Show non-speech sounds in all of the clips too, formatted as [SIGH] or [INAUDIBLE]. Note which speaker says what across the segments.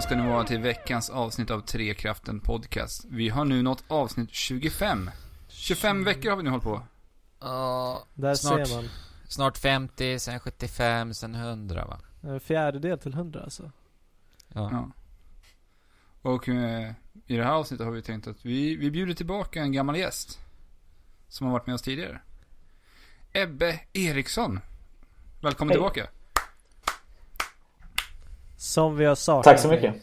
Speaker 1: ska ni vara till veckans avsnitt av Trekraften Podcast. Vi har nu nått avsnitt 25. 25 veckor har vi nu hållit på.
Speaker 2: Ja,
Speaker 3: Där
Speaker 2: Snart.
Speaker 3: ser man.
Speaker 2: snart 50, sen 75, sen 100 [LAUGHS] va?
Speaker 3: En fjärdedel till 100 alltså.
Speaker 2: Ja.
Speaker 1: Ja. Och eh, i det här avsnittet har vi tänkt att vi, vi bjuder tillbaka en gammal gäst. Som har varit med oss tidigare. Ebbe Eriksson. Välkommen
Speaker 4: Hej.
Speaker 1: tillbaka.
Speaker 3: Som vi har saknat
Speaker 4: Tack så mycket.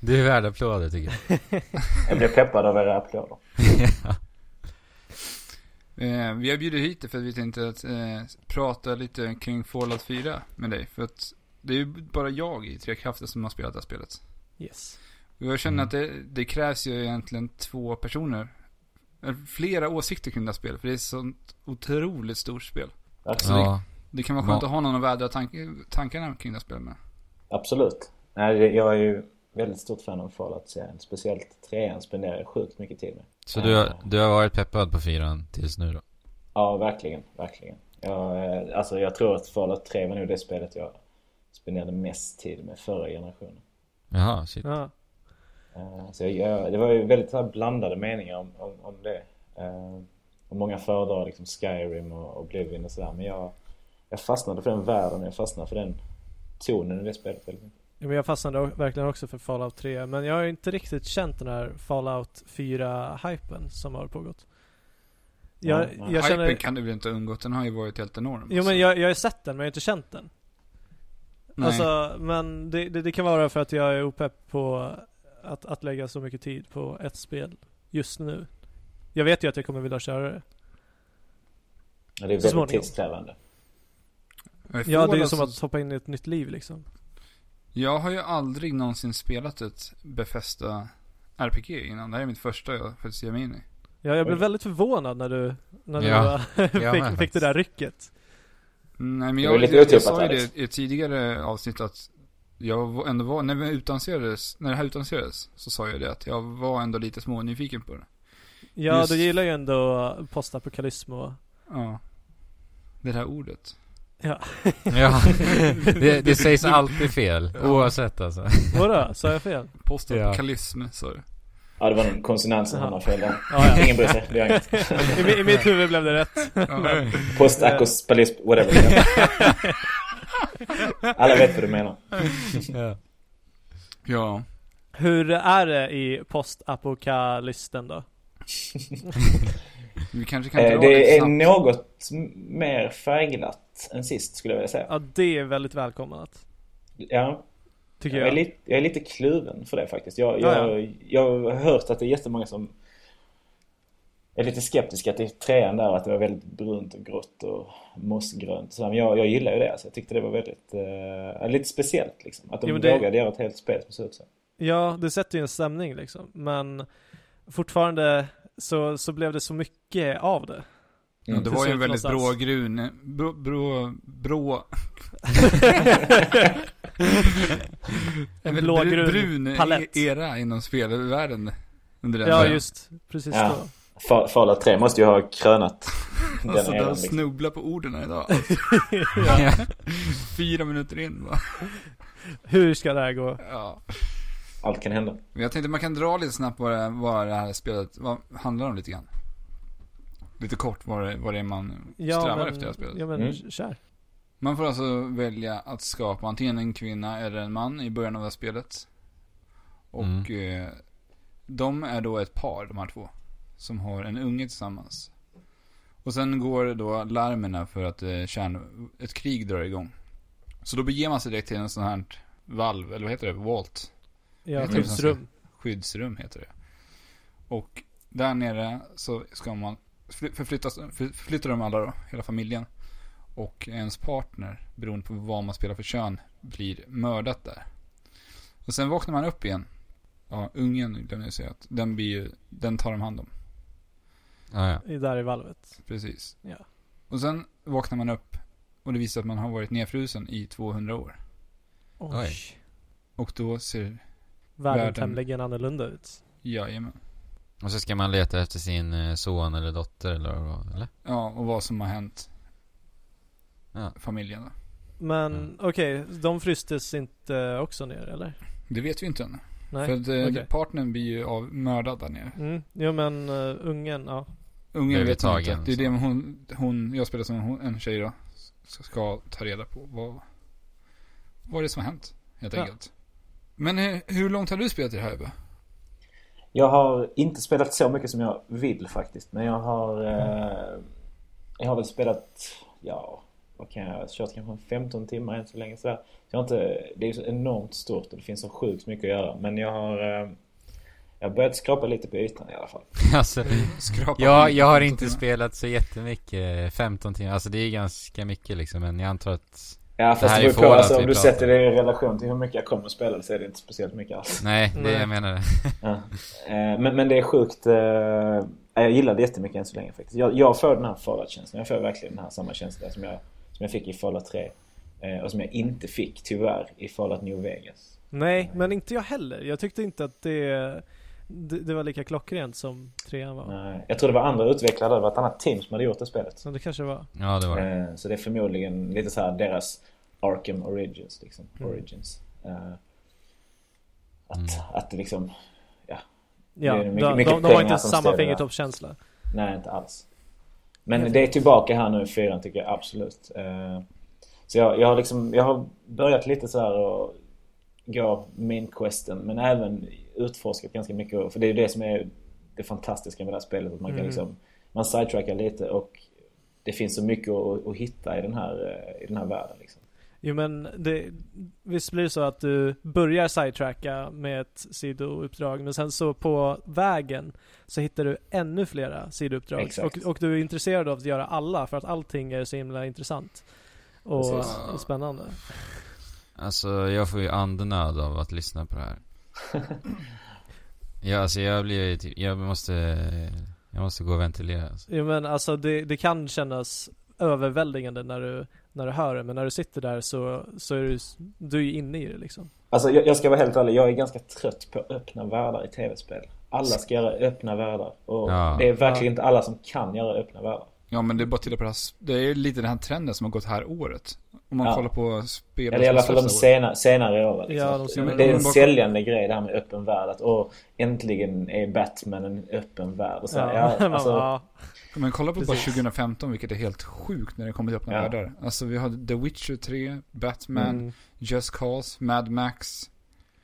Speaker 2: Du är värd applåder tycker jag.
Speaker 4: Jag blev peppad av era applåder.
Speaker 2: [LAUGHS]
Speaker 1: Eh, vi har bjudit hit dig för att vi tänkte att eh, prata lite kring Fallout 4 med dig. För att det är ju bara jag i Tre Krafter som har spelat det här spelet.
Speaker 3: Yes.
Speaker 1: Och jag känner
Speaker 2: Mm.
Speaker 1: att det, det krävs ju egentligen två personer. eller Flera åsikter kring det här spelet. För det är ett sånt otroligt stort spel.
Speaker 4: Verkligen.
Speaker 2: Ja.
Speaker 1: Det kan vara skönt
Speaker 2: Ja.
Speaker 1: att ha någon att vädra tank- tankarna kring det här spelet med.
Speaker 4: Absolut. Nej, det- jag är ju väldigt stort fan av Fallout-serien. Speciellt trean spenderar jag sjukt mycket tid med.
Speaker 2: Så du har, du har varit peppad på fyran tills nu då?
Speaker 4: Ja, verkligen. Verkligen. Jag, eh, alltså, jag tror att Fallout 3 var nog det spelet jag spenderade mest tid med förra generationen.
Speaker 2: Jaha, shit.
Speaker 3: Ja.
Speaker 4: Eh, Så jag, jag, det var ju väldigt så här blandade meningar om, om, om det. Eh, Och många föredrar liksom Skyrim och Oblivion och sådär. Men jag, jag fastnade för den världen, jag fastnade för den tonen i det spelet väldigt mycket.
Speaker 3: Ja, Men jag fastnade o- verkligen också för Fallout 3. Men jag har ju inte riktigt känt den här Fallout 4-hypen som har pågått. Jag,
Speaker 4: Ja, nej.
Speaker 3: jag
Speaker 1: Hypen
Speaker 3: känner...
Speaker 1: kan du väl inte ha undgått, den har ju varit helt enorm.
Speaker 3: Jo men jag, jag har ju sett den men jag har inte känt den.
Speaker 1: Nej.
Speaker 3: Alltså, men det, det, det kan vara för att jag är opepp på att, att lägga så mycket tid på ett spel just nu. Jag vet ju att jag kommer vilja köra det.
Speaker 4: Ja, det
Speaker 3: Så
Speaker 4: är väldigt
Speaker 3: småningom.
Speaker 4: tidskrävande.
Speaker 1: Men
Speaker 3: Ja, det är ju
Speaker 1: Fallout
Speaker 3: som
Speaker 1: så-
Speaker 3: att hoppa in i ett nytt liv liksom.
Speaker 1: Jag har ju aldrig någonsin spelat ett befästa RPG innan. Det här är mitt första jag faktiskt ger mig in i.
Speaker 3: Ja, jag blev
Speaker 4: Oj.
Speaker 3: väldigt förvånad när du, när du [LAUGHS]
Speaker 2: Ja, jag med
Speaker 3: fick, fick det där rycket.
Speaker 1: Nej men
Speaker 4: Det
Speaker 1: jag,
Speaker 4: var
Speaker 1: jag,
Speaker 4: lite
Speaker 1: jag,
Speaker 4: otippat,
Speaker 1: sa ju
Speaker 4: Alex.
Speaker 1: det i ett tidigare avsnitt att jag var- ändå var, när, vi utannonserades, när det här utannonserades så sa jag det att jag var ändå lite smånyfiken på det.
Speaker 3: Ja,
Speaker 1: Just-
Speaker 3: du gillar ju ändå postapokalypsm och...
Speaker 1: Ja. Det där ordet.
Speaker 2: [LAUGHS] Ja, [LAUGHS] det, det sägs alltid fel. Oavsett alltså. [LAUGHS]
Speaker 3: Vadå? Sa jag fel?
Speaker 1: Postapokalism sa du.
Speaker 4: Ja, det var någon konsonant som
Speaker 3: Jaha.
Speaker 4: han har fel där.
Speaker 3: Ja, ja.
Speaker 4: Ingen bryr sig, det gör inget.
Speaker 3: I, mi- I mitt huvud blev det rätt.
Speaker 1: Ja.
Speaker 4: Postakospalism, whatever. det är. Alla vet vad du menar.
Speaker 2: Ja.
Speaker 1: ja.
Speaker 3: Hur är det i postapokalysten då?
Speaker 1: Vi kanske kan
Speaker 4: Eh,
Speaker 1: dra det
Speaker 4: Det är
Speaker 1: snabbt.
Speaker 4: något m- mer färgglatt än sist skulle jag vilja säga.
Speaker 3: Ja, det är väldigt välkomnat.
Speaker 4: Ja,
Speaker 3: Tycker
Speaker 4: jag, är
Speaker 3: jag.
Speaker 4: lite, jag är lite kluven för det faktiskt. Jag,
Speaker 3: Ja,
Speaker 4: jag, jag har hört att det är jättemånga som är lite skeptiska till trean där, att det var väldigt brunt och grått och mossgrönt. och sådär. Men jag, jag gillar ju det. Alltså. Jag tyckte det var väldigt, eh, lite speciellt liksom. Att de
Speaker 3: Jo, men det-
Speaker 4: vågade göra ett helt spel som såg ut så.
Speaker 3: Ja, det sätter ju en stämning liksom. Men fortfarande så, så blev det så mycket
Speaker 1: [LAUGHS]
Speaker 3: av det.
Speaker 1: Ja, det var ju en
Speaker 3: Försök
Speaker 1: väldigt
Speaker 3: någonstans.
Speaker 1: brågrun, brå, brå, brå, en väldigt
Speaker 3: blågrön
Speaker 1: brun
Speaker 3: palett.
Speaker 1: e- era inom spelvärlden. Under den
Speaker 3: Ja,
Speaker 1: tiden.
Speaker 3: just precis
Speaker 4: Ja.
Speaker 3: då.
Speaker 4: Fa- Fallout 3 måste ju ha
Speaker 2: [LAUGHS]
Speaker 4: krönat den
Speaker 1: Alltså,
Speaker 4: eran.
Speaker 1: de
Speaker 4: Liksom.
Speaker 1: snubblar på orden här idag. [LAUGHS]
Speaker 2: Ja.
Speaker 1: Fyra minuter in va?
Speaker 3: Hur ska det här gå?
Speaker 1: Ja.
Speaker 4: Allt kan hända.
Speaker 1: Men jag tänkte man kan dra lite snabbt vad det, vad det här spelet vad handlar om lite grann. Lite kort vad det, vad det är man strävar efter i det här spelet.
Speaker 3: Ja men
Speaker 4: Mm.
Speaker 3: kör.
Speaker 1: Man får alltså välja att skapa antingen en kvinna eller en man i början av det här spelet. Och eh, de är då ett par, de här två. Som har en unge tillsammans. Och sen går då larmerna för att eh, kärn, ett krig drar igång. Så då beger man sig direkt till en sån här valv, eller vad heter det? Vault
Speaker 3: Ja, typ
Speaker 1: Mm.
Speaker 3: skyddsrum.
Speaker 1: skyddsrum heter det. Och där nere så ska man fly- förflyttas, för- förflyttar de alla då, hela familjen. Och ens partner, beroende på vad man spelar för kön, blir mördat där. Och sen vaknar man upp igen. Ja, ungen glömde jag säga att den blir ju, den tar de hand om.
Speaker 2: Ja, ja.
Speaker 3: I- Där i valvet.
Speaker 1: Precis.
Speaker 3: Ja.
Speaker 1: Och sen vaknar man upp och det visar sig att man har varit nedfrusen i 200 år.
Speaker 3: Oj.
Speaker 2: Oj.
Speaker 1: Och då ser,
Speaker 3: Världen,
Speaker 1: Världen.
Speaker 3: tämligen annorlunda ut.
Speaker 1: jajamän.
Speaker 2: Och så ska man leta efter sin eh, son eller dotter eller vad, eller?
Speaker 1: Ja, och vad som har hänt
Speaker 2: Ja.
Speaker 1: familjen då.
Speaker 3: Men
Speaker 2: Mm.
Speaker 3: okej, de frystes inte också ner eller?
Speaker 1: Det vet vi inte än.
Speaker 3: Nej.
Speaker 1: För att eh,
Speaker 3: okej.
Speaker 1: partnern blir ju av mördad där nere.
Speaker 3: Mm. Jo men uh, ungen, ja.
Speaker 1: Ungen
Speaker 2: Blev
Speaker 1: vet man
Speaker 2: tagen,
Speaker 1: inte. Det är
Speaker 2: så.
Speaker 1: det hon, hon, jag spelar som hon, en tjej då. s- Ska ta reda på vad, vad är det som har hänt helt
Speaker 3: Ja.
Speaker 1: enkelt. Men hur, hur långt har du spelat i det här Ebbe?
Speaker 4: Jag har inte spelat så mycket som jag vill faktiskt. Men jag har... Eh, jag har väl spelat... Ja, vad kan jag... Kört kanske en 15 timmar än så länge. Så där. jag har inte, det är ju så enormt stort och det finns så sjukt mycket att göra. Men jag har... Eh, jag har börjat skrapa lite på ytan i alla fall.
Speaker 2: [LAUGHS] alltså,
Speaker 1: Skrapa
Speaker 2: jag,
Speaker 1: på
Speaker 2: jag har
Speaker 1: ytan
Speaker 2: inte
Speaker 1: till mig.
Speaker 2: spelat så jättemycket, 15 timmar, alltså det är ganska mycket liksom, men jag antar att
Speaker 4: Ja, fast
Speaker 2: här är
Speaker 4: det beror på.
Speaker 2: förhållandet
Speaker 4: Alltså,
Speaker 2: vi
Speaker 4: om du
Speaker 2: pratar.
Speaker 4: sätter det i relation till hur mycket jag kommer att spela så är det inte speciellt mycket alls.
Speaker 2: Nej, det
Speaker 3: Nej.
Speaker 2: jag menar det.
Speaker 4: Ja. Eh, Men, men det är sjukt. eh, ja, Jag gillar det jättemycket än så länge faktiskt. Jag, jag får den här Fallout-känslan. Jag får verkligen den här samma känsla som jag, som jag fick i Fallout 3. eh, Och som jag inte fick, tyvärr, i Fallout New Vegas.
Speaker 3: Nej, men inte jag heller. Jag tyckte inte att det, det, det var lika klockrent som trean var.
Speaker 4: Nej, Eh, Jag tror det var andra utvecklare, där, det var ett annat team som hade gjort det spelet.
Speaker 3: Så det kanske var.
Speaker 2: Ja, det var det.
Speaker 4: Eh, Så det är förmodligen lite så här deras Arkham Origins. Liksom.
Speaker 3: Mm.
Speaker 4: Origins. Eh, Att,
Speaker 2: Mm.
Speaker 4: att det liksom... Ja,
Speaker 3: Ja,
Speaker 4: Det är mycket-
Speaker 3: de,
Speaker 4: mycket
Speaker 3: de, de har
Speaker 4: pengar
Speaker 3: inte
Speaker 4: som
Speaker 3: samma
Speaker 4: styr det där.
Speaker 3: fingertoppskänsla.
Speaker 4: Nej, inte alls. Men det är tillbaka här nu i fyran tycker jag absolut. Eh, Så jag, jag, har liksom, jag har börjat lite så här och gå main-questen men även utforskat ganska mycket. För det är ju det som är det fantastiska med det här spelet. Att man kan
Speaker 3: Mm.
Speaker 4: liksom, man sidetrackar lite och det finns så mycket att, att hitta i den här, eh, i den här världen. Liksom.
Speaker 3: Jo men det, visst blir det så att du börjar sidetracka med ett sidouppdrag men sen så på vägen så hittar du ännu flera sidouppdrag.
Speaker 4: Exakt.
Speaker 3: Och, och du är intresserad av att göra alla för att allting är så himla intressant. Och,
Speaker 4: Precis.
Speaker 3: och spännande.
Speaker 2: Alltså, jag får ju andenöd av att lyssna på det
Speaker 4: [LAUGHS]
Speaker 2: här. Ja, alltså jag blir ju typ, jag måste, jag måste gå och ventilera. Alltså.
Speaker 3: Jo men alltså det, det kan kännas överväldigande när du, när du hör det men när du sitter där så, så är du, s- du är ju inne i det liksom.
Speaker 4: Alltså, jag, jag ska vara helt ärlig, jag är ganska trött på öppna världar i tv-spel. Alla ska göra öppna världar och
Speaker 2: Ja.
Speaker 4: det är verkligen inte alla som kan göra öppna världar.
Speaker 1: Ja men det är bara att titta på det här. s- Det är lite den här trenden som har gått här året. Om man
Speaker 4: Ja.
Speaker 1: kollar på spel.
Speaker 4: Eller i alla fall de
Speaker 1: säger.
Speaker 4: sena, senare åren. Liksom.
Speaker 3: Ja, de senare
Speaker 4: det är en
Speaker 1: åren.
Speaker 4: säljande grej det här med öppen värld. Att, åh, äntligen är Batman en öppen värld. Och så här, ja.
Speaker 3: man-
Speaker 4: alltså,
Speaker 3: ja. [LAUGHS]
Speaker 1: Men kolla på bara
Speaker 3: Precis.
Speaker 1: 2015 vilket är helt sjukt när det kommer till öppna
Speaker 4: Ja.
Speaker 1: världar. Alltså vi hade The Witcher 3, Batman,
Speaker 3: Mm.
Speaker 1: Just Cause, Mad Max,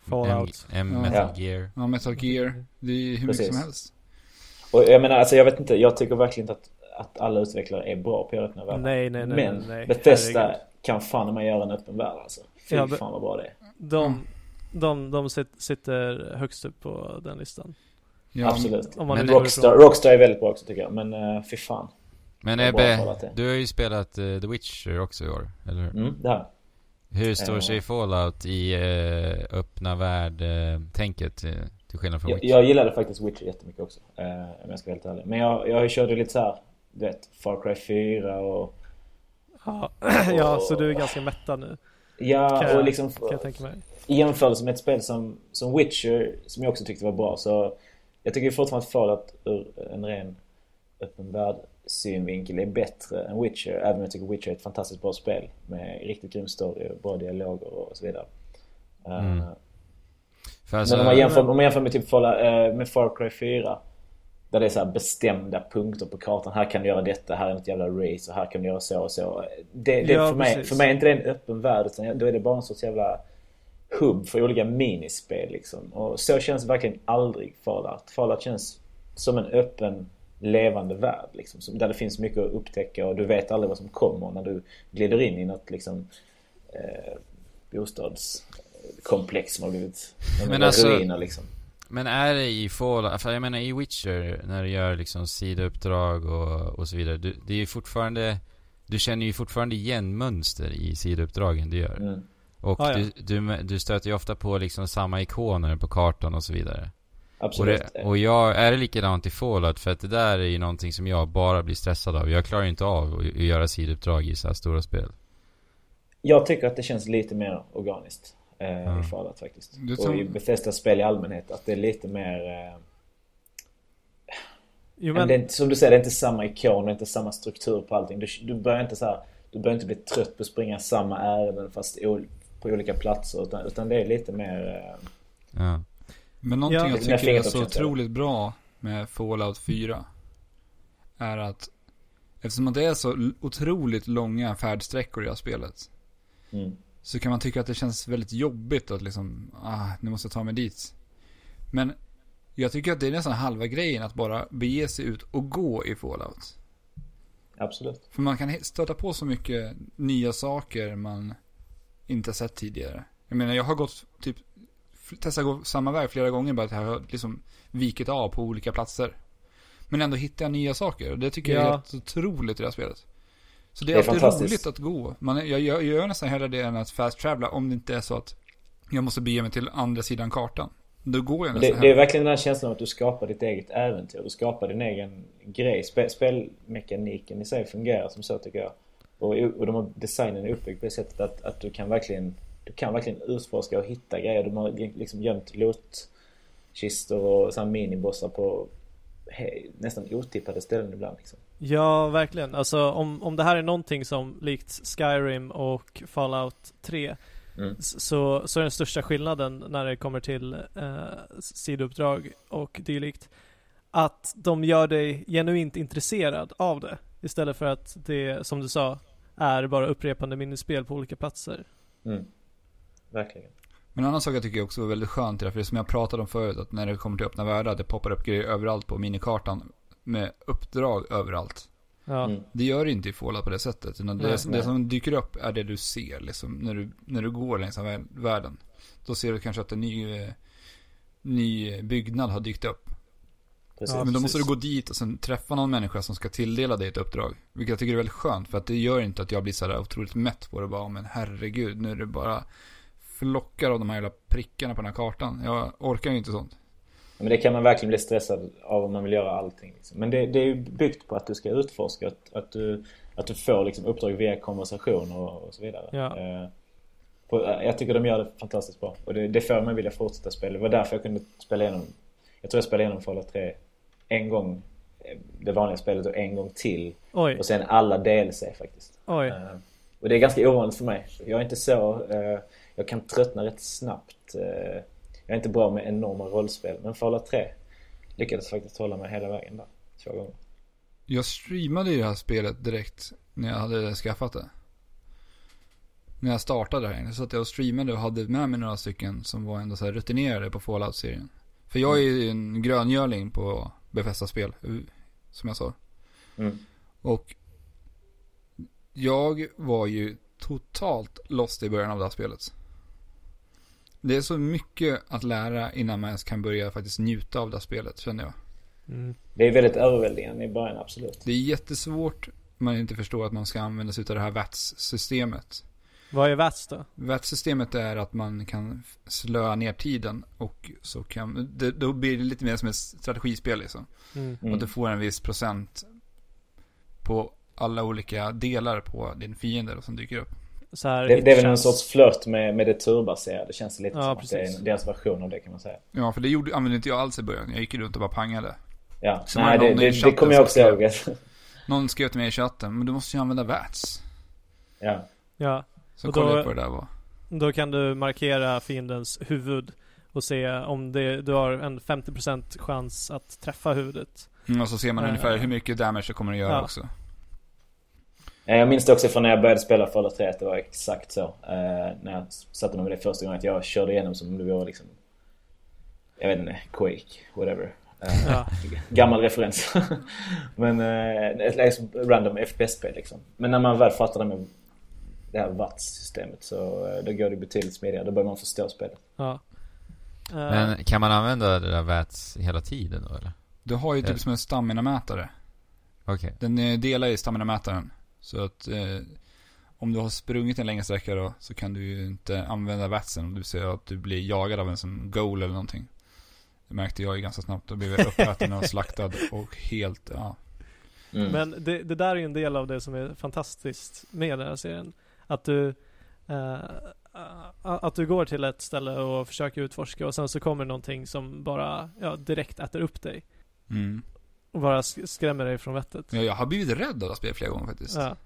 Speaker 3: Fallout.
Speaker 2: M,
Speaker 1: Ja.
Speaker 2: M Metal Gear.
Speaker 1: ja, Metal Gear. Det är hur
Speaker 4: Precis.
Speaker 1: mycket som helst.
Speaker 4: och jag menar, alltså, jag vet inte, jag tycker verkligen inte att, att alla utvecklare är bra på att göra öppna världar.
Speaker 3: Nej, nej, nej,
Speaker 4: Men
Speaker 3: nej, nej.
Speaker 4: Bethesda
Speaker 3: Herregud.
Speaker 4: kan fan man göra en öppen värld alltså. Fy
Speaker 3: Ja, men-
Speaker 4: fan vad bra det är.
Speaker 3: De,
Speaker 1: Mm.
Speaker 3: de, de sit, sitter högst upp på den listan.
Speaker 1: Ja,
Speaker 4: Absolut.
Speaker 3: Om man
Speaker 2: Men
Speaker 3: nu går
Speaker 4: Rockstar,
Speaker 3: ifrån-
Speaker 4: Rockstar är väldigt bra också tycker jag, men uh, fy fan.
Speaker 2: Men
Speaker 4: Jag har bara
Speaker 2: Ebbe,
Speaker 4: kollat det.
Speaker 2: du har ju spelat eh, The Witcher också i år, eller hur?
Speaker 4: Mm, det här.
Speaker 2: Hur står
Speaker 4: Eh.
Speaker 2: sig Fallout i eh, öppna värld-tänket eh, till skillnad från
Speaker 4: Jag,
Speaker 2: Witcher?
Speaker 4: jag gillade faktiskt Witcher jättemycket också. Eh, om jag ska vara helt ärlig. Men jag, jag körde lite så här, du vet, Far Cry 4 och
Speaker 3: Ja. [CLEARS THROAT] ja, så du är ganska mättad nu. Kan
Speaker 4: Ja,
Speaker 3: jag-
Speaker 4: och liksom
Speaker 3: Kan jag tänka mig.
Speaker 4: i jämförelse med ett spel som, som Witcher, som jag också tyckte var bra, så jag tycker fortfarande att Fallout ur en ren öppen värld-synvinkel är bättre än Witcher, även om jag tycker Witcher är ett fantastiskt bra spel med riktigt grym story och bra dialoger och så vidare. Eh,
Speaker 2: Mm. För alltså,
Speaker 4: men om man jämför, om man jämför med, typ Fallout, eh, med Far Cry 4, där det är så här bestämda punkter på kartan. Här kan du göra detta, här är något jävla race och här kan du göra så och så. Det, det,
Speaker 3: Ja,
Speaker 4: för, mig,
Speaker 3: precis.
Speaker 4: för mig är inte det en öppen värld, utan då är det bara en sorts jävla hubb för olika minispel liksom. Och så känns verkligen aldrig Fallout. Fallout känns som en öppen, levande värld liksom. som- Där det finns mycket att upptäcka och du vet aldrig vad som kommer när du glider in i något liksom eh, bostadskomplex som har blivit
Speaker 2: Men
Speaker 4: men
Speaker 2: alltså-
Speaker 4: ruiner liksom.
Speaker 2: men är det i Fallout, för jag menar i Witcher, när du gör liksom sidouppdrag och, och så vidare, du, det är ju fortfarande, du känner ju fortfarande igen mönster i sidouppdragen du gör.
Speaker 4: Mm.
Speaker 2: Och
Speaker 3: Ah, ja.
Speaker 2: du, du, du stöter ju ofta på liksom samma ikoner på kartan och så vidare. Och,
Speaker 4: Absolut.
Speaker 2: det, och jag, är det likadant i Fallout? För att det där är ju någonting som jag bara blir stressad av. Jag klarar ju inte av att, att göra sidouppdrag i så här stora spel.
Speaker 4: Jag tycker att det känns lite mer organiskt eh,
Speaker 2: Ja.
Speaker 4: i Fallout faktiskt.
Speaker 1: Du
Speaker 4: Och
Speaker 1: tror-
Speaker 4: i Bethesda-spel i allmänhet, att det är lite mer... Eh,
Speaker 3: Jo
Speaker 4: men
Speaker 3: men,
Speaker 4: det är, inte- som du säger, det är inte samma ikon, det är inte samma struktur på allting. Du, du börjar inte så här... du behöver inte bli trött på att springa samma ärenden fast o- på olika platser. Utan, utan det är lite mer... eh,
Speaker 2: Ja.
Speaker 1: Men någonting
Speaker 3: Ja.
Speaker 1: jag
Speaker 4: Mina
Speaker 1: tycker är så
Speaker 4: fingertoppskänsla.
Speaker 1: otroligt bra med Fallout 4 är att eftersom att det är så l- otroligt långa färdsträckor i det här spelet
Speaker 4: Mm.
Speaker 1: så kan man tycka att det känns väldigt jobbigt att liksom, ah, nu måste jag ta mig dit. Men jag tycker att det är nästan halva grejen att bara bege sig ut och gå i Fallout.
Speaker 4: Absolut.
Speaker 1: För man kan he- stöta på så mycket nya saker man inte har sett tidigare. Jag menar, jag har gått typ, f- testat gå samma väg flera gånger bara att jag har liksom vikit av på olika platser. Men ändå hittar jag nya saker och det tycker jag är
Speaker 3: Ja.
Speaker 1: helt otroligt i det här spelet. Så det är,
Speaker 4: Det är
Speaker 1: alltid roligt
Speaker 4: fantastiskt.
Speaker 1: att gå. Man, är- jag, jag, jag gör nästan hellre det än att fast travela om det inte är så att jag måste bege mig till andra sidan kartan. Då går jag nästan
Speaker 4: Det, det är
Speaker 1: hellre.
Speaker 4: verkligen den här känslan av att du skapar ditt eget äventyr. Du skapar din egen grej. Spe, spelmekaniken i sig fungerar som så tycker jag. Och, och de har designen är uppbyggd på det sättet att, att du kan verkligen du kan verkligen utforska och hitta grejer. De har liksom gömt lootkistor och så här minibossar på he, nästan otippade ställen ibland. Liksom.
Speaker 3: Ja, verkligen. Alltså om, om det här är någonting som likt Skyrim och Fallout 3
Speaker 4: Mm.
Speaker 3: s- så, så är den största skillnaden när det kommer till eh, s- sidouppdrag och dylikt att de gör dig genuint intresserad av det istället för att det, som du sa, är bara upprepande minispel på olika platser.
Speaker 4: Mm. Verkligen.
Speaker 1: Men en annan sak jag tycker också var väldigt skönt i det här, för det är som jag pratade om förut, att när det kommer till öppna världar, det poppar upp grejer överallt på minikartan med uppdrag överallt.
Speaker 3: Ja.
Speaker 4: Mm.
Speaker 1: Det gör det inte i Fallout på det sättet, utan det,
Speaker 3: Nej,
Speaker 1: det
Speaker 4: nej.
Speaker 1: som dyker upp är det du ser liksom, när du, när du går längs den här världen. Då ser du kanske att en ny, eh, ny byggnad har dykt upp.
Speaker 4: Precis.
Speaker 3: Ja,
Speaker 1: Men då
Speaker 3: precis.
Speaker 1: måste du gå dit och sen träffa någon människa som ska tilldela dig ett uppdrag. Vilket jag tycker är väldigt skönt, för att det gör inte att jag blir så där otroligt mätt på det bara, men herregud, nu är det bara flockar av de här jävla prickarna på den här kartan. Jag orkar ju inte sånt.
Speaker 4: Men det kan man verkligen bli stressad av om man vill göra allting. Liksom. Men det, det är ju byggt på att du ska utforska, att, att, du, att du får liksom, uppdrag via konversation och, och så vidare.
Speaker 3: Ja.
Speaker 4: Eh, på, jag tycker de gör det fantastiskt bra. Och det, det får mig vilja fortsätta spela. Det var därför jag kunde spela igenom, jag tror jag spelade igenom Fallout 3 en gång, eh, det vanliga spelet, och en gång till.
Speaker 3: Oj,
Speaker 4: Och sen alla DLC faktiskt.
Speaker 3: oj.
Speaker 4: Eh, Och det är ganska ovanligt för mig. Jag är inte så... eh, Jag kan tröttna rätt snabbt. Eh, Jag är inte bra med enorma rollspel. Men Fallout 3 lyckades faktiskt hålla mig hela vägen där. Två gånger.
Speaker 1: Jag streamade ju det här spelet direkt när jag hade skaffat det. När jag startade det här så att jag och streamade och hade med mig några stycken som var ändå så här rutinerade på Fallout-serien. För jag är ju en gröngörling på Befästa-spel, som jag sa.
Speaker 4: Mm.
Speaker 1: Och jag var ju totalt lost i början av det här spelet. Det är så mycket att lära innan man ens kan börja faktiskt njuta av det här spelet känner jag.
Speaker 3: Mm.
Speaker 4: Det är väldigt överväldigande i början, absolut.
Speaker 1: Det är jättesvårt om man inte förstår att man ska använda sig av det här VATS-systemet.
Speaker 3: Vad är värst då?
Speaker 1: VATS-systemet är att man kan f- slöa ner tiden och så kan, det, då blir det lite mer som ett strategispel liksom.
Speaker 3: Mm.
Speaker 4: Mm.
Speaker 1: Att du får en viss procent på alla olika delar på din fiende då, som dyker upp.
Speaker 3: Så här,
Speaker 4: Det, det är väl en
Speaker 3: hitchens.
Speaker 4: sorts flört med, med det turbaserade. Det känns lite
Speaker 3: Ja,
Speaker 4: som att det
Speaker 3: precis.
Speaker 4: är en- deras version av det kan man säga.
Speaker 1: Ja, för det gjorde, använde inte jag alls i början. Jag gick runt och bara pangade.
Speaker 4: Ja.
Speaker 1: Som
Speaker 4: Nej,
Speaker 1: någon
Speaker 4: det,
Speaker 1: i
Speaker 4: det, det
Speaker 1: chatten
Speaker 4: kommer jag också
Speaker 1: som skrev.
Speaker 4: ihåg. [LAUGHS]
Speaker 1: Någon skrev till mig i chatten, men du måste ju använda VATS.
Speaker 4: ja.
Speaker 3: Ja.
Speaker 1: Så
Speaker 3: Och
Speaker 1: kollade
Speaker 3: då-
Speaker 1: jag på det där var.
Speaker 3: Då kan du markera fiendens huvud och se om det, du har en 50% chans att träffa huvudet.
Speaker 1: Mm, och så ser man
Speaker 3: Ja,
Speaker 1: ungefär
Speaker 3: ja.
Speaker 1: hur mycket damage det kommer att göra
Speaker 3: Ja.
Speaker 1: också.
Speaker 4: Eh, Jag minns det också från när jag började spela Fallout 3 att det var exakt så. Eh, när jag satte mig med det första gången att jag körde igenom som om det vore liksom... Jag vet inte, Quake, whatever. Eh,
Speaker 3: Ja.
Speaker 4: gammal referens. [LAUGHS] Men eh, ett liksom random FPS-spel liksom. Men när man väl fattade med det här VATS-systemet så eh, då går det betydligt smidigare. Då börjar man förstå spelet.
Speaker 3: ja. Eh,
Speaker 2: Men kan man använda det där VATS hela tiden då eller?
Speaker 1: Du har ju typ
Speaker 2: Ja.
Speaker 1: som en stamina-mätare.
Speaker 2: Okej.
Speaker 1: Den eh, delar ju stamina-mätaren. Så att eh, om du har sprungit en längre sträcka då så kan du ju inte använda vatsen om du ser att du blir jagad av en som goal eller någonting. Det märkte jag ju ganska snabbt. Då blev jag uppäten och slaktad och helt, ja.
Speaker 4: Mm.
Speaker 3: men det, det där är ju en del av det som är fantastiskt med den här serien. Att du, eh, a- att du går till ett ställe och försöker utforska och sen så kommer någonting som bara ja, direkt äter upp dig.
Speaker 1: Mm.
Speaker 3: Och bara sk- skrämmer dig från vettet.
Speaker 1: Ja, Jag har blivit rädd av det här spelet flera gånger faktiskt.
Speaker 3: Ja.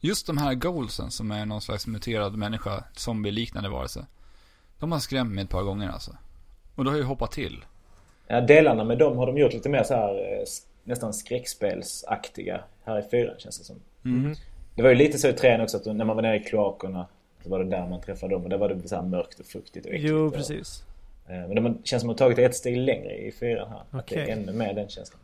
Speaker 1: Just de här goalsen som är någon slags muterad människa, zombie-liknande varelse. De har skrämt mig ett par gånger alltså. Och då har jag hoppat till.
Speaker 4: Ja, delarna med dem har de gjort lite mer så här eh, s- nästan skräckspelsaktiga här i fyran känns det som.
Speaker 3: Mm-hmm.
Speaker 4: Det var ju lite så i trean också att när man var nere i kloakerna så var det där man träffade dem och där var det så här mörkt och fuktigt och äckligt.
Speaker 3: Jo,
Speaker 4: och-
Speaker 3: precis.
Speaker 4: eh, Men de har- känns som att de har tagit ett steg längre i fyran här. Att det
Speaker 3: Okej.
Speaker 4: är ännu mer den känslan.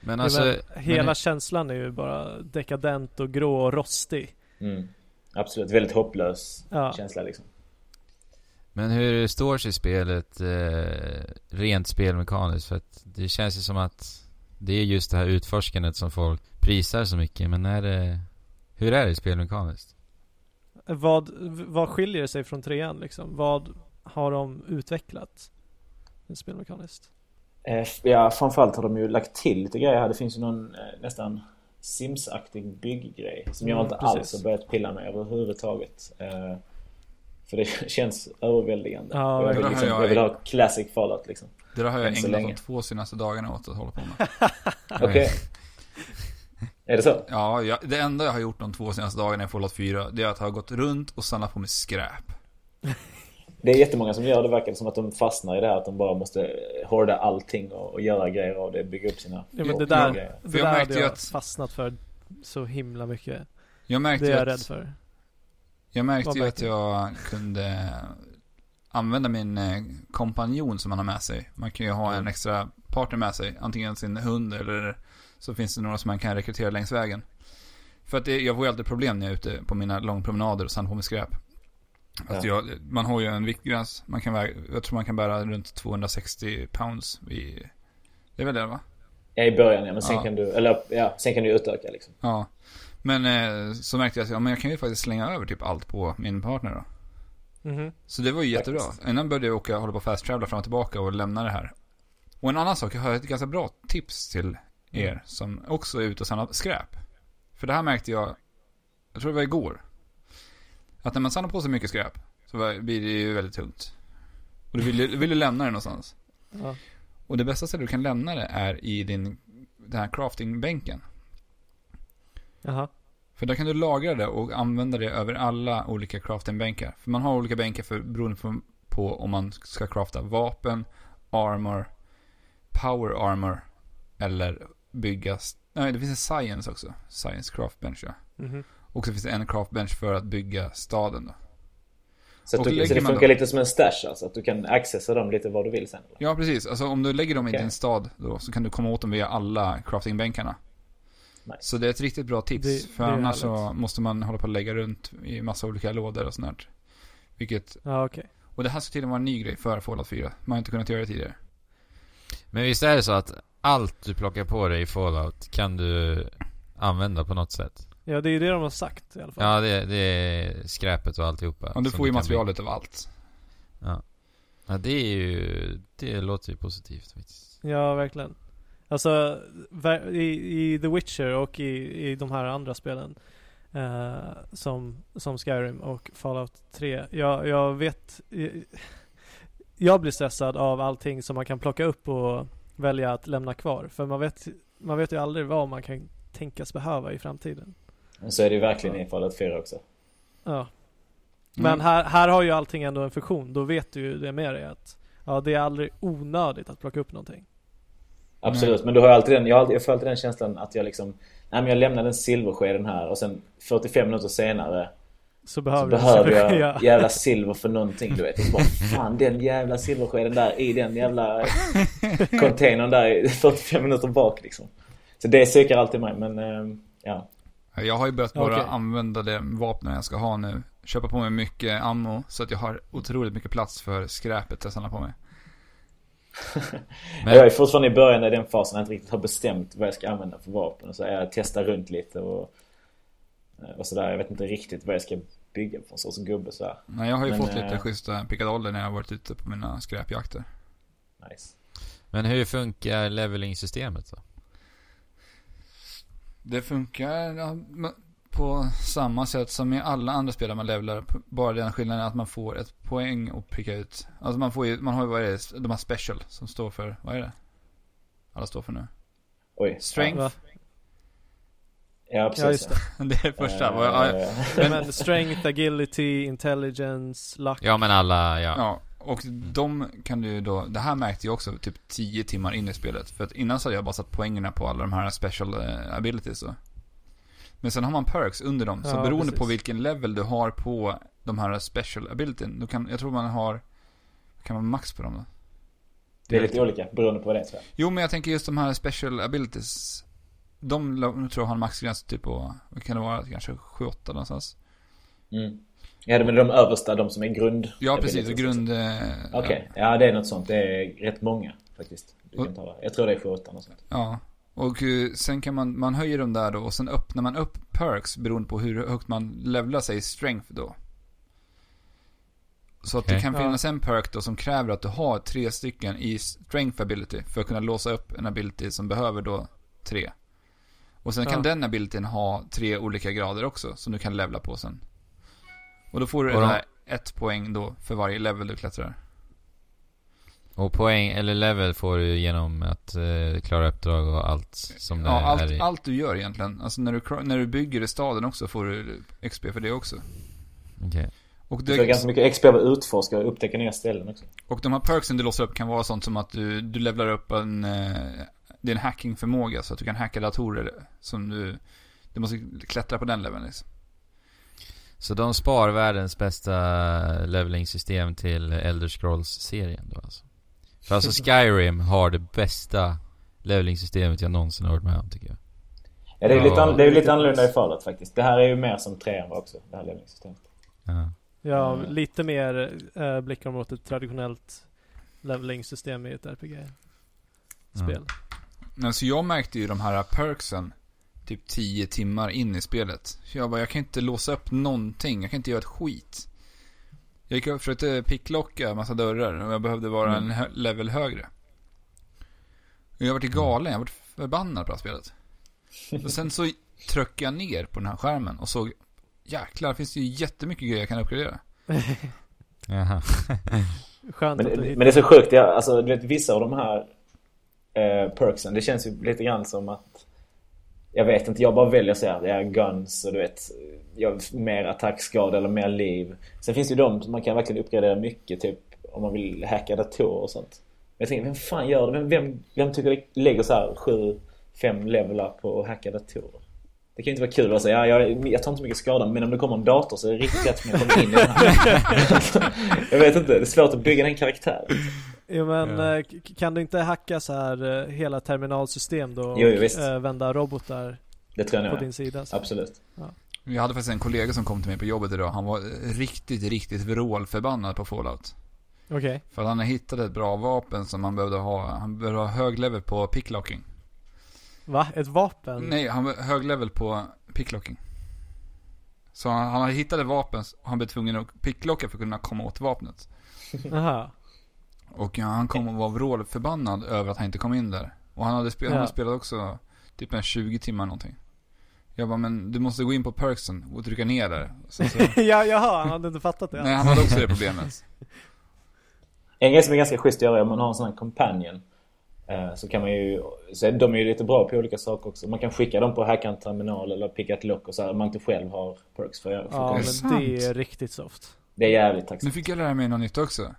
Speaker 2: Men
Speaker 3: Det är
Speaker 2: alltså...
Speaker 3: väl- hela
Speaker 2: men,
Speaker 3: känslan är ju bara dekadent och grå och rostig.
Speaker 4: Mm. Absolut, väldigt hopplös
Speaker 3: Ja.
Speaker 4: känsla liksom.
Speaker 2: men hur står sig spelet eh, rent spelmekaniskt? För att det känns ju som att det är just det här utforskandet som folk prisar så mycket. Men är det... Hur är det spelmekaniskt?
Speaker 3: Vad, vad skiljer sig från trean liksom? Vad har de utvecklat? Spelmekaniskt.
Speaker 4: Eh, f- Ja, framförallt har de ju lagt till lite grejer här. Det finns ju någon eh, nästan Sims-aktig bygggrej som jag
Speaker 3: Mm,
Speaker 4: inte alls
Speaker 3: precis.
Speaker 4: har börjat pilla med överhuvudtaget. Eh, För det [LAUGHS] känns överväldigande.
Speaker 3: Ja,
Speaker 4: Och jag, vill
Speaker 1: verkligen.
Speaker 4: liksom,
Speaker 1: Ja, ja,
Speaker 4: jag vill
Speaker 1: ja.
Speaker 4: ha classic fallout liksom.
Speaker 1: Det där har
Speaker 4: Än
Speaker 1: jag
Speaker 4: så
Speaker 1: ägnat
Speaker 4: länge.
Speaker 1: de två senaste dagarna åt att hålla på med.
Speaker 4: Okej. [LAUGHS] Är det så?
Speaker 1: Ja, jag, det enda jag har gjort de två senaste dagarna i Fallout 4, det är att jag har gått runt och samlat på mig skräp.
Speaker 4: Det är jättemånga som gör det. verkar som att de fastnar i det här. Att de bara måste eh, hårda allting och, och göra grejer av det. Bygga upp sina...
Speaker 3: Ja, men det
Speaker 1: Jo,
Speaker 3: där,
Speaker 1: jo.
Speaker 3: det
Speaker 1: För jag
Speaker 3: där
Speaker 1: märkte
Speaker 3: hade
Speaker 1: ju
Speaker 3: jag
Speaker 1: att-
Speaker 3: fastnat för så himla mycket.
Speaker 1: Jag märkte,
Speaker 3: Det är
Speaker 1: ju
Speaker 3: jag
Speaker 1: att,
Speaker 3: rädd för.
Speaker 1: Jag märkte
Speaker 3: Vad
Speaker 1: ju att
Speaker 3: märkte
Speaker 1: jag kunde använda min eh, kompanjon som man har med sig. Man kan ju ha
Speaker 3: Mm.
Speaker 1: en extra partner med sig, antingen sin hund eller så finns det några som man kan rekrytera längs vägen. För att det, jag får ju alltid problem när jag är ute på mina långpromenader och samlar på mig skräp. Att jag, man har ju en viktgräns, man kan väga, jag tror man kan bära runt 260 pounds. I, det är väl det va?
Speaker 4: Ja, i början ja. Men sen
Speaker 1: Ja.
Speaker 4: kan du... Eller ja, sen kan du utöka liksom.
Speaker 1: Ja. Men eh, så märkte jag att ja, men jag kan ju faktiskt slänga över typ allt på min partner då.
Speaker 3: Mhm.
Speaker 1: Så det var ju jättebra. Innan började jag åka, hålla på och fast-travela fram och tillbaka och lämna det här. Och en annan sak, jag har ett ganska bra tips till er som också är ute och samlar skräp. För det här märkte jag, jag tror det var igår. Att när man samlar på sig mycket skräp så var- blir det ju väldigt tungt. Och du vill ju, du vill ju lämna det någonstans.
Speaker 3: Ja.
Speaker 1: Och det bästa stället du kan lämna det är i din, den här craftingbänken.
Speaker 3: Jaha.
Speaker 1: För där kan du lagra det och använda det över alla olika craftingbänkar. För man har olika bänkar för, beroende på, på om man ska crafta vapen, armor, power armor eller bygga... s- Nej, det finns en science också. Science craft bench ja.
Speaker 3: Mhm.
Speaker 1: Och så finns det en craft bench för att bygga staden då.
Speaker 4: Så, att
Speaker 1: Och
Speaker 4: du,
Speaker 1: lägger
Speaker 4: så det
Speaker 1: man
Speaker 4: funkar
Speaker 1: dem-
Speaker 4: lite som en stash alltså. Att du kan accessa dem lite var du vill sen. Eller?
Speaker 1: Ja, precis. Alltså om du lägger dem i
Speaker 4: Okej.
Speaker 1: din stad då så kan du komma åt dem via alla craftingbänkarna.
Speaker 4: Nice.
Speaker 1: Så det är ett riktigt bra tips.
Speaker 3: Det-
Speaker 1: för
Speaker 3: det är
Speaker 1: annars så
Speaker 3: härligt.
Speaker 1: måste man hålla på och lägga runt i massa olika lådor och sånt där. Vilket
Speaker 3: Ja, okej.
Speaker 1: Och det här ska tydligen vara en ny grej för Fallout 4. Man har inte kunnat göra det tidigare.
Speaker 2: Men visst är det så att allt du plockar på dig i Fallout kan du använda på något sätt?
Speaker 3: Ja, det är ju det de har sagt i alla fall.
Speaker 2: Ja, det, det är skräpet och alltihopa.
Speaker 1: Ja, du
Speaker 2: som
Speaker 1: får ju
Speaker 2: kan
Speaker 1: materialet av allt.
Speaker 2: bli- Ja, det är ju... Det låter ju positivt faktiskt.
Speaker 3: Ja, verkligen. Alltså, ver- i, i The Witcher och i, i de här andra spelen eh, som, som Skyrim och Fallout 3. Jag, jag vet... Jag, jag blir stressad av allting som man kan plocka upp och välja att lämna kvar. För man vet, man vet ju aldrig vad man kan tänkas behöva i framtiden.
Speaker 4: Men Så är det ju verkligen i Fallout 4 också.
Speaker 3: Ja.
Speaker 4: Mm.
Speaker 3: Men
Speaker 1: Mm.
Speaker 3: här, här har ju allting ändå en funktion. Då vet du ju det med dig att ja, det är aldrig onödigt att plocka upp någonting.
Speaker 4: Absolut, men du har ju alltid den, jag, har alltid, jag får alltid den känslan att jag liksom Nej men jag lämnar den silverskeden här och sen 45 minuter senare
Speaker 3: Så
Speaker 4: så
Speaker 3: behöver du
Speaker 4: behöver
Speaker 3: [LAUGHS] Ja.
Speaker 4: jag jävla silver för någonting du vet. Och så bara, fan den jävla silverskeden där i
Speaker 3: [LAUGHS]
Speaker 4: den jävla containern där i 45 minuter bak liksom. Så det söker alltid mig men ehm, ja.
Speaker 1: Jag har ju börjat bara
Speaker 3: Okej.
Speaker 1: använda det vapnen jag ska ha nu. Köpa på mig mycket ammo så att jag har otroligt mycket plats för skräpet jag samlar på mig.
Speaker 2: Men-
Speaker 4: Jag är fortfarande i början i den fasen när jag inte riktigt har bestämt vad jag ska använda för vapen. Och Så jag testar runt lite och, eh, och sådär. Jag vet inte riktigt vad jag ska bygga för sorts gubbe sådär.
Speaker 1: Nej, jag har ju
Speaker 4: Men,
Speaker 1: fått lite
Speaker 4: eh,
Speaker 1: schyssta pickadoller när jag har varit ute på mina skräpjakter.
Speaker 4: Nice.
Speaker 2: Men hur funkar leveling-systemet då?
Speaker 1: Det funkar ja, men på samma sätt som i alla andra spel där man levlar. p- Bara den skillnaden är att man får ett poäng att pricka ut. Alltså man får ju, man har ju vad är det, de här special som står för, vad är det? Alla står för nu.
Speaker 4: Oj.
Speaker 1: Strength.
Speaker 3: Va?
Speaker 4: Ja, precis.
Speaker 3: Ja, just det.
Speaker 1: Det är första.
Speaker 4: Eh,
Speaker 1: ja, ja. Men-
Speaker 3: Men strength, agility, intelligence, luck.
Speaker 2: Ja men alla, ja.
Speaker 1: Ja, och de kan du då, det här märkte jag också typ 10 timmar in i spelet. För att innan så hade jag bara satt poängerna på alla de här special eh, abilities och. Men sen har man perks under dem, så
Speaker 3: Ja,
Speaker 1: beroende på
Speaker 3: precis.
Speaker 1: vilken level du har på de här special abilityn, då kan, jag tror man har, kan man max på dem då?
Speaker 4: det är lite olika beroende på vad det är tror jag.
Speaker 1: Jo men jag tänker just de här special abilities, de la- nu tror jag har en maxgräns typ på, vad kan det vara, kanske 7-8 någonstans?
Speaker 4: Mm. Ja, men de översta, de som är grund.
Speaker 1: Ja precis, och
Speaker 4: abilities,
Speaker 1: grund... eh,
Speaker 4: Okej, ja. det är något sånt. Det är rätt många faktiskt. Du kan ta det. Jag tror det är 7-8 och sånt.
Speaker 1: Ja, och eh, sen kan man, man höjer dem där då och sen öppnar man upp perks beroende på hur högt man levlar sig i strength då. Så att det
Speaker 2: Okej.
Speaker 1: kan
Speaker 3: Ja.
Speaker 1: finnas en perk då som kräver att du har tre stycken i strength ability för att kunna låsa upp en ability som behöver då tre. Och sen kan
Speaker 3: Ja.
Speaker 1: den abilityn ha tre olika grader också som du kan levla på sen. Och då får du
Speaker 2: Och
Speaker 1: den
Speaker 2: de-
Speaker 1: här ett poäng då för varje level du klättrar.
Speaker 2: Och poäng, eller level får du genom att eh, klara uppdrag och allt som det
Speaker 1: Ja,
Speaker 2: är i.
Speaker 1: allt, allt du gör egentligen. Alltså när du, kra- när du bygger i staden också får du XP för det också.
Speaker 2: Okej.
Speaker 1: Och,
Speaker 4: Du får
Speaker 1: det,
Speaker 4: ganska mycket XP av att utforska och upptäcka nya ställen också.
Speaker 1: och de här perksen du låser upp kan vara sånt som att du, du levlar upp en, eh, din hackingförmåga så att du kan hacka datorer som du, du måste klättra på den leveln liksom.
Speaker 2: Så de spar världens bästa levelingsystem till Elder Scrolls-serien då alltså. För alltså
Speaker 1: [LAUGHS]
Speaker 2: Skyrim har det bästa levelingsystemet jag någonsin har varit med om tycker jag.
Speaker 4: Ja, det är ju
Speaker 2: Ja.
Speaker 4: lite, an- det är ju lite annorlunda i fallet faktiskt. Det här är ju mer som 3 var också, det här ledningssystemet.
Speaker 2: Ja.
Speaker 3: Ja,
Speaker 4: Mm.
Speaker 3: lite mer eh, blickar mot ett traditionellt levelingsystem i ett RPG-spel.
Speaker 1: Men så jag märkte ju de här perksen typ 10 timmar in i spelet. Så jag bara, jag kan inte låsa upp någonting, jag kan inte göra ett skit. Jag gick och försökte picklocka en massa dörrar och jag behövde vara
Speaker 4: Mm.
Speaker 1: en hö- level högre. Och jag vart galen, jag vart förbannad på det här spelet. Och sen så tryckte jag ner på den här skärmen och såg, jäklar, det finns ju jättemycket grejer jag kan uppgradera.
Speaker 2: Jaha.
Speaker 3: Skönt
Speaker 4: Men,
Speaker 3: att du
Speaker 4: men
Speaker 3: hittar...
Speaker 4: det är så sjukt, jag, alltså, du vet, vissa av de här eh, perksen, det känns ju lite grann som att jag vet inte, jag bara väljer så här, det är guns och du vet, jag, mer attackskada eller mer liv. Sen finns det ju de som man kan verkligen uppgradera mycket, typ om man vill hacka datorer och sånt. Men jag tänker, vem fan gör det? Vem, vem, vem tycker det lägger så här sju, fem levelar på att hacka datorer? Det kan ju inte vara kul att säga, ja, jag, jag tar inte så mycket skada, men om det kommer en dator så är det riktigt att man kommer in i den
Speaker 3: [LAUGHS]
Speaker 4: här. jag vet inte, det är svårt att bygga den karaktären.
Speaker 3: Jo men
Speaker 2: Ja.
Speaker 3: eh, k- kan du inte hacka så här eh, hela terminalsystem då?
Speaker 4: Jo, jo,
Speaker 3: och,
Speaker 4: visst.
Speaker 3: eh, vända robotar
Speaker 4: Det tror jag
Speaker 3: på
Speaker 4: nog.
Speaker 3: din
Speaker 4: ja.
Speaker 3: sida? Så.
Speaker 4: Absolut.
Speaker 1: Jag hade faktiskt en kollega som kom till mig på jobbet idag, han var eh, riktigt, riktigt vrålförbannad på Fallout.
Speaker 3: Okej.
Speaker 1: För att han hittade ett bra vapen som han behövde ha. Han behövde ha hög level på picklocking.
Speaker 3: Va? Ett vapen?
Speaker 1: Nej, han behövde hög level på picklocking. Så han, han hittade vapen och han blev tvungen att picklocka för att kunna komma åt vapnet.
Speaker 3: Jaha.
Speaker 1: Och ja, han kom och var vrålförbannad över att han inte kom in där. Och han hade spelat, han
Speaker 3: Ja.
Speaker 1: hade spelat också typ en 20 timmar någonting. Jag bara, men du måste gå in på perksen och trycka ner där. Så, så.
Speaker 3: [LAUGHS] [LAUGHS] ja, jaha, han hade inte fattat det.
Speaker 1: Nej, han hade också det problemet.
Speaker 4: En grej som är ganska schysst att göra är om man har en sån här companion. eh, Så kan man ju, så är de är ju lite bra på olika saker också. Man kan skicka dem på att hacka en terminal eller picka ett lock och så här, om man inte själv har perks för att göra. för att
Speaker 3: Ja,
Speaker 4: komma
Speaker 3: men
Speaker 4: in.
Speaker 1: sant.
Speaker 3: det är riktigt soft.
Speaker 4: Det är jävligt
Speaker 1: Nu
Speaker 4: tacksamt.
Speaker 1: fick jag lära mig något nytt också.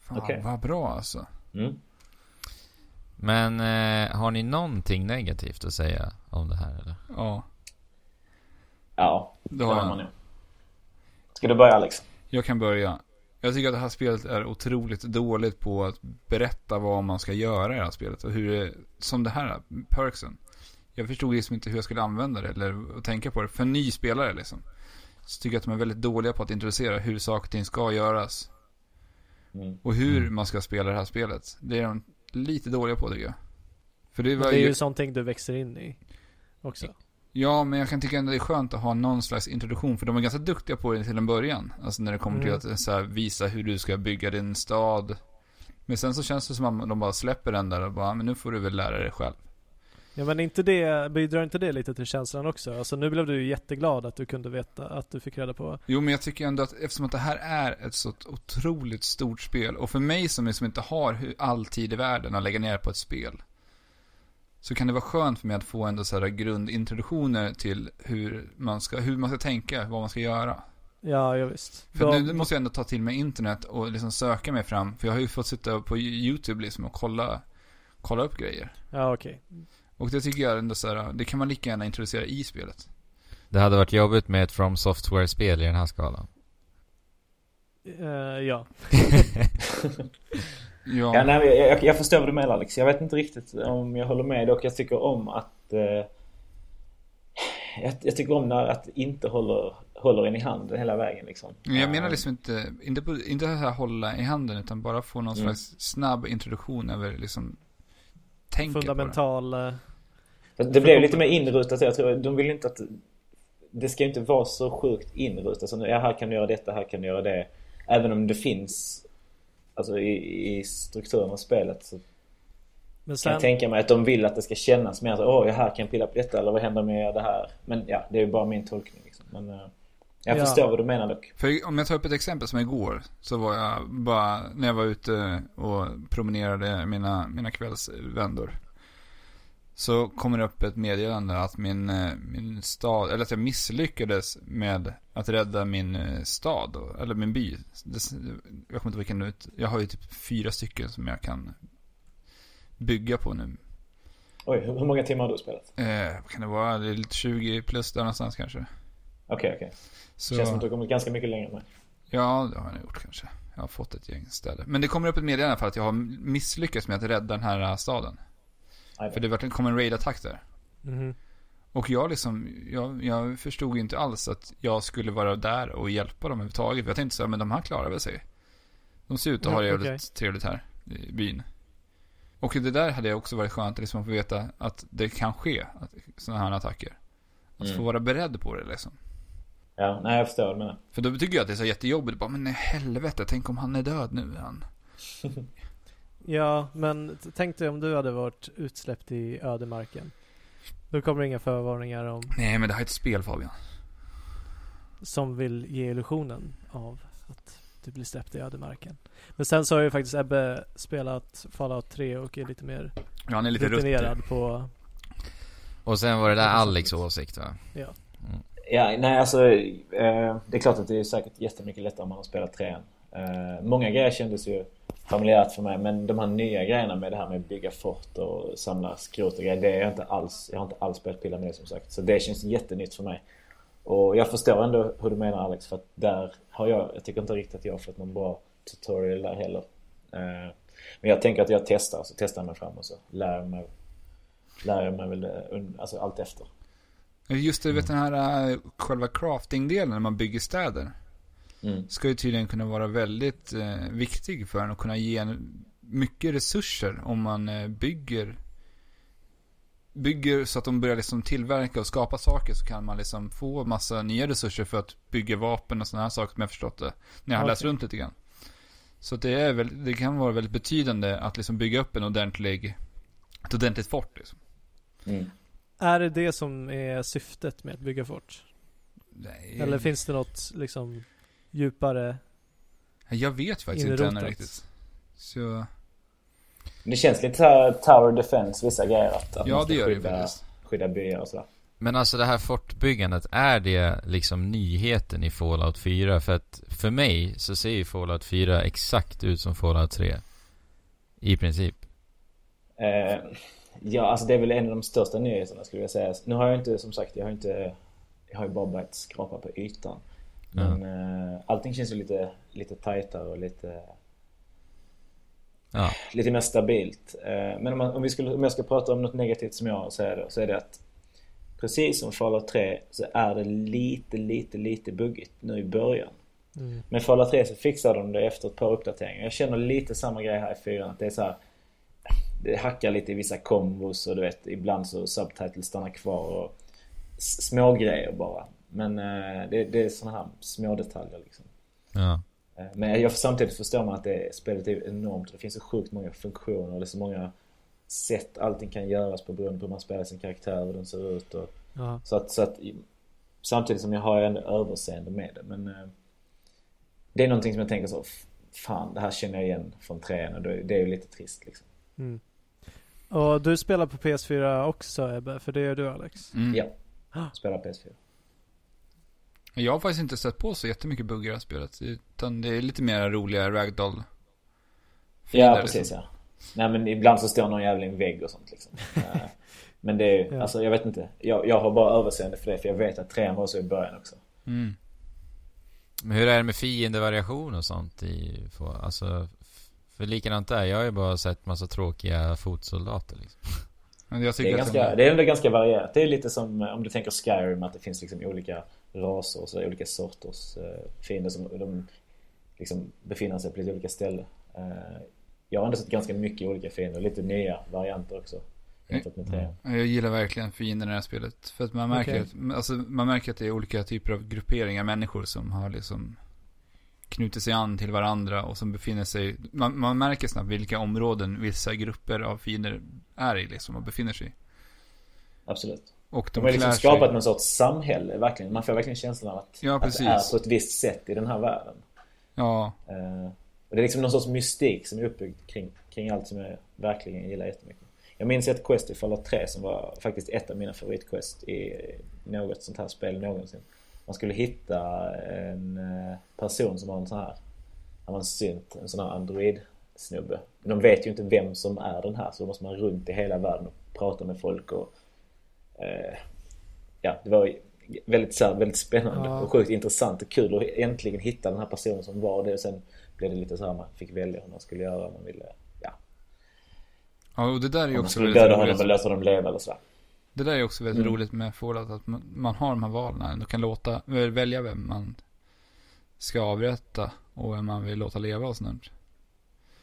Speaker 1: Fan,
Speaker 4: Okej.
Speaker 1: vad bra alltså.
Speaker 4: Mm.
Speaker 2: Men eh, har ni någonting negativt att säga om det här eller?
Speaker 1: Ja,
Speaker 4: Ja,
Speaker 1: det
Speaker 4: det
Speaker 1: har
Speaker 4: har
Speaker 1: jag.
Speaker 4: man nog. Ska du börja Alex?
Speaker 1: Jag kan börja. Jag tycker att det här spelet är otroligt dåligt på att berätta vad man ska göra i det här spelet. Och hur det, som det här, perksen. Jag förstod liksom inte hur jag skulle använda det eller att tänka på det. För en ny spelare liksom. Så tycker jag att de är väldigt dåliga på att introducera hur saker och ting ska göras.
Speaker 4: Mm.
Speaker 1: Och hur
Speaker 2: Mm.
Speaker 1: man ska spela det här spelet. Det är de lite dåliga på tycker jag. För det
Speaker 3: Det
Speaker 1: var
Speaker 3: är ju
Speaker 1: ju,
Speaker 3: sånting du växer in i också.
Speaker 1: ja men jag kan tycka att det är skönt att ha någon slags introduktion. För de var ganska duktiga på det till en början. Alltså när det kommer
Speaker 3: Mm.
Speaker 1: till att så här, visa hur du ska bygga din stad. Men sen så känns det som att de bara släpper den där och bara, "Ah, men nu får du väl lära dig själv.
Speaker 3: Ja men inte det, bidrar inte det lite till känslan också? Alltså nu blev du ju jätteglad att du kunde veta, att du fick reda på.
Speaker 1: Jo, men jag tycker ändå att eftersom att det här är ett så otroligt stort spel och för mig som liksom inte har hu- all tid i världen att lägga ner på ett spel så kan det vara skönt för mig att få ändå så här grundintroduktioner till hur man ska, hur man ska tänka, vad man ska göra.
Speaker 3: Ja, ja visst.
Speaker 1: För
Speaker 3: De-
Speaker 1: nu måste jag ändå ta till mig internet och liksom söka mig fram. För jag har ju fått sitta på YouTube liksom och kolla, kolla upp grejer.
Speaker 3: Ja, okej.
Speaker 1: Och det tycker jag ändå så här, det kan man lika gärna introducera i spelet.
Speaker 2: Det hade varit jobbigt med ett From Software-spel i den här skalan.
Speaker 3: Eh, ja.
Speaker 1: Ja,
Speaker 4: Ja, nej, men jag, jag, jag förstår vad du menar Alex. Jag vet inte riktigt om jag håller med dock. Jag tycker om att... Eh, jag, jag tycker om när att inte håller, håller en i handen hela vägen liksom.
Speaker 1: Men jag menar
Speaker 4: Eh,
Speaker 1: liksom inte, inte, på, inte så här hålla i handen utan bara få någon
Speaker 4: Mm.
Speaker 1: slags snabb introduktion över liksom tänket på
Speaker 3: Fundamental. eh,
Speaker 4: Det, det blev lite mer inrutat. Jag tror, de vill inte att... Det ska ju inte vara så sjukt inrutat. Som, ja, här kan du göra detta, här kan du göra det. Även om det finns alltså, i, i strukturen av spelet. Så
Speaker 3: Men
Speaker 4: kan
Speaker 3: sen,
Speaker 4: jag tänka mig att de vill att det ska kännas mer så åh, jag här kan jag pilla på detta eller vad händer om jag gör det här? Men ja, det är ju bara min tolkning. Liksom. Men eh, jag
Speaker 3: Ja.
Speaker 4: förstår vad du menar dock.
Speaker 1: det. För om jag tar upp ett exempel som igår, så var jag bara, när jag var ute och promenerade mina, mina kvällsvändor. Så kommer det upp ett meddelande att min, eh, min stad, eller att jag misslyckades med att rädda min eh, stad, då, eller min by. Det- Jag kommer inte vilken ut, jag har ju typ fyra stycken som jag kan bygga på nu.
Speaker 4: Oj, hur, hur många timmar har du spelat?
Speaker 1: Eh, vad kan det vara? Det är lite 20 plus där någonstans kanske.
Speaker 4: Okej, okej.
Speaker 1: Så,
Speaker 4: Känns som att du har kommit ganska mycket längre än mig.
Speaker 1: Ja, det har jag nog gjort kanske. Jag har fått ett gäng städer. Men det kommer upp ett meddelande i alla fall att jag har misslyckats med att rädda den här eh, staden.
Speaker 4: Aj då.
Speaker 1: För det var- det kom en raidattack där.
Speaker 3: Mhm.
Speaker 1: Och jag liksom, jag, jag förstod ju inte alls att jag skulle vara där och hjälpa dem överhuvudtaget. För Jag tänkte så här, men de här klarar väl sig. De ser ut att ha det
Speaker 3: Ja,
Speaker 1: jävligt
Speaker 3: okej.
Speaker 1: trevligt här i byn. Och det där hade jag också varit skönt liksom, att få veta att det kan ske sådana här attacker. Att
Speaker 4: Mm.
Speaker 1: få vara beredd på det liksom.
Speaker 4: Ja, nej jag förstår vad du menar.
Speaker 1: För då tycker jag att det är så jättejobbigt. Bara, men i helvete, tänk om han är död nu han.
Speaker 3: ja, men t- tänk dig om du hade varit utsläppt i ödemarken. Då kommer det inga förvarningar om,
Speaker 1: Nej, men det här är ett spel Fabian.
Speaker 3: som vill ge illusionen av att du blir släppt i ödemarken. Men sen så har ju faktiskt Ebbe spelat Fallout 3 och är lite mer
Speaker 1: Ja, han är lite rutinerad.
Speaker 3: rutinerad på
Speaker 2: Och sen var det där
Speaker 3: Ja, det är
Speaker 2: Alex
Speaker 3: sant.
Speaker 2: åsikt va?
Speaker 4: Ja, nej alltså. Eh, det är klart att det är säkert jättemycket lättare om man har spelat trean. Eh, många grejer kändes ju familjärt för mig men de här nya grejerna med det här med att bygga fort och samla skrot och grejer. Det är jag inte alls. Jag har inte alls börjat pilla med det som sagt. Så det känns jättenytt för mig. Och jag förstår ändå hur du menar Alex för att där har jag, jag tycker inte riktigt att jag har fått någon bra tutorial där heller. Eh, men jag tänker att jag testar, så testar jag mig fram och så lär jag mig, lär jag mig väl eh, un- alltså allt efter.
Speaker 1: Just det, vet den här eh, själva crafting-delen när man bygger städer.
Speaker 4: Mm.
Speaker 1: Ska ju tydligen kunna vara väldigt eh, viktig för en och kunna ge en mycket resurser om man eh, bygger bygger så att de börjar liksom tillverka och skapa saker så kan man liksom få massa nya resurser för att bygga vapen och sådana här saker som jag förstått det. När jag har läst
Speaker 3: Okej.
Speaker 1: runt lite grann. Så att det, är väl, det kan vara väldigt betydande att liksom bygga upp en ordentlig, ett ordentligt fort. Liksom.
Speaker 4: Mm.
Speaker 3: Är det det som är syftet med att bygga fort?
Speaker 1: Eh, Nej,
Speaker 3: Eller finns det något liksom djupare?
Speaker 1: jag vet faktiskt inte
Speaker 3: inrotat?
Speaker 1: ännu riktigt. Så,
Speaker 4: Men Det känns lite så här tower defense, vissa grejer. Att, att man
Speaker 1: ja,
Speaker 4: ska
Speaker 1: det gör det ju
Speaker 4: skydda,
Speaker 1: faktiskt.
Speaker 4: skydda byar och sådär.
Speaker 2: Men alltså det här fortbyggandet, är det liksom nyheten i Fallout 4? För att för mig så ser ju Fallout 4 exakt ut som Fallout 3. I princip.
Speaker 4: Eh, ja, alltså det är väl en av de största nyheterna skulle jag säga. Nu har jag inte, som sagt, jag har inte... Jag har ju bara börjat skrapa på ytan. Men eh, allting känns ju lite, lite tajtare och lite...
Speaker 2: Ja.
Speaker 4: lite mer stabilt. Eh, Men om, man, om, vi skulle, om jag ska prata om något negativt som jag har att säga då, så är det att precis som Fallout 3 så är det lite, lite, lite buggigt nu i början.
Speaker 3: Mm.
Speaker 4: Men Fallout 3 så fixar de det efter ett par uppdateringar. Jag känner lite samma grej här i 4. Att det är så här, det hackar lite i vissa kombos och du vet ibland så subtitles stannar kvar och s- små grejer bara. Men eh, det, det är sådana här små detaljer liksom.
Speaker 2: Ja.
Speaker 4: Eh, Men jag, samtidigt förstår man att det, spelet är ju enormt och det finns så sjukt många funktioner och det är så många sätt allting kan göras på beroende på hur man spelar sin karaktär och hur den ser ut. Och,
Speaker 3: Ja.
Speaker 4: så att, så att, i- samtidigt som jag har ändå överseende med det. Men eh, det är någonting som jag tänker så, "F- fan det här känner jag igen från trean och det, det är ju lite trist liksom.
Speaker 3: Mm. Och du spelar på PS4 också Ebbe, för det gör du Alex.
Speaker 1: Mm.
Speaker 4: Ja. Spela PS4.
Speaker 1: Jag har faktiskt inte sett på så jättemycket buggar i det här spelet. Utan det är lite mer roliga ragdoll. liksom.
Speaker 4: Ja, precis ja. Nej men ibland så står någon jävel i en vägg och sånt liksom. Eh, Men det är ju,
Speaker 3: Ja.
Speaker 4: alltså jag vet inte. Jag, jag har bara överseende för det för jag vet att trean var så i början också.
Speaker 1: Mm.
Speaker 2: Men hur är det med fiendevariation och sånt i, få- alltså, f- för likadant där, jag har ju bara sett massa tråkiga fotsoldater liksom.
Speaker 1: Men jag
Speaker 4: Det
Speaker 1: tycker
Speaker 4: är,
Speaker 1: att
Speaker 4: ganska,
Speaker 1: de,
Speaker 4: det är ändå ganska varierat. Det är lite som eh, om du tänker Skyrim att det finns liksom olika raser och så där, olika sorters eh, fiender som de liksom befinner sig på lite olika ställen. Eh, jag har ändå sett ganska mycket olika fiender och lite nya varianter också.
Speaker 1: Mm.
Speaker 4: Jämfört med trean.
Speaker 1: jag gillar verkligen fienden i det här spelet. För att man märker,
Speaker 3: Okej.
Speaker 1: att, alltså, man märker att det är olika typer av grupperingar människor som har liksom knutit sig an till varandra och som befinner sig, man, man märker snabbt vilka områden vissa grupper av fiender är i liksom och befinner sig i.
Speaker 4: Absolut.
Speaker 1: Och
Speaker 4: De
Speaker 1: de,
Speaker 4: har liksom
Speaker 1: klär
Speaker 4: skapat
Speaker 1: sig.
Speaker 4: någon sorts samhälle, verkligen. Man får verkligen känslan av att,
Speaker 1: Ja,
Speaker 4: att det
Speaker 1: precis.
Speaker 4: är på ett visst sätt i den här världen.
Speaker 1: Ja,
Speaker 4: Eh, och det är liksom någon sorts mystik som är uppbyggd kring, kring allt som jag verkligen gillar jättemycket. Jag minns ett quest i Fallout 3 som var faktiskt ett av mina favoritquest i något sånt här spel någonsin. Man skulle hitta en eh, person som har en sån här, han var en synt, en sån här android-snubbe. Men de vet ju inte vem som är den här så då måste man runt i hela världen och prata med folk och eh, ja, det var väldigt, så här, väldigt spännande
Speaker 3: Ja.
Speaker 4: och sjukt intressant och kul att äntligen hitta den här personen som var det. Och sen blev det lite så här, man fick välja hur man skulle göra om man ville, ja.
Speaker 1: ja och det där är ju
Speaker 4: Om man
Speaker 1: också
Speaker 4: skulle
Speaker 1: väldigt
Speaker 4: döda honom
Speaker 1: roligt.
Speaker 4: och låta dem leva eller Mm. sådär.
Speaker 1: Det där är också väldigt roligt med Fallout, att man, man har de här valen och kan låta, väl- välja vem man ska avrätta och vem man vill låta leva och sånt.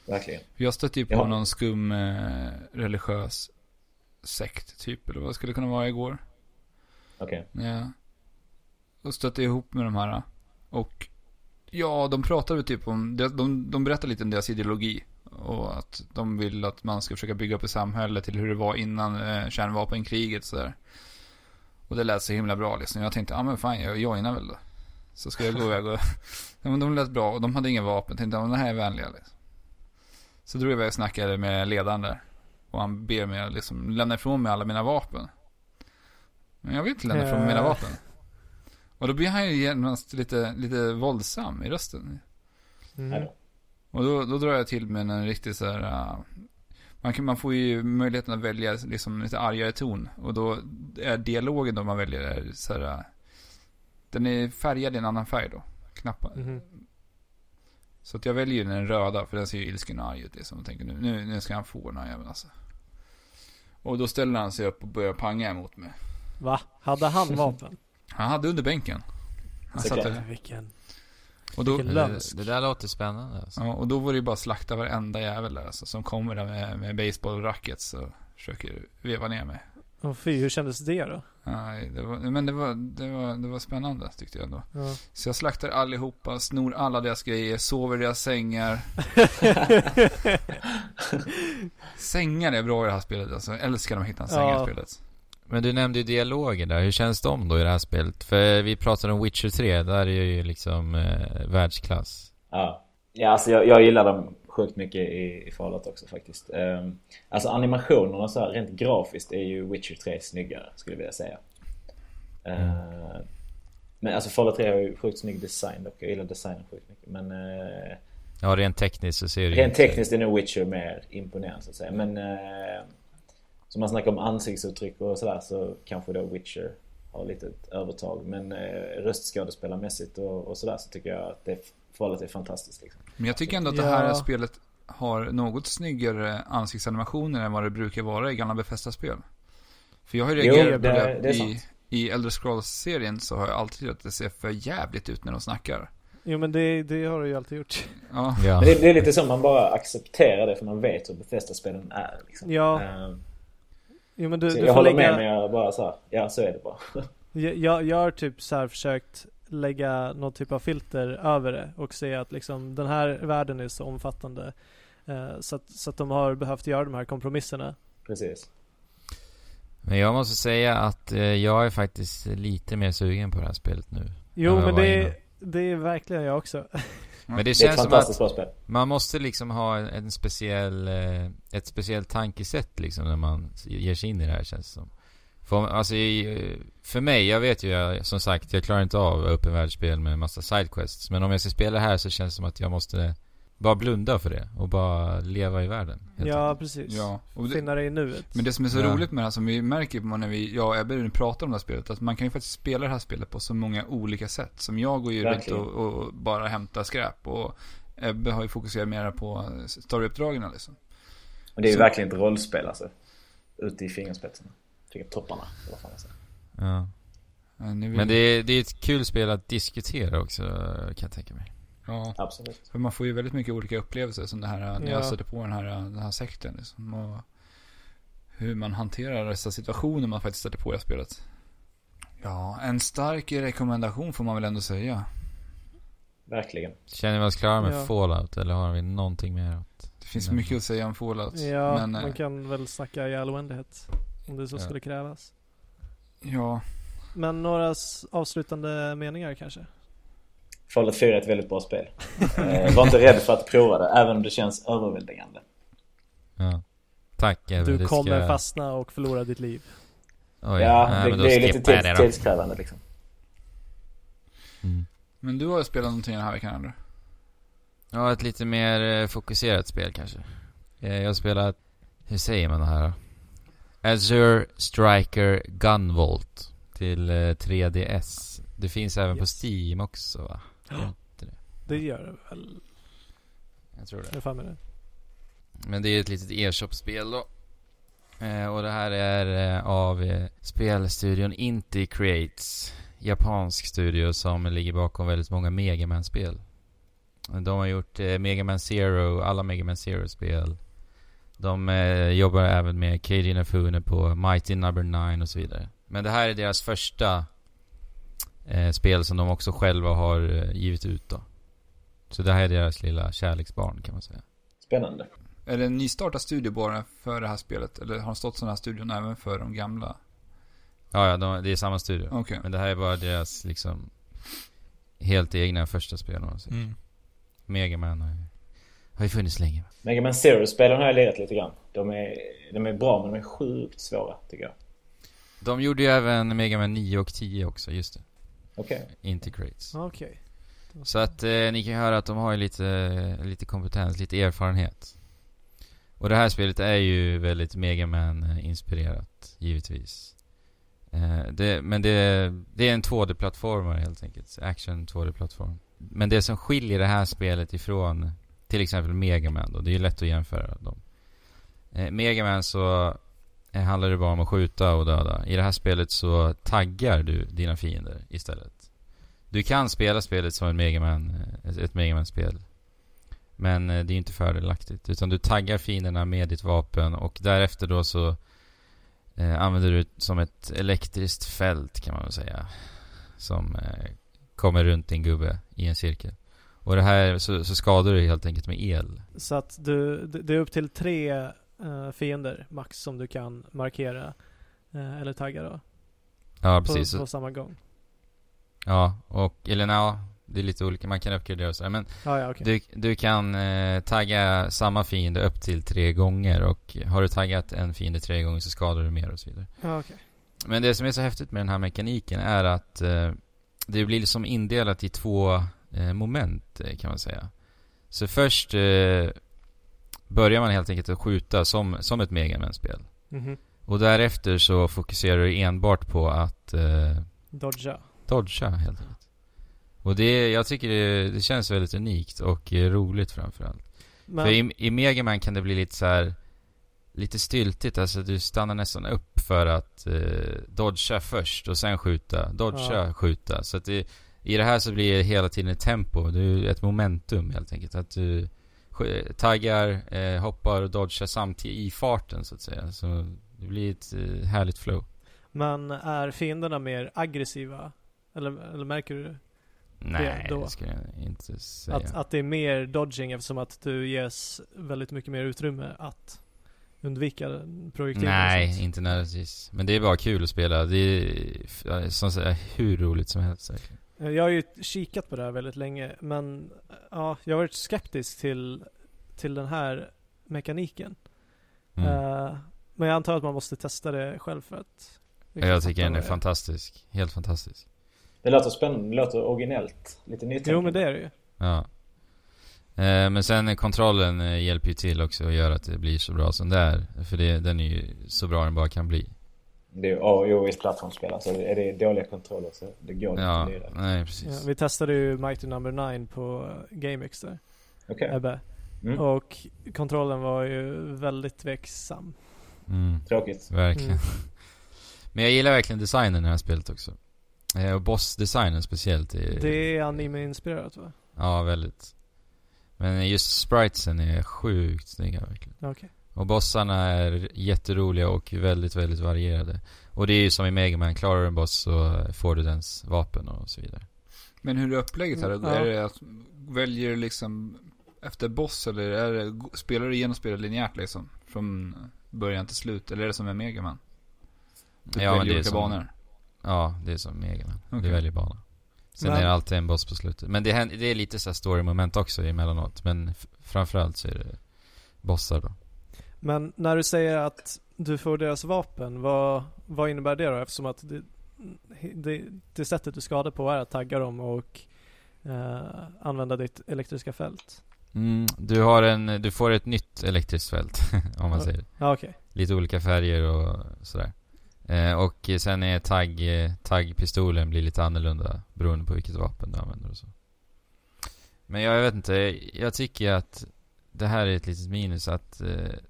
Speaker 4: Verkligen.
Speaker 1: För Jag stötte ju på
Speaker 4: Ja.
Speaker 1: någon skum eh, religiös sekt typ, eller vad det skulle kunna vara igår.
Speaker 4: Okej.
Speaker 1: när jag Och stötte ihop med de här. Och ja, de pratade väl typ om, de, de, de berättade lite om deras ideologi. Och att de vill att man ska försöka bygga upp ett samhälle till hur det var innan eh, kärnvapenkriget sådär. Och det lät så himla bra liksom. Jag tänkte, ja ah, men fan jag joinar väl då. Så ska jag gå iväg och... [LAUGHS] ja, men de lät bra och de hade inga vapen. Tänkte, ja men det här är vänliga liksom. Så drog jag iväg och snackade med ledaren där. Och han ber mig att liksom lämna ifrån mig alla mina vapen. Men jag vill inte lämna ifrån mig mina
Speaker 3: Eh.
Speaker 1: vapen. Och då blir han ju genast lite, lite våldsam i rösten.
Speaker 3: Mm.
Speaker 1: Och då, då drar jag till med en riktig så här... äh, man, kan, man får ju möjligheten att välja liksom lite argare ton. Och då är dialogen då man väljer är så här... äh, den är färgad i en annan färg då. Knappar.
Speaker 3: Mhm.
Speaker 1: Så att jag väljer ju den röda, för den ser ju ilsken och arg ut liksom. Och tänker nu, nu, nu ska han få den här jäveln alltså. Och då ställer han sig upp och börjar panga emot mig.
Speaker 3: Va? Hade han
Speaker 4: [LAUGHS]
Speaker 3: vapen?
Speaker 1: Han hade under bänken. Han
Speaker 4: Så
Speaker 1: satt
Speaker 4: klart.
Speaker 1: där.
Speaker 3: Vilken.
Speaker 1: Och då,
Speaker 3: Vilken
Speaker 2: Men
Speaker 3: Lömsk.
Speaker 2: Det, det där låter spännande alltså.
Speaker 1: Ja, och då var det ju bara att slakta varenda jävel där alltså, som kommer där med, med baseballrackets och försöker veva ner mig.
Speaker 3: Åh fy, hur kändes det då?
Speaker 1: Nej, det var, men det var, det, var, det var spännande tyckte jag ändå.
Speaker 3: Ja.
Speaker 1: Så jag slaktar allihopa, snor alla deras grejer, sover i deras sängar. sängar är bra i det här spelet alltså. Jag älskar när man hittar en säng i det här
Speaker 3: Ja.
Speaker 1: spelet.
Speaker 2: Men du nämnde ju dialoger där, hur känns de då i det här spelet? För vi pratade om Witcher 3, där är ju liksom eh, världsklass.
Speaker 4: Ja. Ja, alltså jag, jag gillar dem sjukt mycket i, i Fallout också faktiskt. Um, alltså animationerna så här, rent grafiskt är ju Witcher 3 snyggare skulle jag vilja säga. Eh,
Speaker 1: Mm.
Speaker 4: men alltså Fallout 3 har ju sjukt snygg design dock. Jag gillar designen sjukt mycket. Men eh,
Speaker 2: Ja, rent tekniskt så ser det ju
Speaker 4: Rent
Speaker 2: inte-
Speaker 4: tekniskt är nog Witcher mer imponerande så att säga. Men eh, som man snackar om ansiktsuttryck och sådär så kanske då Witcher har lite ett övertag. Men eh, röstskådespelarmässigt och, och sådär så tycker jag att det förhållandet är fantastiskt. Liksom.
Speaker 1: Men jag tycker ändå att det här
Speaker 3: Ja.
Speaker 1: spelet har något snyggare ansiktsanimationer än vad det brukar vara i gamla Bethesda-spel. För jag har ju
Speaker 4: Jo,
Speaker 1: reagerat på
Speaker 4: det-
Speaker 1: det.
Speaker 4: det
Speaker 1: I,
Speaker 4: är sant.
Speaker 1: I Elder Scrolls-serien så har jag alltid tyckt att det ser för jävligt ut när de snackar.
Speaker 3: Jo men det, det har du ju alltid gjort.
Speaker 1: Ja,
Speaker 2: Ja.
Speaker 4: Men det, det är lite så man bara accepterar det för man vet hur Bethesda-spelen är. Liksom.
Speaker 3: Ja,
Speaker 4: Eh,
Speaker 3: jo men du,
Speaker 4: så
Speaker 3: du
Speaker 4: jag
Speaker 3: får
Speaker 4: håller
Speaker 3: lägga...
Speaker 4: med men jag bara så här, ja så är det bara.
Speaker 3: Jag, jag, jag har typ så här försökt lägga någon typ av filter över det och se att liksom den här världen är så omfattande eh, så, att, så att de har behövt göra de här kompromisserna.
Speaker 4: Precis.
Speaker 2: Men jag måste säga att eh, jag är faktiskt lite mer sugen på det här spelet nu.
Speaker 3: Jo
Speaker 2: Ja, jag
Speaker 3: men
Speaker 2: var
Speaker 3: det,
Speaker 2: inne.
Speaker 3: är- det är verkligen jag också.
Speaker 2: Men det
Speaker 4: Det är ett
Speaker 2: känns som
Speaker 4: fantastiskt
Speaker 2: att
Speaker 4: bra spel.
Speaker 2: man måste liksom ha en, en speciell, eh, ett speciellt tankesätt liksom när man ger sig in i det här känns det som. För, alltså, i- för mig, jag vet ju jag, som sagt, jag klarar inte av öppen världsspel med en massa sidequests. Men om jag ska spela här så känns det som att jag måste bara blunda för det och bara leva i världen. helt
Speaker 3: Ja,
Speaker 2: enkelt.
Speaker 3: precis.
Speaker 1: Ja. Och det,
Speaker 3: Finna dig i nuet.
Speaker 1: men det som är så
Speaker 2: Ja.
Speaker 1: roligt med det här som vi märker på när vi, jag och Ebbe nu pratar om det här spelet, att man kan ju faktiskt spela det här spelet på så många olika sätt. Som jag går ju runt
Speaker 4: Verkligen.
Speaker 1: och, och bara hämtar skräp och Ebbe har ju fokuserat mer på storyuppdragen liksom.
Speaker 4: Men det är ju
Speaker 1: Så-
Speaker 4: verkligen ett rollspel alltså. Ute i fingerspetsarna. Tycker topparna. eller vad fan man säger.
Speaker 2: Ja.
Speaker 1: Men, nu vill,
Speaker 2: Men det är, det är ett kul spel att diskutera också, kan jag tänka mig.
Speaker 1: ja,
Speaker 4: Absolut.
Speaker 1: för man får ju väldigt mycket olika upplevelser som det här eh, när
Speaker 3: Ja.
Speaker 1: jag stötte på den här, eh, den här sekten liksom. Och hur man hanterar dessa situationer man faktiskt stöter på i det här spelet. Ja, en stark rekommendation får man väl ändå säga.
Speaker 4: Verkligen.
Speaker 2: Känner vi oss klara med
Speaker 3: Ja.
Speaker 2: Fallout eller har vi någonting mer? att-
Speaker 1: Det finns
Speaker 2: Nej.
Speaker 1: mycket att säga om Fallout.
Speaker 3: Ja,
Speaker 1: men, eh,
Speaker 3: man kan väl snacka i all oändlighet. Om det så
Speaker 1: Ja.
Speaker 3: skulle krävas.
Speaker 1: Ja,
Speaker 3: Men några s- avslutande meningar kanske?
Speaker 4: Fallout 4 är ett väldigt bra spel. Eh, var inte rädd för att prova det, även om det känns överväldigande.
Speaker 2: Ja. Tack Ebbe,
Speaker 3: Du
Speaker 2: det
Speaker 3: kommer
Speaker 2: ska...
Speaker 3: fastna och förlora ditt liv.
Speaker 2: Oj,
Speaker 4: ja,
Speaker 2: nej,
Speaker 4: det,
Speaker 2: men då
Speaker 4: det är lite
Speaker 2: skippar jag
Speaker 4: tids,
Speaker 2: det då.
Speaker 4: tidskrävande liksom.
Speaker 2: Mm.
Speaker 1: men du har ju spelat någonting den här veckan Andrew.
Speaker 2: Ja, ett lite mer eh, fokuserat spel kanske. Eh, Jag har spelat, hur säger man det här då? Azure Striker Gunvolt till eh, 3DS. Det finns även
Speaker 3: Yes.
Speaker 2: på Steam också va?
Speaker 3: Det gör det väl?
Speaker 2: Jag tror det.
Speaker 3: Jag har för mig det.
Speaker 2: Men det är ett litet e-shop-spel då. Eh, och det här är eh, av eh, spelstudion Inti Creates. Japansk studio som ligger bakom väldigt många Mega man spel De har gjort eh, Mega Man Zero, alla Mega Man Zero-spel. De eh, jobbar även med Keiji Inafune på Mighty Number 9 och så vidare. Men det här är deras första eh, spel som de också själva har eh, givit ut då. Så det här är deras lilla kärleksbarn kan man säga.
Speaker 4: Spännande.
Speaker 1: Är det en nystartad studio bara för det här spelet? Eller har det stått sådana här studion även för de gamla?
Speaker 2: Ja, ja de, det är samma studio.
Speaker 1: Okej.
Speaker 2: Men det här är bara deras liksom helt egna första spel någonsin. Mega Man har ju, har ju funnits länge. va?
Speaker 4: Mega Man Zero-spelen har jag lirat lite grann. De är, de är bra, men de är sjukt svåra tycker jag.
Speaker 2: De gjorde ju även Mega Man 9 och 10 också, just det.
Speaker 4: Okej.
Speaker 2: Integrates.
Speaker 3: Ah, Okej.
Speaker 2: Så att eh, ni kan ju höra att de har ju lite, lite kompetens, lite erfarenhet. Och det här spelet är ju väldigt Mega man eh, inspirerat givetvis. Eh, det, men det, det är en 2D-plattformare helt enkelt. Action 2D-plattform. Men det som skiljer det här spelet ifrån till exempel Mega man då, det är ju lätt att jämföra dem. Eh, Mega man så eh, handlar det bara om att skjuta och döda. I det här spelet så taggar du dina fiender istället. Du kan spela spelet som en Megaman, ett, eh, ett Megaman-spel. Men eh, det är inte fördelaktigt. Utan du taggar fienderna med ditt vapen och därefter då så eh, använder du det som ett elektriskt fält kan man väl säga. Som eh, kommer runt din gubbe i en cirkel. Och det här så, så skadar du helt enkelt med el.
Speaker 3: Så att du, det det är upp till tre eh, fiender max som du kan markera eh, eller tagga då.
Speaker 2: Ja,
Speaker 3: På,
Speaker 2: precis. Så-
Speaker 3: på samma gång.
Speaker 2: Ja, och eller ja, det är lite olika. Man kan uppgradera och sådär. Men
Speaker 3: Ah, ja, okej.
Speaker 2: Du, du kan eh, tagga samma fiende upp till tre gånger och har du taggat en fiende tre gånger så skadar du mer och så vidare.
Speaker 3: Ah, okej.
Speaker 2: Men det som är så häftigt med den här mekaniken är att eh, det blir liksom indelat i två eh, moment eh, kan man säga. Så först eh, börjar man helt enkelt att skjuta som, som ett Megaman-spel.
Speaker 3: Mhm.
Speaker 2: Och därefter så fokuserar du enbart på att eh,
Speaker 3: Dodga.
Speaker 2: dodga helt enkelt. Och det, jag tycker det, det känns väldigt unikt och eh, roligt framförallt.
Speaker 3: Men,
Speaker 2: För i, i Mega Man kan det bli lite så här lite styltigt, alltså du stannar nästan upp för att eh, dodga först och sen skjuta, dodga, skjuta. Så att det, i det här så blir det hela tiden ett tempo, det är ju ett momentum helt enkelt. Att du sk- taggar, eh, hoppar och dodgar samtidigt i farten så att säga. Så det blir ett eh, härligt flow.
Speaker 3: men är fienderna mer aggressiva? Eller, eller märker du
Speaker 2: Nej,
Speaker 3: då.
Speaker 2: det, skulle jag inte säga.
Speaker 3: att, att det är mer dodging eftersom att du ges väldigt mycket mer utrymme att undvika projektilen?
Speaker 2: Nej, inte nödvändigtvis. Men det är bara kul att spela. Det är f- som sagt, hur roligt som helst. verkligen.
Speaker 3: Eh, Jag har ju kikat på det här väldigt länge men ja, jag har varit skeptisk till, till den här mekaniken.
Speaker 2: Mm.
Speaker 3: Eh, men jag antar att man måste testa det själv för att...
Speaker 2: Ja, jag tycker den är
Speaker 3: vad det är.
Speaker 2: fantastisk. Helt fantastisk.
Speaker 4: Det låter spännande, det låter originellt. Lite nytt.
Speaker 3: Jo men det är det ju.
Speaker 2: Ja. Eh, men sen eh, kontrollen eh, hjälper ju till också och gör att det blir så bra som det är. För det, den är ju så bra den bara kan bli.
Speaker 4: Det är ju AOIs plattformsspel. Alltså är det dåliga kontroller så det går inte
Speaker 2: Ja,
Speaker 4: att lira.
Speaker 2: nej
Speaker 3: Ja,
Speaker 2: precis.
Speaker 3: vi testade ju Mighty Number 9 på GameX där,
Speaker 4: Okej.
Speaker 3: Ebbe.
Speaker 4: Mm.
Speaker 3: Och kontrollen var ju väldigt tveksam.
Speaker 2: Mm,
Speaker 4: Tråkigt.
Speaker 2: verkligen.
Speaker 3: Mm.
Speaker 2: [LAUGHS] Men jag gillar verkligen designen i det här spelet också. Eh, och bossdesignen speciellt. Är,
Speaker 3: Det är anime-inspirerat va?
Speaker 2: Ja, väldigt. Men just spritesen är sjukt snygga verkligen.
Speaker 3: Okej.
Speaker 2: Och bossarna är jätteroliga och väldigt, väldigt varierade. Och det är ju som i Mega Man, klarar du en boss så får du dens vapen och så vidare.
Speaker 1: Men hur är upplägget här?
Speaker 2: Mm,
Speaker 3: Ja.
Speaker 1: Är det att väljer du liksom efter boss eller är det, spelar du igenom spelet linjärt liksom? Från början till slut? Eller är det som en megaman? Du
Speaker 2: Ja, men
Speaker 1: väljer
Speaker 2: det är
Speaker 1: olika
Speaker 2: som-
Speaker 1: banor.
Speaker 2: Ja, det är som Mega Man.
Speaker 1: Okej.
Speaker 2: Du väljer bana. Sen
Speaker 3: Men-
Speaker 2: är det alltid en boss på slutet. Men det, händer, det är lite så här story-moment också emellanåt. Men f- framförallt så är det bossar då.
Speaker 3: Men när du säger att du får deras vapen, vad, vad innebär det då? Eftersom att det, det, det sättet du skadar på är att tagga dem och eh, använda ditt elektriska fält.
Speaker 2: Mm, du, har en, du får ett nytt elektriskt fält, [LAUGHS] om man
Speaker 3: Ja.
Speaker 2: säger.
Speaker 3: Ja okej.
Speaker 2: Lite olika färger och sådär. Eh, och sen är tagg, eh, taggpistolen blir lite annorlunda beroende på vilket vapen du använder och så. Men jag, jag vet inte, jag tycker att det här är ett litet minus att eh,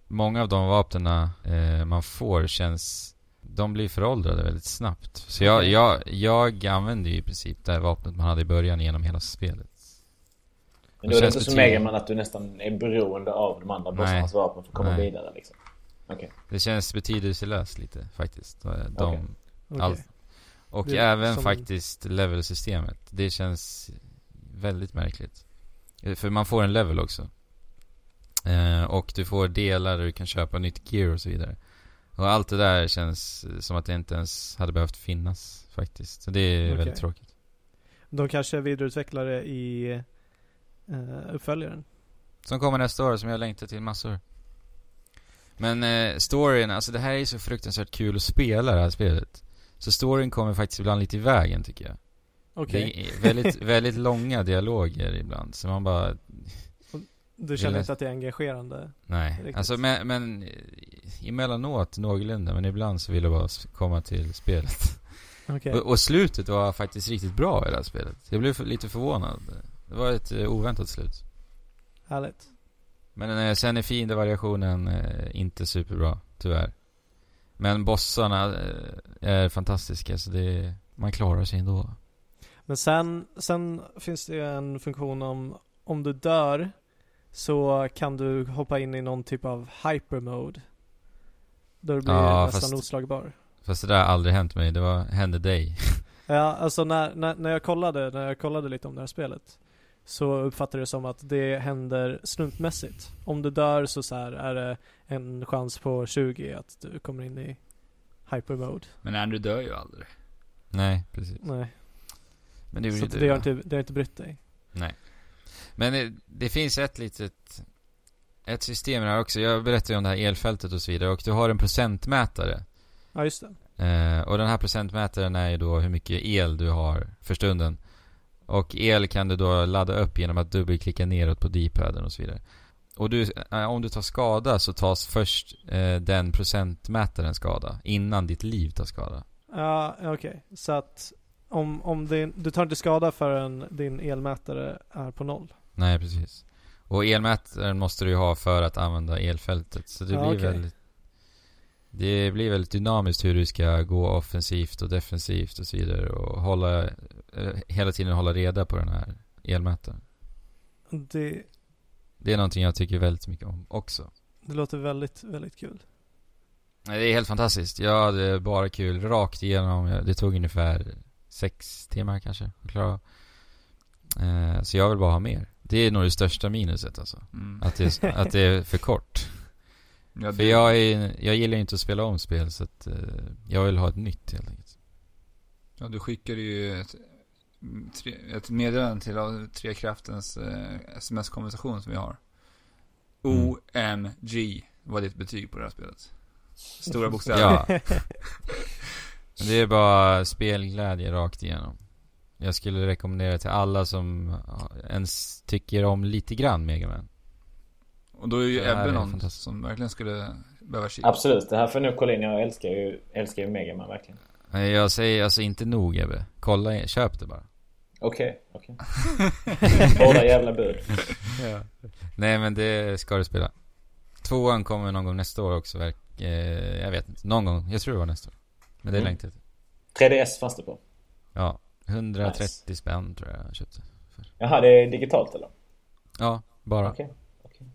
Speaker 2: många av de vapnena eh, man får känns, de blir föråldrade väldigt snabbt. Så jag, jag, jag använder ju i princip det här vapnet man hade i början genom hela spelet.
Speaker 4: Men då är det
Speaker 2: känns
Speaker 4: inte som
Speaker 2: det till-
Speaker 4: Megaman att du nästan är beroende av de andra
Speaker 2: Nej.
Speaker 4: bossarnas vapen för att komma
Speaker 2: Nej.
Speaker 4: vidare liksom. Okej.
Speaker 2: Det känns betydelselöst lite faktiskt. Eh, De,
Speaker 4: Okej.
Speaker 3: Okej.
Speaker 2: Allt. Och
Speaker 3: Det är
Speaker 2: även
Speaker 3: som-
Speaker 2: faktiskt levelsystemet. Det känns väldigt märkligt. Eh, För man får en level också. Eh, och du får delar och du kan köpa nytt gear och så vidare. Och allt det där känns eh, som att det inte ens hade behövt finnas faktiskt. Så det är
Speaker 3: Okej.
Speaker 2: väldigt tråkigt.
Speaker 3: De kanske vidareutvecklar det i eh, uppföljaren.
Speaker 2: Som kommer nästa år som jag längtar till massor. Men eh, storyn, alltså det här är ju så fruktansvärt kul att spela det här spelet. Så storyn kommer faktiskt ibland lite i vägen tycker jag.
Speaker 3: Okej.
Speaker 2: Det är väldigt, väldigt långa dialoger ibland, så man bara,
Speaker 3: Du känner
Speaker 2: Eller-
Speaker 3: inte att det är engagerande?
Speaker 2: nej.
Speaker 3: Riktigt.
Speaker 2: Alltså men, men eh, emellanåt någorlunda, men ibland så vill jag bara s- komma till spelet.
Speaker 3: Okej.
Speaker 2: Och, och slutet var faktiskt riktigt bra i det här spelet. Jag blev för, lite förvånad. Det var ett eh, oväntat slut.
Speaker 3: Härligt.
Speaker 2: Men eh, sen är fiendevariationen eh, inte superbra, tyvärr. Men bossarna eh, är fantastiska, så det, man klarar sig ändå.
Speaker 3: Men sen, sen finns det ju en funktion om, om du dör så kan du hoppa in i någon typ av hypermode. Då du blir
Speaker 2: Ja,
Speaker 3: nästan
Speaker 2: fast-
Speaker 3: oslagbar.
Speaker 2: Fast det där har aldrig hänt mig, det var, hände dig.
Speaker 3: Ja, alltså när, när, när, jag kollade, när jag kollade lite om det här spelet så uppfattade jag det som att det händer slumpmässigt. Om du dör så, så här är det en chans på 20 att du kommer in i hypermode.
Speaker 1: Men Andrew dör ju aldrig.
Speaker 2: Nej, precis.
Speaker 3: Nej,
Speaker 2: Men det gjorde
Speaker 3: så
Speaker 2: ju
Speaker 3: att
Speaker 2: du,
Speaker 3: det har
Speaker 2: va?
Speaker 3: inte, det har inte brytt dig.
Speaker 2: Nej. Men det, det finns ett litet ett system här också. Jag berättade ju om det här elfältet och så vidare. Och du har en procentmätare.
Speaker 3: Ja, just det.
Speaker 2: Eh, och den här procentmätaren är ju då hur mycket el du har för stunden. Och el kan du då ladda upp genom att dubbelklicka neråt på D-paden och så vidare. Och du, eh, om du tar skada så tas först eh, den procentmätaren skada innan ditt liv tar skada.
Speaker 3: Ja, okej. Så att om, om din, du tar inte skada förrän din elmätare är på noll.
Speaker 2: Nej, precis. Och elmätaren måste du ju ha för att använda elfältet. Så det
Speaker 3: Ja,
Speaker 2: blir
Speaker 3: okej.
Speaker 2: väldigt... Det blir väldigt dynamiskt hur du ska gå offensivt och defensivt och så vidare och hålla... eh, Hela tiden hålla reda på den här elmätaren.
Speaker 3: Det,
Speaker 2: Det är någonting jag tycker väldigt mycket om också.
Speaker 3: det låter väldigt, väldigt kul.
Speaker 2: Nej, Det är helt fantastiskt. Jag hade bara kul rakt igenom. Jag- Det tog ungefär sex timmar kanske att klara. Eh, Så jag vill bara ha mer. Det är nog det största minuset alltså.
Speaker 1: Mm.
Speaker 2: Att det, att det är för kort.
Speaker 1: Ja,
Speaker 2: För
Speaker 1: det,
Speaker 2: jag, är, jag gillar ju inte att spela om spel så att eh, jag vill ha ett nytt helt enkelt.
Speaker 1: ja, du skickade ju ett tre, ett meddelande till av Trekraftens eh, sms-konversation som vi har.
Speaker 2: Mm.
Speaker 1: OMG var ditt betyg på det här spelet. Stora bokstäver.
Speaker 2: Ja. Det är bara spelglädje rakt igenom. Jag skulle rekommendera till alla som ja, ens tycker om lite grann Mega Man.
Speaker 1: Och då är ju
Speaker 2: Det här
Speaker 1: Ebbe
Speaker 2: är
Speaker 1: någon
Speaker 2: fantastiskt.
Speaker 1: som verkligen skulle behöva chip.
Speaker 4: Absolut, det här får jag nog kolla in. Jag älskar ju, älskar ju Megaman verkligen.
Speaker 2: Nej, Jag säger alltså inte nog Ebbe. Kolla, köp det bara.
Speaker 4: Okej, okej. [LAUGHS] Båda jävla bud.
Speaker 2: Nej men det ska du spela. Tvåan kommer någon gång nästa år också verk... eh, Jag vet inte. Någon gång. Jag tror det var nästa år. Men det
Speaker 4: Mm.
Speaker 2: längtar jag till.
Speaker 4: 3DS fanns det på.
Speaker 2: Ja. 130 spänn tror jag jag köpte.
Speaker 4: Jaha, det är digitalt eller?
Speaker 2: Ja, bara.
Speaker 4: Okej. okej.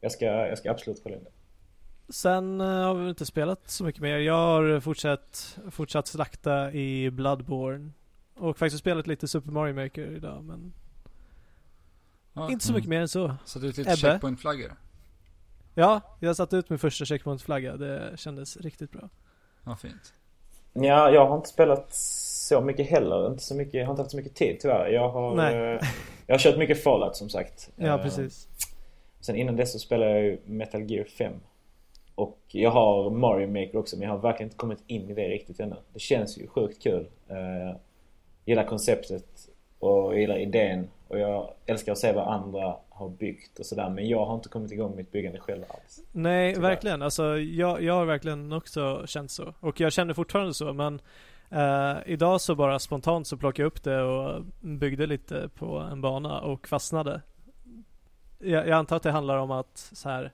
Speaker 4: Jag, ska, jag ska absolut kolla in det.
Speaker 3: Sen eh, har vi inte spelat så mycket mer. Jag har fortsatt, fortsatt slakta i Bloodborne. Och faktiskt spelat lite Super Mario Maker idag men
Speaker 1: Ja.
Speaker 3: inte så
Speaker 2: Mm.
Speaker 3: mycket mer än så.
Speaker 1: Satt ut lite
Speaker 3: Ebbe?
Speaker 1: checkpointflaggor.
Speaker 3: Ja, jag satte ut min första checkpointflagga. Det kändes riktigt bra.
Speaker 1: Ja, fint.
Speaker 4: Ja, jag har inte spelat så mycket heller. Inte så mycket, jag har inte haft så mycket tid tyvärr. Jag har,
Speaker 3: Nej.
Speaker 4: eh, jag har kört mycket Fallout som sagt.
Speaker 3: Ja,
Speaker 4: Eh,
Speaker 3: precis.
Speaker 4: Sen innan dess så spelade jag ju Metal Gear 5. Och jag har Mario Maker också men jag har verkligen inte kommit in i det riktigt ännu. Det känns ju sjukt kul. Eh, gillar konceptet och jag gillar idén. Och jag älskar att se vad andra har byggt och sådär. Men jag har inte kommit igång med mitt byggande själv alls.
Speaker 3: Nej,
Speaker 4: Tyvärr.
Speaker 3: verkligen. Alltså, jag, jag har verkligen också känt så. Och jag känner fortfarande så, men eh, idag så bara spontant så plockade jag upp det och byggde lite på en bana och fastnade. Jag, jag antar att det handlar om att så här,